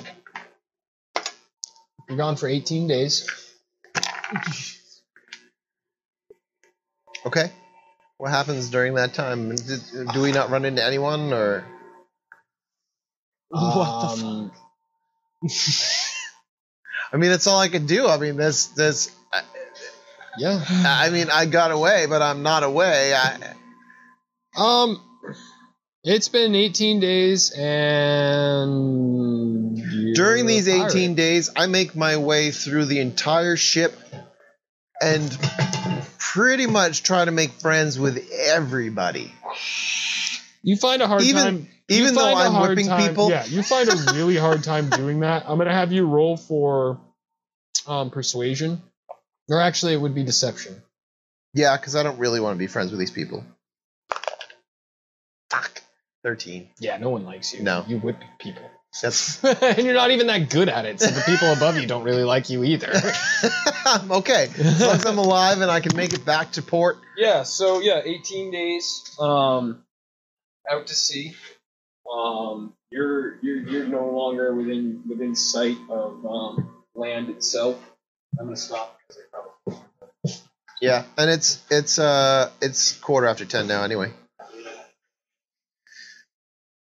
S4: you're gone for 18 days.
S3: Okay. What happens during that time? Did- do we not run into anyone, or
S4: What
S16: Um,
S4: the fuck?
S3: I mean, that's all I can do. I mean, that's that's. I,
S4: Yeah.
S3: I mean, I got away, but I'm not away. I,
S4: Um, it's been 18 days, and you're
S3: during
S4: a
S3: these 18
S4: pirate.
S3: days, I make my way through the entire ship and pretty much try to make friends with everybody.
S16: You find a hard
S3: Even-
S16: time.
S3: even
S16: you
S3: though
S16: find a
S3: I'm
S16: hard
S3: whipping
S16: time-
S3: people?
S16: Yeah, you find a really hard time doing that. I'm gonna have you roll for um, persuasion.
S4: or actually, it would be deception.
S3: Yeah, because I don't really want to be friends with these people. Fuck. 13.
S4: Yeah, no one likes you.
S3: No.
S4: you whip people,
S3: That's.
S4: and you're not even that good at it. So the people above you don't really like you either.
S3: I'm okay. As long as I'm alive and I can make it back to port.
S4: yeah. So yeah, 18 days. Um, out to sea.
S17: Um, you're you're you're no longer within within sight of um, land itself. I'm gonna stop because I probably
S3: Yeah, and it's it's uh it's quarter after ten now anyway.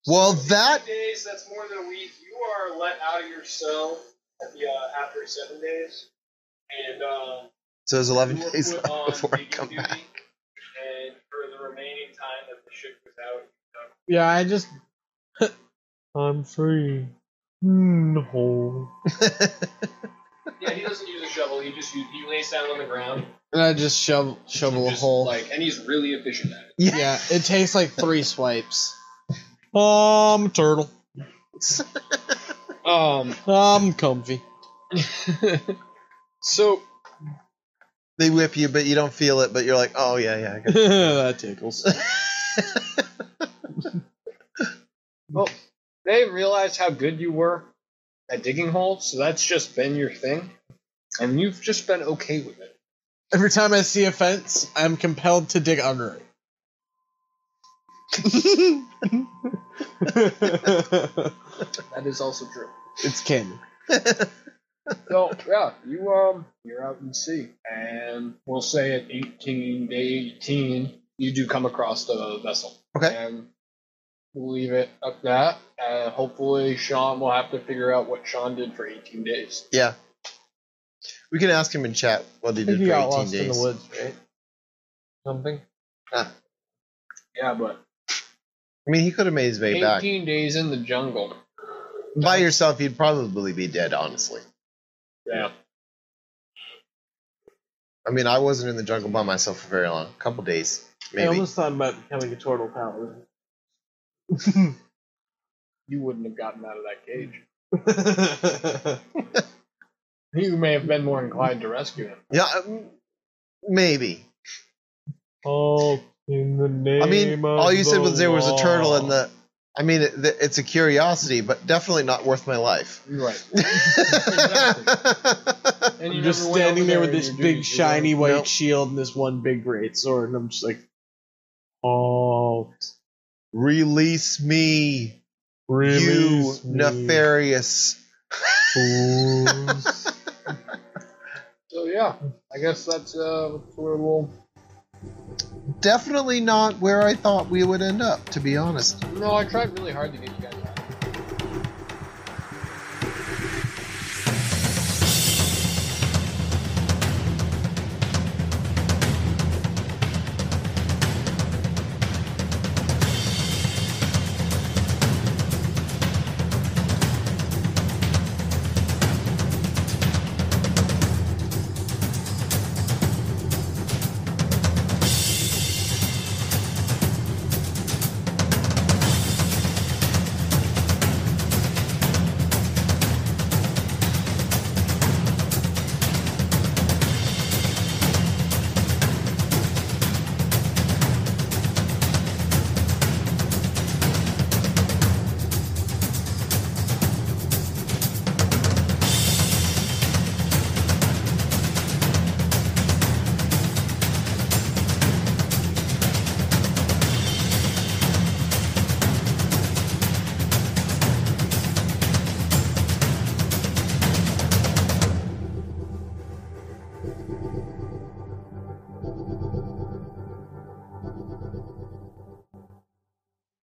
S3: Well, that
S17: Three days. That's more than a week. You are let out of your cell at the, uh, after seven days, and uh,
S3: so there's eleven
S17: you were
S3: days
S17: put
S3: left
S17: on
S3: before I
S17: digging
S3: come
S17: duty,
S3: back.
S17: And for the remaining time that the ship was out,
S2: Yeah, I just. I'm free. No.
S17: yeah, he doesn't use a shovel. He just use, he lays down on the ground.
S2: And I just shovel shovel a
S17: just,
S2: hole.
S17: Like, and he's really efficient at it.
S2: yeah, it takes like three swipes. Um, turtle.
S4: Um.
S2: I'm comfy.
S4: So
S3: They whip you, but you don't feel it. But you're like, oh yeah, yeah. I got it.
S2: that tickles.
S4: they realized how good you were at digging holes, so that's just been your thing, and you've just been okay with it.
S2: Every time I see a fence, I'm compelled to dig under it.
S4: That is also true.
S2: It's candy.
S4: So yeah, you um, you're out in sea, and we'll say at 18 day 18, you do come across the vessel.
S3: Okay.
S4: And we'll leave it at that. Uh, hopefully, Sean will have to figure out what Sean did for 18 days.
S3: yeah. We can ask him in chat what he did
S2: You
S3: for
S2: got
S3: eighteen
S2: lost in the
S3: days.
S2: woods, right? Something.
S3: Ah.
S4: Yeah, but
S3: I mean, he could have made his way back
S4: 18 days in the jungle.
S3: by yourself. He'd probably be dead, honestly.
S4: Yeah.
S3: I mean, I wasn't in the jungle by myself for very long. A couple days,
S2: I
S3: maybe.
S2: almost thought about becoming a turtle paladin.
S4: you wouldn't have gotten out of that cage. You may have been more inclined to rescue him.
S3: Yeah, um, maybe.
S16: All in the name.
S3: I mean, all you
S16: of
S3: said
S16: the
S3: was there was a turtle
S16: law.
S3: and the. I mean, it, th- it's a curiosity, but definitely not worth my life.
S4: You're right.
S3: I
S4: And you
S2: I'm just
S4: never went
S2: standing
S4: over
S2: there with
S4: and
S2: this
S4: you
S2: big
S4: did-
S2: shiny white
S3: Nope.
S2: shield and this one big great sword, and I'm just like, oh,
S3: Release me,
S16: Release
S3: you
S16: me.
S3: nefarious.
S4: So yeah, I guess that's uh, where we'll
S3: definitely not where I thought we would end up, to be honest.
S4: No, I tried really hard to get you guys out.